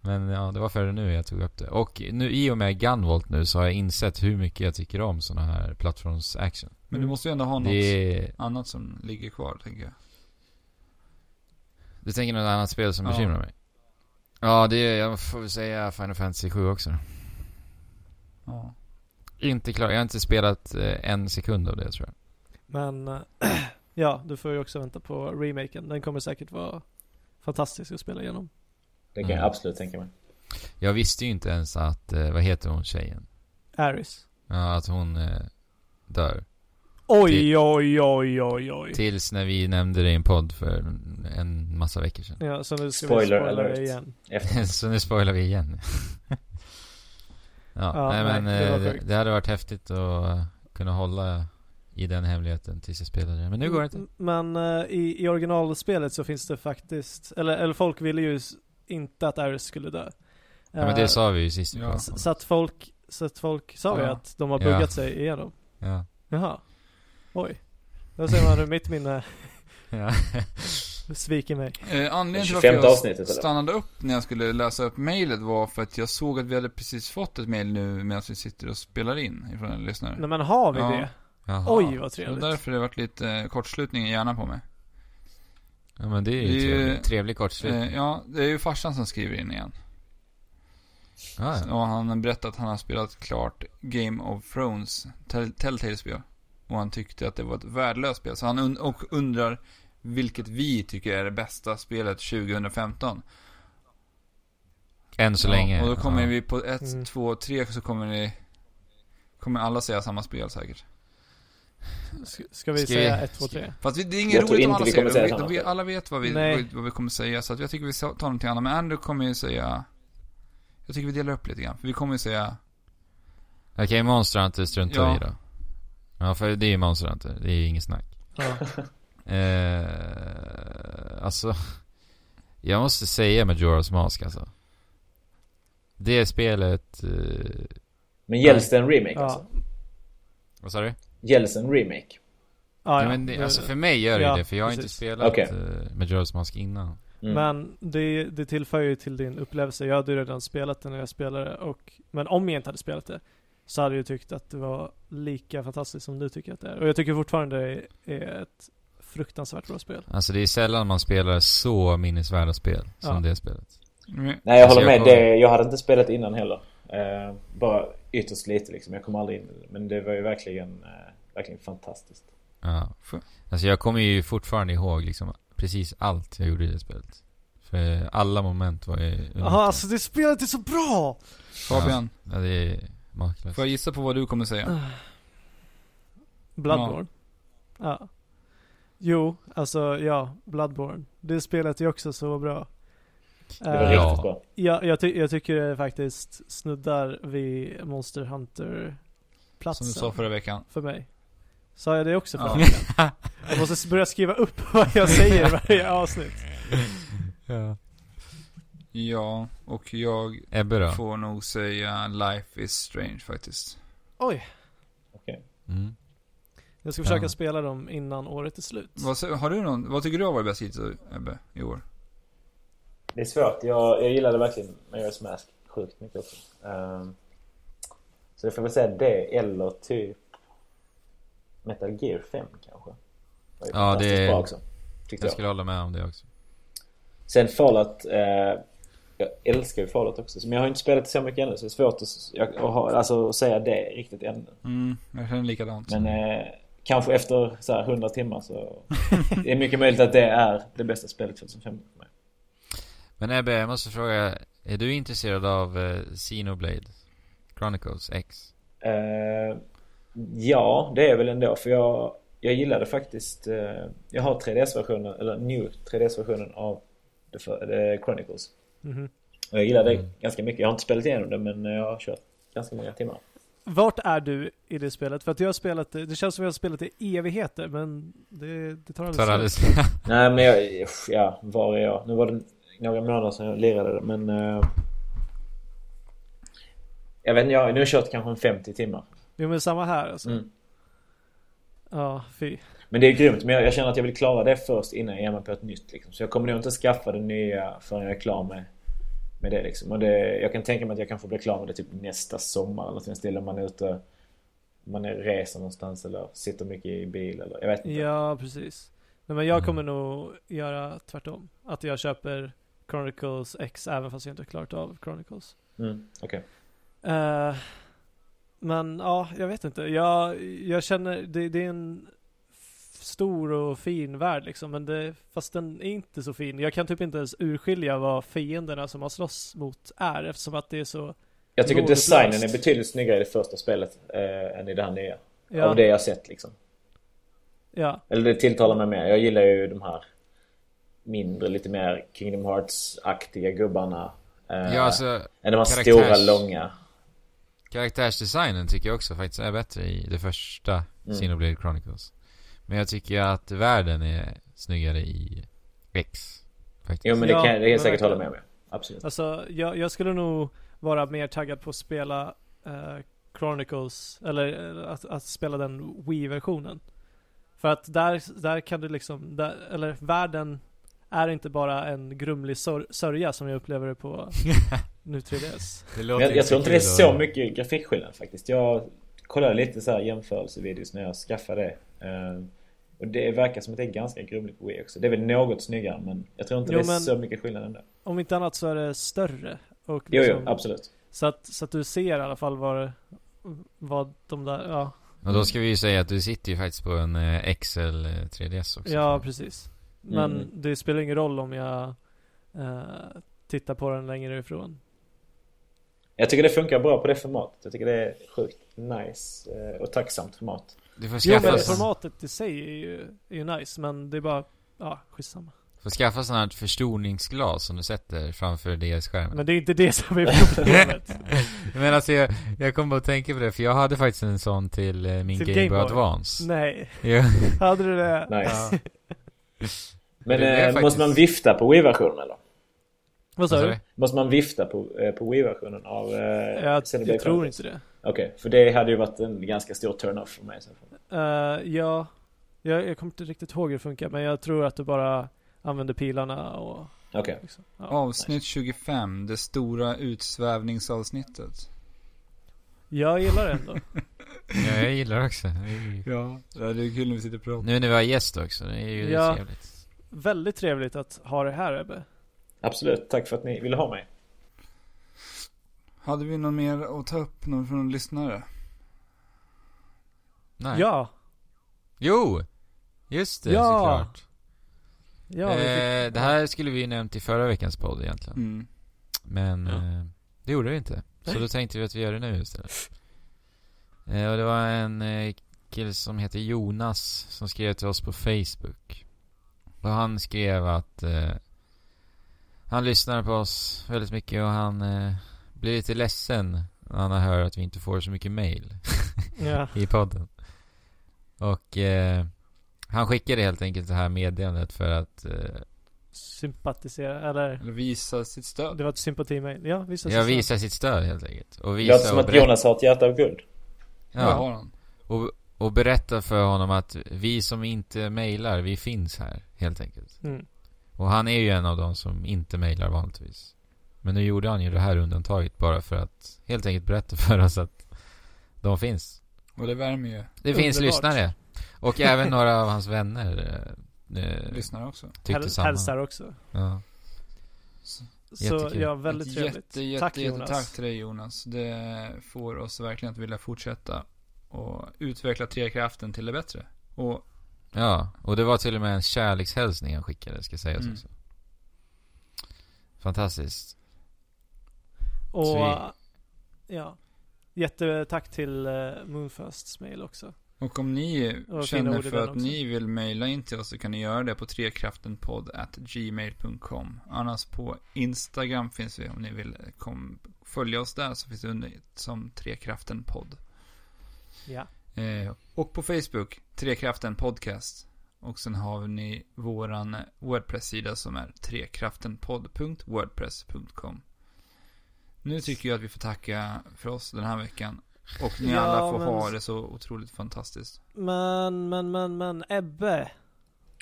Speaker 2: Men ja, det var före nu jag tog upp det. Och nu i och med Gunvolt nu så har jag insett hur mycket jag tycker om såna här plattforms-action.
Speaker 1: Men du
Speaker 3: Mm.
Speaker 1: måste ju ändå ha något
Speaker 2: Det är...
Speaker 1: annat som ligger kvar, tänker jag.
Speaker 2: Du tänker något annat spel som
Speaker 1: Ja.
Speaker 2: bekymrar mig? Ja, det är, jag får väl säga Final Fantasy 7 också.
Speaker 1: Ja.
Speaker 2: Inte klar. Jag har inte spelat eh, en sekund av det tror jag.
Speaker 3: men eh, [CLEARS THROAT] ja, du får ju också vänta på remaken. Den kommer säkert vara fantastisk att spela igenom.
Speaker 4: Det kan jag
Speaker 2: Mm.
Speaker 4: absolut tänka mig.
Speaker 2: Jag visste ju inte ens att, eh, vad heter hon tjejen?
Speaker 3: Aris.
Speaker 2: Ja, att hon eh, dör.
Speaker 3: Oj, oj, oj, oj, oj.
Speaker 2: Tills när vi nämnde det i en podd för en massa veckor sedan.
Speaker 3: Ja, så nu ska vi
Speaker 4: Spoiler
Speaker 3: spoila
Speaker 4: alert.
Speaker 3: det igen.
Speaker 2: [LAUGHS]
Speaker 4: Efter.
Speaker 2: Så nu spoilar
Speaker 3: [LAUGHS]
Speaker 2: vi igen. ja,
Speaker 3: Ja,
Speaker 2: nej, men
Speaker 3: nej, det var
Speaker 2: eh, det,
Speaker 3: sjukt.
Speaker 2: det hade varit häftigt att eh, kunna hålla i den hemligheten tills jag spelade det. Men nu går det inte.
Speaker 3: M- Men eh, i, i originalspelet så finns det faktiskt, eller, eller folk ville ju s- inte att Aris skulle dö.
Speaker 2: Ja, men
Speaker 3: Eh,
Speaker 2: det sa vi ju sist.
Speaker 1: Ja.
Speaker 2: Ja.
Speaker 3: s- Så att folk, så att folk sa ju
Speaker 1: Ja.
Speaker 3: att de har
Speaker 2: Ja.
Speaker 3: buggat sig igenom.
Speaker 2: Ja.
Speaker 3: Jaha. Oj. Då ser man hur mitt minne [LAUGHS]
Speaker 2: Ja.
Speaker 3: sviker mig.
Speaker 1: Eh, anledningen till
Speaker 4: 25
Speaker 1: varför jag
Speaker 4: avsnittet, eller?
Speaker 1: stannade upp när jag skulle läsa upp mejlet var för att jag såg att vi hade precis fått ett mejl nu medan vi sitter och spelar in ifrån en lyssnare.
Speaker 3: Nej men har vi
Speaker 1: Ja.
Speaker 3: det?
Speaker 2: Jaha.
Speaker 3: Oj vad
Speaker 1: Så
Speaker 3: trevligt.
Speaker 1: därför har det varit lite eh, kortslutning i hjärnan på mig.
Speaker 2: Ja men det är
Speaker 1: Det är
Speaker 2: ju
Speaker 1: ju-
Speaker 2: trevlig, trevlig kortslutning.
Speaker 1: Eh, ja, det är ju farsan som skriver in igen.
Speaker 2: Ah, ja.
Speaker 1: Och han har berättat att han har spelat klart Game of Thrones, Tell- Telltale-spel. Och han tyckte att det var ett värdelöst spel. Så han un- och undrar vilket vi tycker är det bästa spelet 2015.
Speaker 2: Än så
Speaker 1: Ja,
Speaker 2: länge.
Speaker 1: Och då kommer
Speaker 2: ja.
Speaker 1: vi på ett,
Speaker 3: Mm.
Speaker 1: två, tre så kommer ni... Kommer alla säga samma spel säkert.
Speaker 3: S- Ska vi
Speaker 2: Ska
Speaker 3: säga
Speaker 2: vi-
Speaker 3: 1, 2, 3?
Speaker 1: Fast vi, det är
Speaker 4: Jag
Speaker 1: inget
Speaker 4: tror
Speaker 1: roligt om
Speaker 4: inte
Speaker 1: alla
Speaker 4: vi
Speaker 1: säger
Speaker 4: kommer säga
Speaker 1: det.
Speaker 4: samma
Speaker 1: Vi, vi,
Speaker 4: spel.
Speaker 1: alla vet vad vi,
Speaker 3: Nej.
Speaker 1: vad, vad vi kommer säga. Så att jag tycker vi tar någonting annat. Men Andrew kommer ju säga... Jag tycker vi delar upp lite grann. För vi kommer ju säga...
Speaker 2: Okej, Monster Hunter struntar
Speaker 1: Ja.
Speaker 2: vi i då. Ja, för det är ju Monster Hunter. Det är ju inget snack. [LAUGHS]
Speaker 3: Ja.
Speaker 2: Eh, alltså, [LAUGHS] jag måste säga Majora's Mask alltså. Det spelet... Eh,
Speaker 4: Men gälls det en remake
Speaker 3: ja.
Speaker 4: alltså?
Speaker 2: vad sa du?
Speaker 4: Gälls en remake?
Speaker 3: ja,
Speaker 2: Nej, men det, alltså för mig gör det
Speaker 3: ja,
Speaker 2: ju det, för jag har inte
Speaker 3: precis.
Speaker 2: spelat
Speaker 4: Okej.
Speaker 2: eh, Majora's Mask innan.
Speaker 4: Mm.
Speaker 3: Men det, det tillför ju till din upplevelse. Jag hade ju redan spelat det när jag spelade och Men om jag inte hade spelat det Så hade jag tyckt att det var lika fantastiskt som du tycker att det är. Och jag tycker fortfarande det är ett fruktansvärt bra spel.
Speaker 2: Alltså det är sällan man spelar så minnesvärda spel som
Speaker 3: Ja.
Speaker 2: det spelet.
Speaker 1: Mm,
Speaker 4: Nej, jag
Speaker 2: Alltså,
Speaker 4: håller
Speaker 2: jag
Speaker 4: med.
Speaker 2: kommer-
Speaker 4: Det, jag hade inte spelat innan heller. Eh, bara ytterst lite liksom. Jag kom aldrig in. i det. Men det var ju verkligen, eh, verkligen fantastiskt.
Speaker 2: Ja.
Speaker 1: För-
Speaker 2: Alltså jag kommer ju fortfarande ihåg liksom precis allt jag gjorde i det spelet. För alla moment var ju unika.
Speaker 3: Jaha, alltså det spelet är så bra!
Speaker 1: Fabian,
Speaker 2: Ja, det är makalöst.
Speaker 1: får jag gissa på vad du kommer säga?
Speaker 3: Bloodborne. Ja. Jo, alltså ja, Bloodborne. Det spelet är också så bra.
Speaker 4: Det var
Speaker 3: Eh,
Speaker 2: Ja.
Speaker 4: riktigt bra.
Speaker 3: jag, jag, ty- jag tycker det faktiskt snuddar vid Monster
Speaker 1: Som
Speaker 3: Hunter-platsen
Speaker 1: du sa förra veckan.
Speaker 3: för mig. Sa jag det också förra
Speaker 1: Ja.
Speaker 3: veckan?
Speaker 1: [LAUGHS]
Speaker 3: Jag måste s- börja skriva upp [LAUGHS] vad jag säger i varje avsnitt.
Speaker 2: ja.
Speaker 1: Ja, och jag
Speaker 2: Ebbe då?
Speaker 1: får nog säga Life is Strange faktiskt.
Speaker 3: Oj,
Speaker 2: Mm.
Speaker 3: jag ska försöka
Speaker 2: Ja.
Speaker 3: spela dem innan året är slut.
Speaker 1: Vad, sä- har du någon, vad tycker du har varit bäst hittills Ebbe, i år?
Speaker 4: Det är svårt. Jag, jag gillade verkligen Majora's Mask sjukt mycket också. Eh, så jag får väl säga det eller typ Metal Gear 5 kanske. var ju
Speaker 2: Ja,
Speaker 4: fantastiskt
Speaker 2: det-
Speaker 4: bra också. Tyckte
Speaker 2: Jag
Speaker 4: jag.
Speaker 2: skulle hålla med om det också.
Speaker 4: Sen Fallout. Eh, jag älskar ju Fallout också. Men jag har inte spelat så mycket ännu så det är svårt att, s- jag, att, ha, alltså, att säga det riktigt ännu.
Speaker 1: Mm, jag känner likadant.
Speaker 4: Men eh, kanske efter så här, 100 timmar så... det är mycket möjligt att det är det bästa spelet 2015 för mig.
Speaker 2: Men Ebbe, jag måste fråga. Är du intresserad av eh, Xenoblade Chronicles X?
Speaker 4: Eh, ja, det är väl ändå för jag, jag gillade faktiskt... Eh, jag har 3DS-versionen, eller new 3DS-versionen av The, F- The Chronicles.
Speaker 3: Mhm.
Speaker 4: Och jag gillade det
Speaker 2: Mm.
Speaker 4: ganska mycket. Jag har inte spelat igenom det men jag har kört ganska många timmar.
Speaker 3: Vart är du i det spelet? För att jag har spelat det, det känns som jag har spelat det i evigheter, men det, det tar aldrig
Speaker 2: Tar
Speaker 3: slut.
Speaker 2: alldeles... [LAUGHS]
Speaker 4: Nej men jag, usch, ja, var är jag? Nu var det några månader sedan jag lirade det men... Eh, jag vet inte, jag, nu har jag kört kanske en 50 timmar.
Speaker 3: Jo men samma här alltså.
Speaker 4: Mm.
Speaker 3: Ja, fy.
Speaker 4: Men det är grymt. Men jag, jag känner att jag vill klara det först innan jag ger mig på ett nytt. Liksom. Så jag kommer nog inte skaffa det nya förrän jag är klar med, med det, liksom. och det. Jag kan tänka mig att jag kanske blir klar med det typ nästa sommar eller någonting stilla. Man är ute, man är reser någonstans eller sitter mycket i bil eller jag vet inte.
Speaker 3: Ja, precis. Nej, men jag
Speaker 2: Mm.
Speaker 3: kommer nog göra tvärtom. Att jag köper Chronicles X även fast jag inte har klarat av Chronicles.
Speaker 4: Mm, okej.
Speaker 3: Eh, men ja, jag vet inte. Jag, jag känner, det, det är en f- stor och fin värld liksom. Men det, fast den är inte så fin. Jag kan typ inte ens urskilja vad fienderna som man slåss mot är eftersom att det är så...
Speaker 4: Jag tycker
Speaker 3: Lådeplast.
Speaker 4: designen är betydligt snyggare i det första spelet eh, än i det här nya.
Speaker 3: Ja,
Speaker 4: Av det jag har sett liksom.
Speaker 3: ja.
Speaker 4: Eller det tilltalar mig mer. Jag gillar ju de här mindre, lite mer Kingdom Hearts-aktiga gubbarna. Eh,
Speaker 2: ja, alltså
Speaker 4: än de här
Speaker 2: karaktärs-
Speaker 4: stora, långa.
Speaker 2: Karaktärsdesignen tycker jag också faktiskt är bättre i det första Xenoblade Chronicles. Men jag tycker att världen är snyggare i X. Faktiskt.
Speaker 4: Jo men
Speaker 3: Ja,
Speaker 4: det kan det kan
Speaker 3: men
Speaker 4: jag säkert
Speaker 3: verkligen.
Speaker 4: hålla med om. ja. Absolut.
Speaker 3: Alltså, jag, jag skulle nog vara mer taggad på att spela eh, Chronicles, eller eh, att, att spela den Wii-versionen. För att där, där kan du liksom, där, eller världen är inte bara en grumlig sör, sörja som jag upplever det på nu 3DS.
Speaker 2: det
Speaker 4: Men
Speaker 2: låter
Speaker 4: jag, jag
Speaker 2: inte
Speaker 4: tror inte det är
Speaker 2: kul att-
Speaker 4: så mycket grafikskillnad faktiskt. Jag kollade lite så här jämförelsevideos när jag skaffade det. Eh, Och det verkar som att det är ganska grumligt på Wii också. Det är väl något snyggare men jag tror inte
Speaker 3: Jo,
Speaker 4: det är
Speaker 3: men-
Speaker 4: så mycket skillnad ändå.
Speaker 3: Om inte annat så är det större. Och
Speaker 4: Jo, jo,
Speaker 3: liksom-
Speaker 4: absolut.
Speaker 3: så, att, så att du ser i alla fall vad, det- vad de där, ja,
Speaker 2: Och då ska vi ju säga att du sitter ju faktiskt på en eh, XL eh, 3DS också.
Speaker 3: ja precis. Men
Speaker 4: Mm.
Speaker 3: det spelar ingen roll om jag eh, tittar på den längre ifrån.
Speaker 4: Jag tycker det funkar bra på det formatet. Jag tycker det är sjukt nice eh, och tacksamt format.
Speaker 2: Du får
Speaker 3: Jo
Speaker 2: skaffa,
Speaker 3: men
Speaker 4: Skaffas-
Speaker 3: formatet i sig är ju, är ju nice men det är bara, ja skitsamma.
Speaker 2: får skaffa sådana här förstoringsglas som du sätter framför DS-skärmen.
Speaker 3: Men det är inte det som är problemet.
Speaker 2: Men alltså jag, jag kom bara att tänka på det, för jag hade faktiskt en sån till eh, min
Speaker 3: Till
Speaker 2: Game
Speaker 3: Game
Speaker 2: Boy
Speaker 3: Boy.
Speaker 2: Advance.
Speaker 3: Nej,
Speaker 2: [LAUGHS] Ja.
Speaker 3: hade du det?
Speaker 4: Nice.
Speaker 2: Det är
Speaker 4: Men
Speaker 2: det
Speaker 4: eh,
Speaker 2: faktiskt.
Speaker 4: måste man vifta på Wii-versionen eller?
Speaker 3: Vad sa du?
Speaker 4: Måste man vifta på, eh, på Wii-versionen av eh,
Speaker 3: Jag,
Speaker 4: Xenoblade
Speaker 3: jag tror
Speaker 4: Chronicles?
Speaker 3: inte det.
Speaker 4: Okej, för det hade ju varit en ganska stor turn-off för mig. sen.
Speaker 3: Eh, ja, jag, jag kommer inte riktigt ihåg hur det funkar men jag tror att du bara använder pilarna och
Speaker 4: Okej.
Speaker 3: liksom, ja.
Speaker 1: Avsnitt 25, det stora utsvävningsavsnittet.
Speaker 3: Jag gillar det ändå.
Speaker 2: Ja, jag gillar det också. Det är ju-
Speaker 1: Ja. Det är kul när vi sitter och pratar.
Speaker 2: Nu när vi har gäst också, det är ju
Speaker 3: Ja.
Speaker 2: trevligt.
Speaker 3: Väldigt trevligt att ha det här Ebbe.
Speaker 4: Absolut, tack för att ni ville ha mig.
Speaker 1: Hade vi något mer att ta upp? Någon från någon lyssnare?
Speaker 2: Nej.
Speaker 3: Ja,
Speaker 2: Jo! Just det,
Speaker 3: Ja.
Speaker 2: såklart.
Speaker 3: ja vi fick-
Speaker 2: eh, det här skulle vi ju nämnt i förra veckans podd egentligen.
Speaker 1: Mm.
Speaker 2: Men
Speaker 3: Ja.
Speaker 2: eh, det gjorde vi inte. Så då tänkte vi att vi gör det nu istället. Eh, och det var en eh, kille som heter Jonas som skrev till oss på Facebook. Och han skrev att eh, han lyssnar på oss väldigt mycket och han eh, blir lite ledsen när han hör att vi inte får så mycket mail
Speaker 3: ja.
Speaker 2: i podden. Och eh, han skickade helt enkelt det här meddelandet för att eh,
Speaker 3: sympatisera, eller
Speaker 1: Eller visa sitt stöd.
Speaker 3: det var ett sympati-mail. Ja, visst.
Speaker 2: ja, visa sitt stöd helt enkelt. Och
Speaker 4: Det
Speaker 2: visa
Speaker 4: låter som
Speaker 2: och
Speaker 4: att
Speaker 2: berätta-
Speaker 4: Jonas har ett hjärta av guld. [LAUGHS]
Speaker 1: Ja. Det har han.
Speaker 2: Och, och berätta för honom att vi som inte mejlar, vi finns här helt enkelt.
Speaker 3: Mm.
Speaker 2: Och han är ju en av de som inte mejlar vanligtvis. Men nu gjorde han ju det här undantaget bara för att helt enkelt berätta för oss att de finns.
Speaker 1: Och det värmer ju
Speaker 2: Det finns
Speaker 3: Underbart.
Speaker 2: lyssnare. Och även några av hans vänner eh, eh,
Speaker 1: lyssnare också.
Speaker 2: tyckte
Speaker 3: Häl-
Speaker 2: samma.
Speaker 3: Hälsar också.
Speaker 2: Ja.
Speaker 1: Så
Speaker 3: Så
Speaker 2: Jättekul.
Speaker 3: ja, väldigt
Speaker 1: ett
Speaker 3: trevligt.
Speaker 1: Jätte, jätte,
Speaker 3: Tack
Speaker 1: jätte,
Speaker 3: Jonas.
Speaker 1: Tack till dig Jonas. Det får oss verkligen att vilja fortsätta och utveckla trekraften till det bättre. Och
Speaker 2: ja, och det var till och med en kärlekshälsning han skickade ska sägas
Speaker 1: Mm.
Speaker 2: också. Fantastiskt.
Speaker 3: Och
Speaker 2: Så
Speaker 3: ja, jättetack till eh, Moonfirsts mail också.
Speaker 1: Och om ni
Speaker 3: Och fina
Speaker 1: känner
Speaker 3: ord i
Speaker 1: för
Speaker 3: den
Speaker 1: att
Speaker 3: också.
Speaker 1: ni vill mejla in till oss så kan ni göra det på trekraftenpodd.gmail.com Annars på Instagram finns vi om ni vill kom, följa oss där så finns det under som trekraftenpodd.
Speaker 3: Ja.
Speaker 1: Eh, och på Facebook, Trekraften Podcast. Och sen har ni våran eh, Wordpress-sida som är trekraftenpodd.wordpress.com Nu tycker jag att vi får tacka för oss den här veckan. Och ni
Speaker 3: Ja,
Speaker 1: alla får
Speaker 3: men-
Speaker 1: ha det så otroligt fantastiskt.
Speaker 3: Men, men, men, men, Ebbe.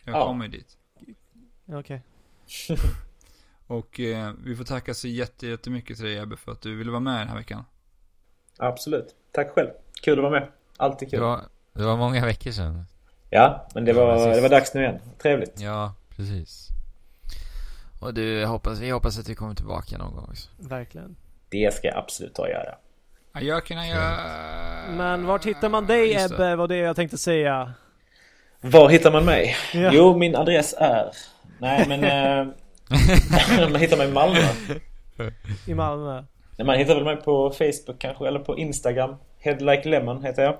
Speaker 1: Jag
Speaker 4: Ja.
Speaker 1: kommer ju dit.
Speaker 3: Okej.
Speaker 1: Och eh, vi får tacka så jätte- jättemycket till dig Ebbe för att du ville vara med den här veckan.
Speaker 4: Absolut. Tack själv. Kul att vara med. Alltid
Speaker 2: Det
Speaker 4: kul.
Speaker 2: var, det var många veckor sedan.
Speaker 4: Ja, men det
Speaker 2: Ja,
Speaker 4: var,
Speaker 2: precis.
Speaker 4: det var dags nu igen. Trevligt.
Speaker 2: Ja, precis. Och du, jag hoppas, vi hoppas att vi kommer tillbaka någon gång också.
Speaker 3: Verkligen.
Speaker 4: Det ska jag absolut ta och göra.
Speaker 1: Ajöken adjö.
Speaker 3: Men vart hittar man dig
Speaker 1: Eh, Just det.
Speaker 3: Ebbe? Var det jag tänkte säga.
Speaker 4: Var hittar man mig?
Speaker 3: Ja.
Speaker 4: Jo, min adress är... Nej, men... eh, [LAUGHS] man hittar mig i Malmö.
Speaker 3: I Malmö.
Speaker 4: Nej, Man hittar väl mig på Facebook kanske, eller på Instagram. Headlike Lemon heter jag.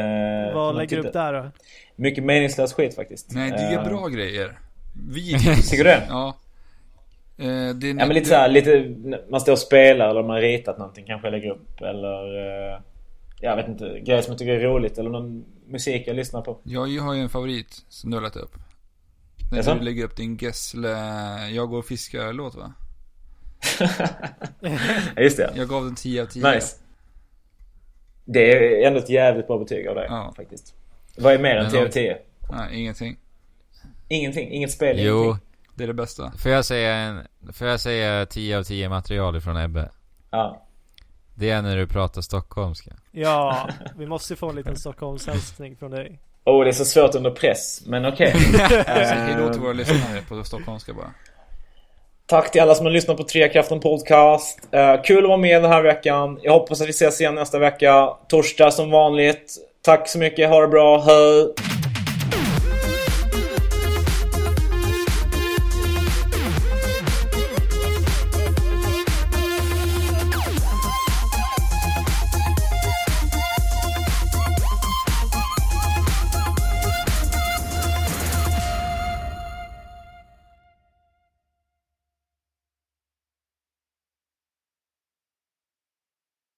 Speaker 4: Eh,
Speaker 3: Vad
Speaker 4: man
Speaker 3: lägger du
Speaker 4: tittar-
Speaker 3: upp där då?
Speaker 4: Mycket meningslös skit faktiskt.
Speaker 1: Nej, det är
Speaker 4: Eh,
Speaker 1: bra grejer. Videos.
Speaker 4: [LAUGHS] Tycker du det?
Speaker 1: Ja. Eh, det är
Speaker 4: Ja men lite såhär, lite, man står och spelar eller man har ritat någonting kanske jag lägger upp eller... eh, Jag vet inte, grejer som jag tycker är roligt eller någon musik jag lyssnar på.
Speaker 1: Jag har ju en favorit som du har lagt upp. När
Speaker 4: Jaså?
Speaker 1: du lägger upp din Gessle, jag går och fiskar-låt va?
Speaker 4: Ja, just det,
Speaker 1: Jag gav den 10 av 10.
Speaker 4: ja. nice. Det är ändå ett jävligt bra betyg av dig
Speaker 1: Ja.
Speaker 4: faktiskt. Vad är mer
Speaker 2: Men
Speaker 4: än 10 av
Speaker 2: om-
Speaker 4: 10?
Speaker 1: Nej, ingenting.
Speaker 4: Ingenting, inget spel,
Speaker 2: Jo,
Speaker 4: ingenting.
Speaker 1: Det är det bästa.
Speaker 2: får jag säga en, får jag säga 10 av 10 material från Ebbe?
Speaker 4: Ja.
Speaker 2: Det är när du pratar stockholmska.
Speaker 4: [LAUGHS]
Speaker 3: Ja, vi måste få en liten Stockholmshälsning från dig.
Speaker 4: Åh, det är så svårt under press, men okej. Ehm.
Speaker 1: Så hej då till våra lyssnare på stockholmska bara.
Speaker 4: Tack till alla som har lyssnat på Trekraften Podcast. Eh, kul att vara med den här veckan. Jag hoppas att vi ses igen nästa vecka. Torsdag som vanligt. Tack så mycket, ha det bra, hej!